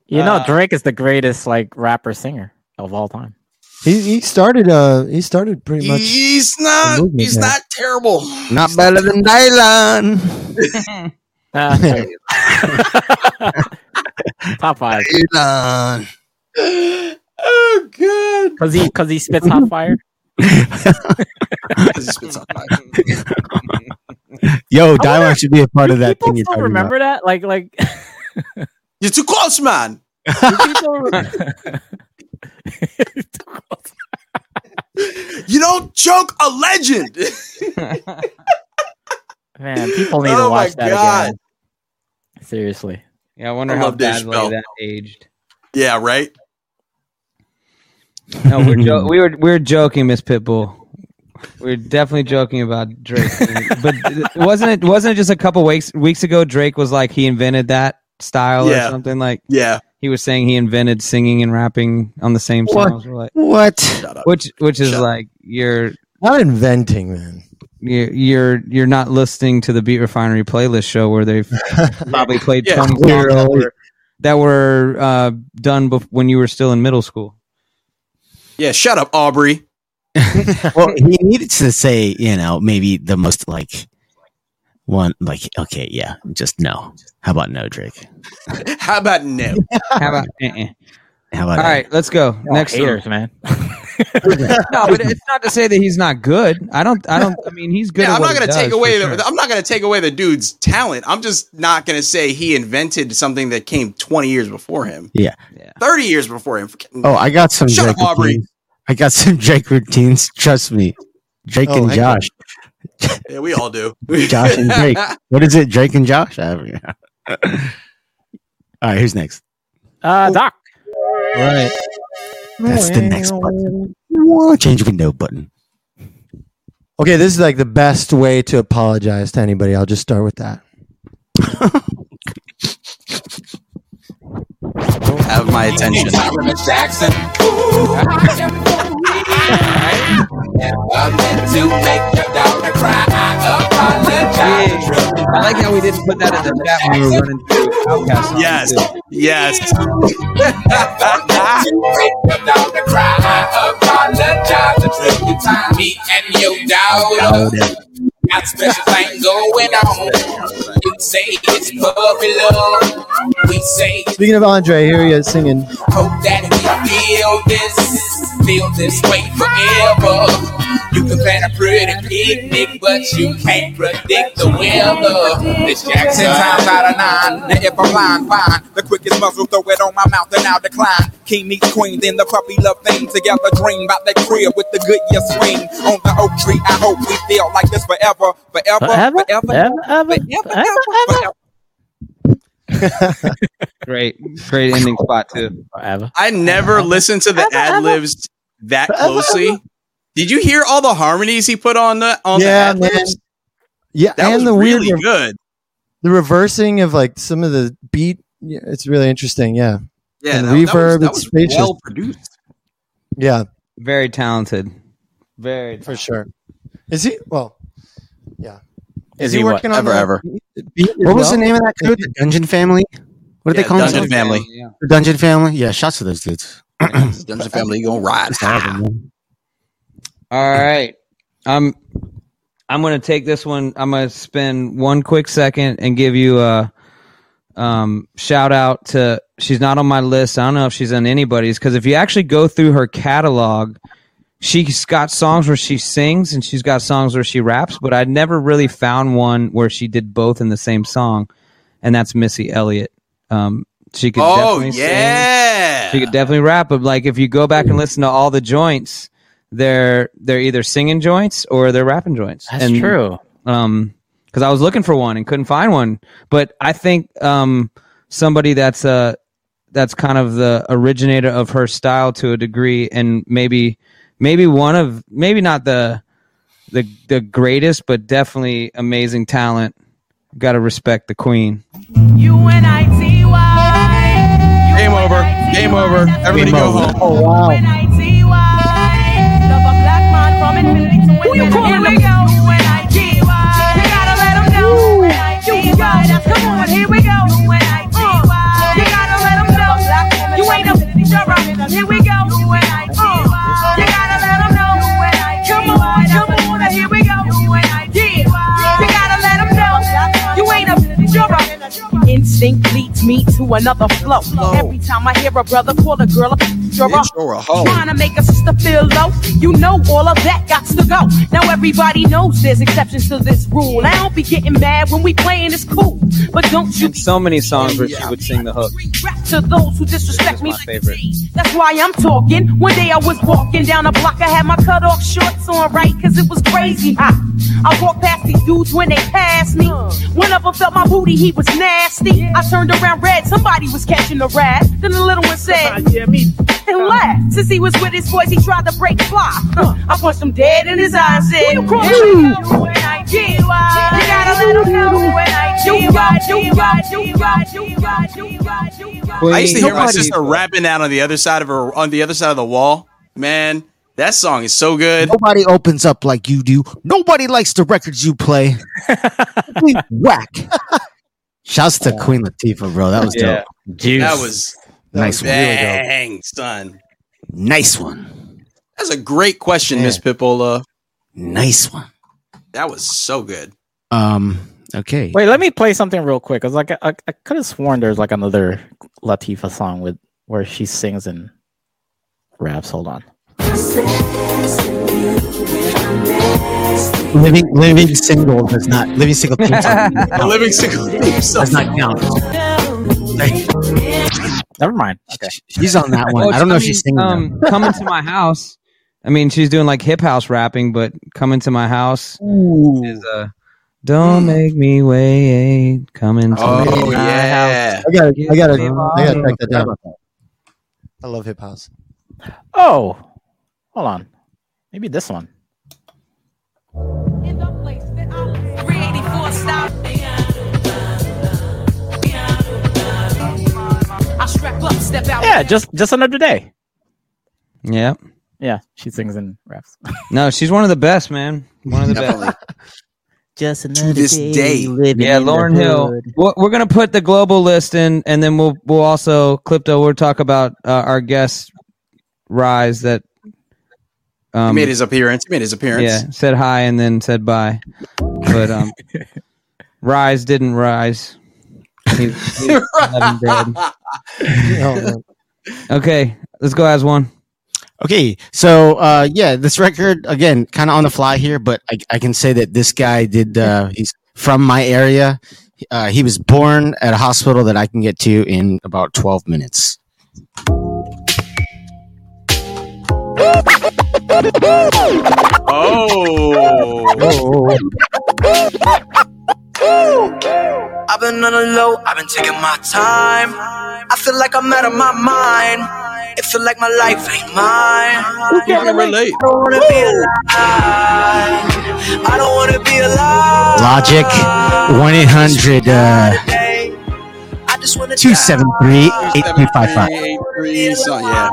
S3: You
S2: Uh,
S3: know, Drake is the greatest like rapper singer of all time.
S4: He, he started. Uh, he started pretty much.
S2: He's not.
S4: movement
S2: He's
S4: there.
S2: not terrible.
S7: Not better than Dylan. Ah,
S3: top five.
S2: Oh god.
S3: Cause he cause he spits hot fire.
S7: Yo, Dylan should be a part of that thing you're
S3: Still
S7: talking
S3: remember
S7: about.
S3: that? Like like
S2: You're too close, man.
S3: do people re-
S2: You don't choke a legend.
S3: man, people need
S2: Oh
S3: to
S2: my
S3: watch that
S2: God.
S3: again. Seriously.
S1: Yeah, I wonder
S2: I
S1: how
S2: love Dave
S1: badly
S2: Chappelle.
S1: that aged.
S2: yeah, right.
S1: No, we're jo- we were we were joking, Miss Pitbull. We are definitely joking about Drake, but wasn't it wasn't it just a couple weeks weeks ago? Drake was like he invented that style
S7: Yeah.
S1: or something like.
S2: Yeah,
S1: he was saying he invented singing and rapping on the same
S7: What?
S1: songs. We're like,
S7: What?
S1: Which which is like you're
S4: not inventing, man.
S1: You're you're you're not listening to the Beat Refinery playlist show where they've probably played
S2: Yeah.
S1: twenty songs that were, that were uh, done bef- when you were still in middle school.
S2: Yeah, shut up, Aubrey.
S7: well, he needed to say, you know, maybe the most like one, like, okay, yeah, just no. How about no, Drake?
S2: How about no?
S1: How about? Uh-uh.
S7: How
S1: All
S7: about
S1: right, let's go next.
S3: haters,
S1: story. no, but it's not to say that he's not good. I don't. I don't. I mean, he's good.
S2: Yeah,
S1: at
S2: I'm
S1: what
S2: not
S1: he
S2: gonna
S1: does,
S2: take
S1: for
S2: away.
S1: sure.
S2: The, I'm not gonna take away the dude's talent. I'm just not gonna say he invented something that came 20 years before him,
S7: Yeah.
S2: 30 years before him.
S7: Oh, I got some
S2: Shut up,
S7: Drake
S2: Aubrey.
S7: routines. I got some Drake routines. Trust me. Drake
S2: Oh,
S7: and
S2: hang on.
S7: Josh.
S2: Yeah, we all do.
S7: Josh and Drake. What is it? Drake and Josh? I haven't. All right, who's next?
S2: Oh.
S3: Uh Doc.
S4: Right.
S7: That's the next button. Whoa, Change window button.
S4: Okay, this is like the best way to apologize to anybody. I'll just start with that.
S2: Have my attention.
S12: Tyra Jackson. Ooh, I am for real. I meant to make your daughter cry. I apologize.
S1: I like how we didn't put that in the chat when we were running through Outcast. songs,
S2: Yes.
S1: too.
S2: Yes.
S12: I meant to make your daughter cry. I apologize a trillion times. Me and your daughter. Got special thing going on. You say it's puppy love. We say
S4: Speaking of Andre, here he is singing.
S12: hope that we feel this, feel this way forever.
S8: You can plan a pretty picnic, but you can't predict the weather. It's Jackson.
S12: Ten times out of nine. Now if I'm lying, fine. The quickest muzzle, throw it on my mouth and I'll decline. King meets queen, then the puppy love thing. Together dream about that crib with the good year swing. On the oak tree, I hope we feel like this forever. Forever,
S3: Forever,
S12: forever,
S3: forever,
S12: forever, forever, forever.
S1: Great, great ending spot too.
S2: I never listened to the ad libs that closely. Did you hear all the harmonies he put on the on
S4: Yeah,
S2: the ad
S4: man.
S2: libs?
S4: Yeah,
S2: That
S4: and
S2: was
S4: the weird,
S2: really good.
S4: the reversing of like some of the beat. Yeah, it's really interesting. Yeah,
S2: Yeah,
S4: and
S2: that- that was-
S4: reverb.
S2: that
S4: it's
S2: was
S4: spacious.
S2: well produced.
S4: Yeah,
S1: Very talented. Very
S4: for sure. Is he? Well, yeah.
S7: Is he what? Ever, ever. What was the name of that dude? The Dungeon Family? What did
S2: Yeah,
S7: they call
S2: Dungeon
S7: themselves?
S2: Family.
S7: The Dungeon Family? Yeah, shots to those dudes.
S2: Dungeon Family, you gonna ride.
S1: All right. Um I'm gonna take this one. I'm gonna spend one quick second and give you a um shout out to she's not on my list. I don't know if she's on anybody's because if you actually go through her catalog, she's got songs where she sings and she's got songs where she raps, but I never really found one where she did both in the same song, and that's Missy Elliott. Um she could
S2: Oh
S1: definitely sing.
S2: yeah.
S1: She could definitely rap, but like if you go back and listen to all the joints, they're they're either singing joints or they're rapping joints.
S3: That's
S1: And,
S3: true.
S1: Um, because I was looking for one and couldn't find one, but I think um somebody that's uh that's kind of the originator of her style to a degree, and maybe maybe one of maybe not the the the greatest, but definitely amazing talent. Got to respect the queen.
S2: Game over. Game over. Everybody go home.
S4: Oh wow.
S10: Who you calling me? You gotta let 'em know when I G-Y. Come on, here we go. When I
S12: Uh.
S10: G-Y. You gotta let 'em know. You ain't no juror. Here we go. When I G-Y. You gotta let 'em know. When I Come on, come on, here we go. When I G-Y. You gotta let 'em know. You ain't no juror. Instinct leads me to another flow. Every time I hear a brother call a girl a juror,
S24: Bitch or a hoe.
S10: trying to make a sister feel low, you know all of that got to go. Now everybody knows there's exceptions to this rule. I don't be getting mad when we playing, it's cool. But don't you
S1: And so many songs where she would sing the hook.
S10: rap to those who disrespect me
S1: My favorite.
S10: that's why I'm talking. One day I was walking down the block, I had my cut off shorts on, right? Cause it was crazy hot. I walked past these dudes when they passed me. One of them felt my booty, he was nasty. I turned around red, somebody was catching a rat. Then the little one said, and laughed. Since he was with his boys, he tried to break fly. Uh, I punched him dead in his eyes and said, "Here we go, when I G-Y. You gotta let 'em know when I G-Y, G-Y, G-Y, G-Y, G-Y, G-Y.
S2: I used to hear my
S1: Nobody-
S2: sister rapping out on the other side of her on the other side of the wall. Man, that song is so good.
S7: Nobody opens up like you do. Nobody likes the records you play. Complete Whack. Shouts to Queen Latifah, bro. That was
S2: Yeah.
S7: dope.
S2: That was
S7: nice one.
S2: bang, son.
S7: Nice one.
S2: That's a great question, Miss Pippola.
S7: Nice one.
S2: That was so good.
S7: Um. Okay.
S3: Wait, let me play something real quick. I was like, I, I, could have sworn there's like another Latifah song with where she sings and raps. Hold on.
S7: Living living single does not living single theme song does not-
S2: living single
S7: does not count.
S3: Never mind.
S7: She's on that one.
S1: Oh,
S7: I don't know if
S1: mean,
S7: she's singing. though.
S1: Um, coming to my house. I mean, she's doing like hip house rapping, but coming to my house is uh,
S4: hmm.
S1: don't make me wait. Coming to
S2: Oh
S1: my
S2: yeah.
S1: house.
S4: I gotta, I gotta, I gotta
S1: Give
S4: check that down.
S1: me-
S4: I love hip house.
S3: Oh, hold on. Maybe this one.
S10: I strap up, step out.
S3: Yeah, just just another day.
S1: Yeah.
S3: Yeah, she sings and raps.
S1: No, she's one of the best, man. One of the best.
S3: Just
S2: another this day day.
S3: living
S1: Yeah, Lauren Hill. We're we're gonna put the global list in, and then we'll we'll also Clipto. We'll talk about uh, our guest rise that
S2: he
S1: um,
S2: made his appearance. He made his appearance.
S1: Yeah, said hi and then said bye. But um, Rise didn't rise. He- he left him dead.
S4: Oh, man.
S1: Okay, let's go as one.
S7: Okay, so uh, yeah, this record again, kind of on the fly here, but I, I can say that this guy did. Uh, he's from my area. Uh, he was born at a hospital that I can get to in about twelve minutes.
S2: Oh.
S6: I've been on the low, I've been taking my time. I feel like I'm out of my mind. It feel like my life ain't mine.
S2: I can relate.
S6: I don't wanna be alive. I don't wanna be alive.
S7: Logic, one eight hundred uh, two seven three eight three five five.
S2: Three, so, yeah.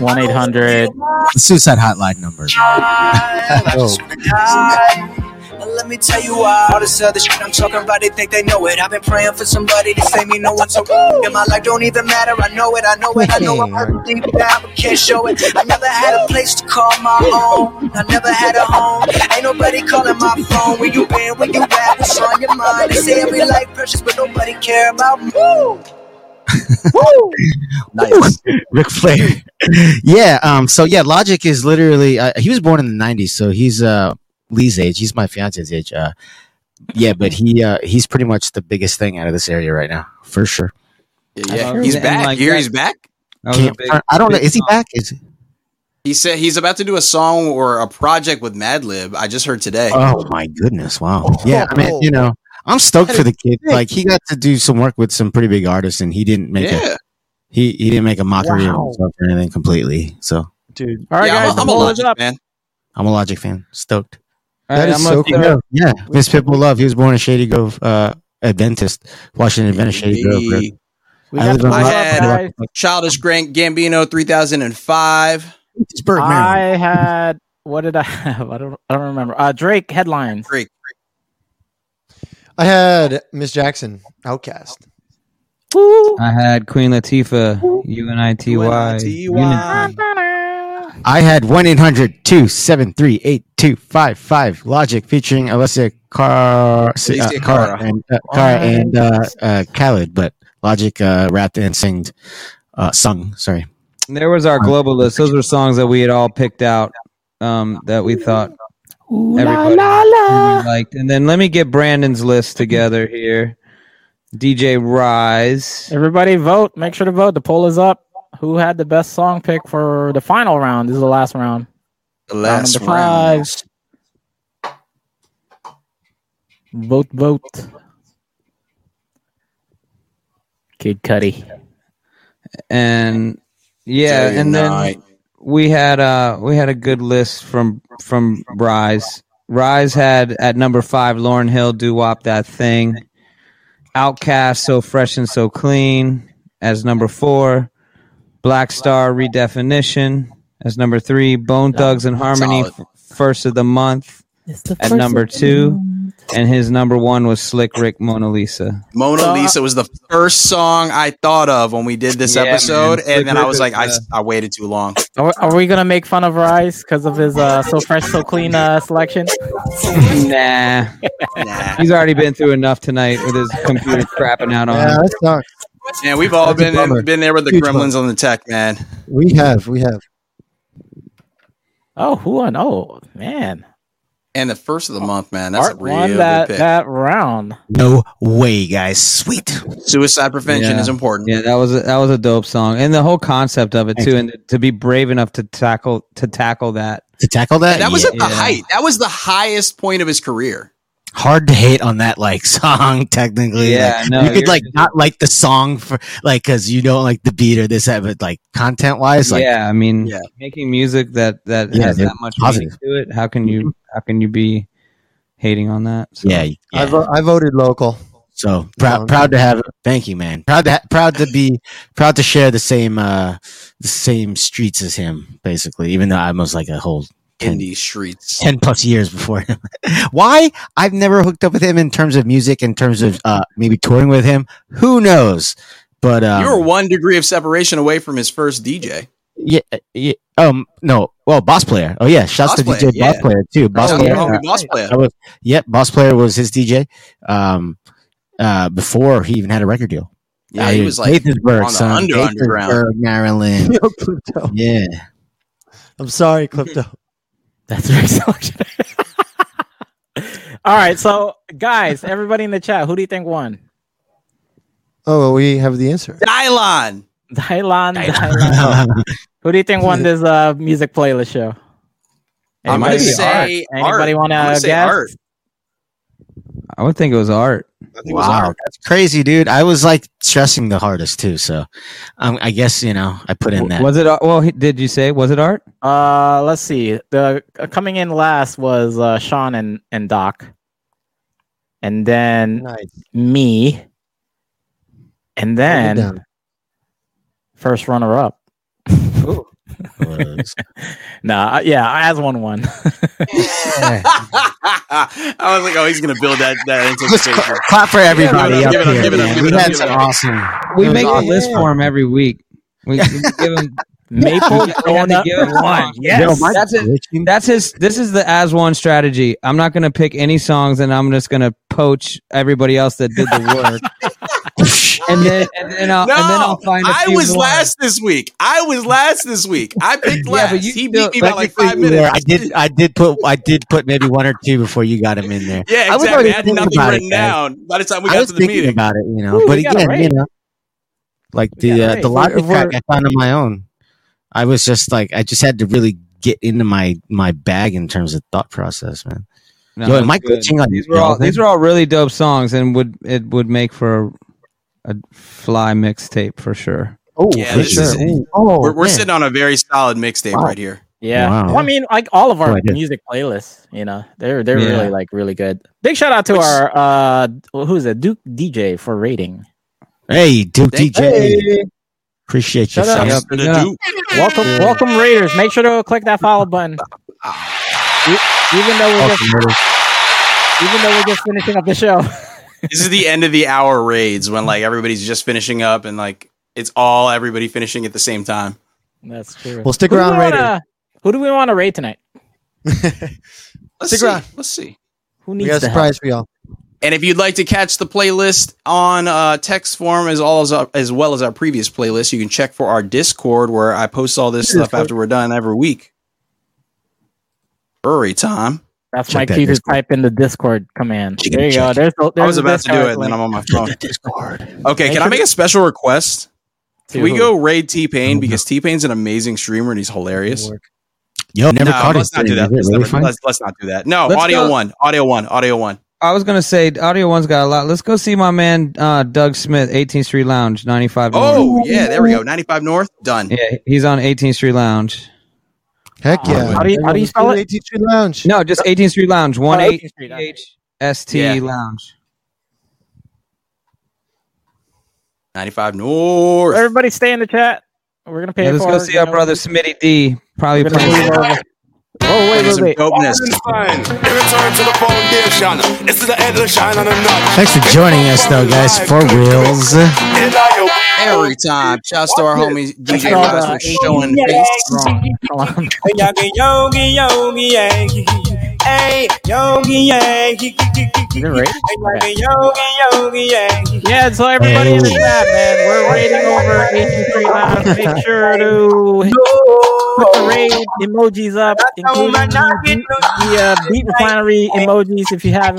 S3: One eight hundred.
S7: Suicide hotline number.
S6: And let me tell you why. All this other shit I'm talking about, they think they know it. I've been praying for somebody to save me. No one so in my life don't even matter. I know it, I know it, I know I'm hurting deep down, but can't show it. I never had a place to call my own. I never had a home. Ain't nobody calling my phone. Where you been? Where you at? What's on your mind? They say every life precious, but nobody care about me.
S7: nice. Ric Flair. yeah. Um. So yeah, Logic is literally. Uh, he was born in the '90s, so he's uh Lee's age. He's my fiance's age. Uh, yeah, but he uh, he's pretty much the biggest thing out of this area right now, for sure.
S2: Yeah, yeah. he's back.
S1: like
S2: here
S1: that-
S2: he's back.
S1: That was a
S7: Can't-
S1: big-
S7: I don't know.
S1: big
S7: Is he
S1: song.
S7: back? Is he?
S2: He said he's about to do a song or a project with Madlib. I just heard today.
S7: Oh my goodness! Wow. Yeah. I mean, you know, I'm stoked for the kid. Like he got to do some work with some pretty big artists, and he didn't make
S2: Yeah.
S7: a he he didn't make a mockery of
S2: Wow.
S7: himself or anything completely. So
S4: dude.
S3: All right,
S2: Yeah, I'm
S3: guys,
S2: a- I'm a
S3: pull it
S2: Logic
S3: up.
S2: man.
S7: I'm a Logic fan. Stoked.
S1: All right,
S4: That is
S1: I'm
S4: so
S1: gonna-
S4: cool.
S7: Yeah, Miss Pitbull Love. He was born in Shady Grove, uh, Adventist, Washington Adventist, Shady Grove. bro.
S2: Hey.
S3: We
S7: I
S3: got
S7: live
S3: the
S7: in
S2: I
S3: pull up,
S2: had
S3: guys.
S2: Childish Grant Gambino 3005.
S7: Pittsburgh,
S3: I
S7: Maryland.
S3: had what did I have? I don't I don't remember. Uh Drake headlines.
S2: Drake.
S4: I had Miss Jackson, Outcast.
S1: I had Queen Latifah, U N I T Y. Unity.
S7: I had 1 800 273 8255 Logic featuring Alessia Cara uh, Cara
S2: Alessia Cara.
S7: and, uh, Cara and uh, uh, Khaled, but Logic uh, rapped and singed, uh, sung, sorry.
S1: And There was our global list. Those were songs that we had all picked out um, that we thought everybody really liked. And then let me get Brandon's list together here. DJ Rise.
S3: Everybody vote. Make sure to vote. The poll is up. Who had the best song pick for the final round? This is the last round.
S2: The last
S3: number
S2: round.
S3: Vote, vote. Kid Cudi.
S1: and yeah,
S2: Day
S1: and
S2: and
S1: then
S2: night.
S1: we had uh we had a good list from from Rise. Rise had at number five Lauren Hill do wop that thing. Outcast so fresh and so clean as number four. Black Star redefinition as number three. Bone Thugs and Harmony
S2: Solid.
S1: f- first of the month at number two. And his number one was Slick Rick Mona Lisa.
S2: Mona
S3: uh,
S2: Lisa was the first song I thought of when we did this
S1: Yeah,
S2: episode,
S1: man.
S2: and then I was like,
S1: Like,
S2: I,
S1: uh,
S2: I waited too long.
S3: Are, are we gonna make fun of Rice because of his uh, so fresh, so clean uh, selection?
S1: Nah.
S2: Nah.
S1: He's already been through enough tonight with his computer crapping out on
S4: Yeah,
S1: him.
S4: that sucks.
S2: Yeah, we've all
S4: That's a
S2: been
S4: bummer.
S2: been there with the
S4: Huge
S2: gremlins on the tech, man.
S4: We have, we have.
S3: Oh, who won? Oh man,
S2: And the first of the month, man. That's
S3: Art
S2: a real
S3: won
S2: big
S3: that
S2: pick.
S3: that round.
S7: No way, guys. Sweet.
S2: Suicide prevention
S1: Yeah.
S2: is important.
S1: Yeah, that was a, that was a dope song, and the whole concept of it too, and to be brave enough to tackle to tackle that.
S7: To tackle that,
S2: That was
S7: yeah.
S2: at the height. That was the highest point of his career.
S7: hard to hate on that like song technically
S1: Yeah,
S7: Like,
S1: no,
S7: you could
S1: you're-
S7: like not like the song for like because you don't like the beat or this that, but like content wise like
S1: yeah, I mean,
S2: Yeah.
S1: making music that that
S7: Yeah,
S1: has
S7: dude,
S1: that much meaning
S7: positive.
S1: to it. How can you how can you be hating on that? So,
S7: yeah, yeah.
S4: I, vo- I voted local.
S7: So proud,
S4: Um,
S7: proud to have. Thank you, man. Proud to ha- proud to be proud to share the same uh the same streets as him, basically. Even though I was like a whole
S2: in
S7: 10,
S2: these streets.
S7: 10 plus years before him. Why? I've never hooked up with him in terms of music, in terms of uh maybe touring with him. Who knows? But um,
S2: you were one degree of separation away from his first DJ.
S7: yeah, yeah, um, no, well, boss player. Oh yeah, shouts
S2: Boss
S7: to DJ
S2: Player, yeah.
S7: Boss Player too. Boss
S2: Shout out to
S7: player,
S2: my homie
S7: uh,
S2: boss player.
S7: I was, yep, Boss Player was his DJ. Um, uh, before he even had a record deal.
S2: Yeah,
S7: Out
S2: he
S7: here
S2: was
S7: in
S2: like
S7: Gaithersburg,
S2: on the
S7: son.
S2: under- underground.
S7: Gaithersburg, Maryland.
S4: Yo, Pluto.
S7: yeah,
S4: I'm sorry, Clifton.
S3: That's very selection. All right, so guys, everybody in the chat, who do you think won?
S4: Oh, well, we have the answer.
S2: Dylon.
S3: Dylan, Dylan. Who do you think won this uh, music playlist show?
S2: I'm gonna
S3: Anybody?
S2: say
S3: Anybody
S2: art.
S3: want
S2: I'm gonna
S3: to
S2: say
S3: guess?
S2: art.
S1: I would think it was art.
S7: Wow, that's crazy, dude. I was like stressing the hardest too, so um, I guess you know I put in that.
S1: Was it? uh, Well, he- did you say was it art?
S3: Uh, let's see. The uh, coming in last was uh, Sean and and Doc, and then me, and then
S7: down.
S3: first runner up. nah, I- yeah, I as one one.
S2: I was like, oh, he's gonna build that that anticipation.
S7: Clap for
S1: everybody
S2: Give it up,
S1: up
S2: give it up,
S1: here,
S2: give it
S1: man.
S2: up, give it
S1: We
S2: up,
S1: had
S2: give it
S1: some
S2: up.
S1: awesome- We make a list for him every week. We, we give him
S3: Maple
S1: we have to
S3: donut
S1: give him
S3: one. Yes.
S1: Yo, my- that's it. That's his. This is the as one strategy. I'm not gonna pick any songs, and I'm just gonna poach everybody else that did the work. and then and then I'll, and then I'll find. a
S2: I
S1: few
S2: was
S1: more.
S2: last this week. I was last this week. I picked last. he beat me by like
S7: Technically,
S2: five
S7: you were.
S2: minutes.
S7: I did. I did put. I did put maybe one or two before you got him in there.
S2: Yeah,
S7: was
S2: exactly.
S7: already
S2: I, had
S7: thinking
S2: nothing
S7: about it,
S2: written
S7: guys.
S2: down by the time we
S7: I
S2: got
S7: was
S2: to the
S7: thinking
S2: meeting.
S7: about it, you know.
S2: Ooh,
S7: but
S2: we got it
S7: again, you
S2: right.
S7: know, like the uh,
S2: right.
S7: the
S2: We're-
S7: logic track I found on my own. I was just like, I just had to really get into my my bag in terms of thought process, man.
S1: No,
S7: Yo,
S1: that's
S7: am I
S1: good.
S7: glitching on
S1: these?
S7: you,
S1: Were all,
S7: Jonathan?
S1: these are all really dope songs, and would it would make for a, a fly mixtape for sure. Oh,
S7: Oh,
S2: Yeah, this is, we're, we're sitting on a very solid mixtape
S1: Wow.
S2: right here.
S3: Yeah,
S1: Wow.
S3: Well, I mean, like all of
S1: Oh,
S3: our
S1: I did.
S3: music playlists, you know, they're they're
S1: Yeah.
S3: really like really good. Big shout out to our uh, who's it, Duke DJ for rating.
S7: Hey, Duke
S3: Thank-
S7: DJ,
S3: Hey.
S7: appreciate
S3: Shout
S7: you.
S3: out
S7: son.
S3: to Duke. Welcome, welcome Raiders. Make sure to click that follow button. E- Even though we're just,
S7: Welcome, Raiders.
S3: even though we're just finishing up the show.
S2: this is the end of the hour raids when like everybody's just finishing up and like it's all everybody finishing at the same time.
S3: That's true.
S2: Well, stick
S3: Who do
S2: around,
S3: we wanna-
S2: Raiders.
S3: Who do we want to raid tonight?
S2: Let's
S3: Stick
S2: see.
S3: around.
S2: Let's see.
S3: Who
S4: We
S3: needs
S4: got a
S3: the
S4: surprise for y'all.
S2: And if you'd like to catch the playlist on uh, text form as all as, our, as well as our previous playlist, you can check for our Discord where I post all this stuff after we're done every week. Hurry, Tom.
S3: That's
S2: Check
S3: my
S2: that
S3: cue to type in the Discord command. There you go. There's, the-
S2: I
S3: there's
S2: was
S3: the
S2: about to do
S3: Discord
S2: it, and then
S3: link.
S2: I'm on my phone. Okay,
S3: Make
S2: can I
S3: sure
S2: make
S3: to-
S2: a special request?
S3: To
S2: Can we
S3: who?
S2: go raid T Pain because T Pain's an amazing streamer and he's hilarious.
S7: Yo, never
S2: no,
S7: caught
S2: let's
S7: it.
S2: not do
S7: Is
S2: that.
S7: it
S2: Let's,
S7: really
S2: never-
S7: fun?
S2: let's- let's not do that. No,
S1: Let's
S2: audio
S1: go-
S2: one, audio one, audio one.
S1: I was gonna say Audio One's got a lot. Let's go see my man uh, Doug Smith, 18th Street Lounge, 95.
S2: Oh
S1: North.
S2: yeah, there we go. Ninety five North, done.
S1: Yeah, he's on 18th Street Lounge.
S4: Heck Oh, yeah!
S1: How do you- how do you spell it?
S4: 18th Street Lounge.
S1: No, just 18th Street Lounge. One
S4: Oh,
S1: eight
S4: 18th Street,
S1: H S T
S2: Yeah.
S1: Lounge.
S2: Ninety five North.
S3: Everybody stay in the chat. We're gonna pay
S1: Yeah, let's
S3: for
S1: go
S3: it,
S1: see
S3: you
S1: our
S3: know.
S1: brother Smitty D. Probably
S3: We're gonna
S1: playing.
S3: move over. Whoa, Oh, wait, wait, wait.
S18: Return to the foundation. This is the endless shine on the night.
S7: Thanks for joining us, though, guys. For reals.
S2: Every time. Shouts to our homie DJ Rise for showing
S3: face.
S25: Yogi, yogi, yogi, yogi, hey, yogi, yogi, yogi, yogi, yogi.
S3: Yeah, so everybody in the chat, man, we're rating over 83 live. Make sure to put the raid emojis up, including the, the uh, beat refinery emojis if you haven't.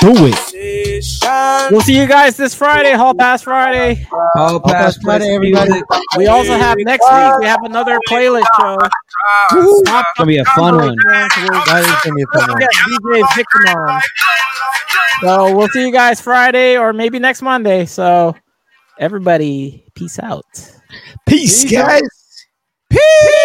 S7: Do it.
S3: We'll see you guys this Friday, Hall Pass Friday.
S1: Hall
S4: Pass Friday, everybody.
S3: We also have next week, we have another playlist show.
S1: It's gonna be a fun one.
S4: That is gonna be a fun
S3: We
S4: one.
S3: got DJ Victim on. So we'll see you guys Friday or maybe next Monday. So everybody, peace out.
S7: Peace, guys.
S3: Peace.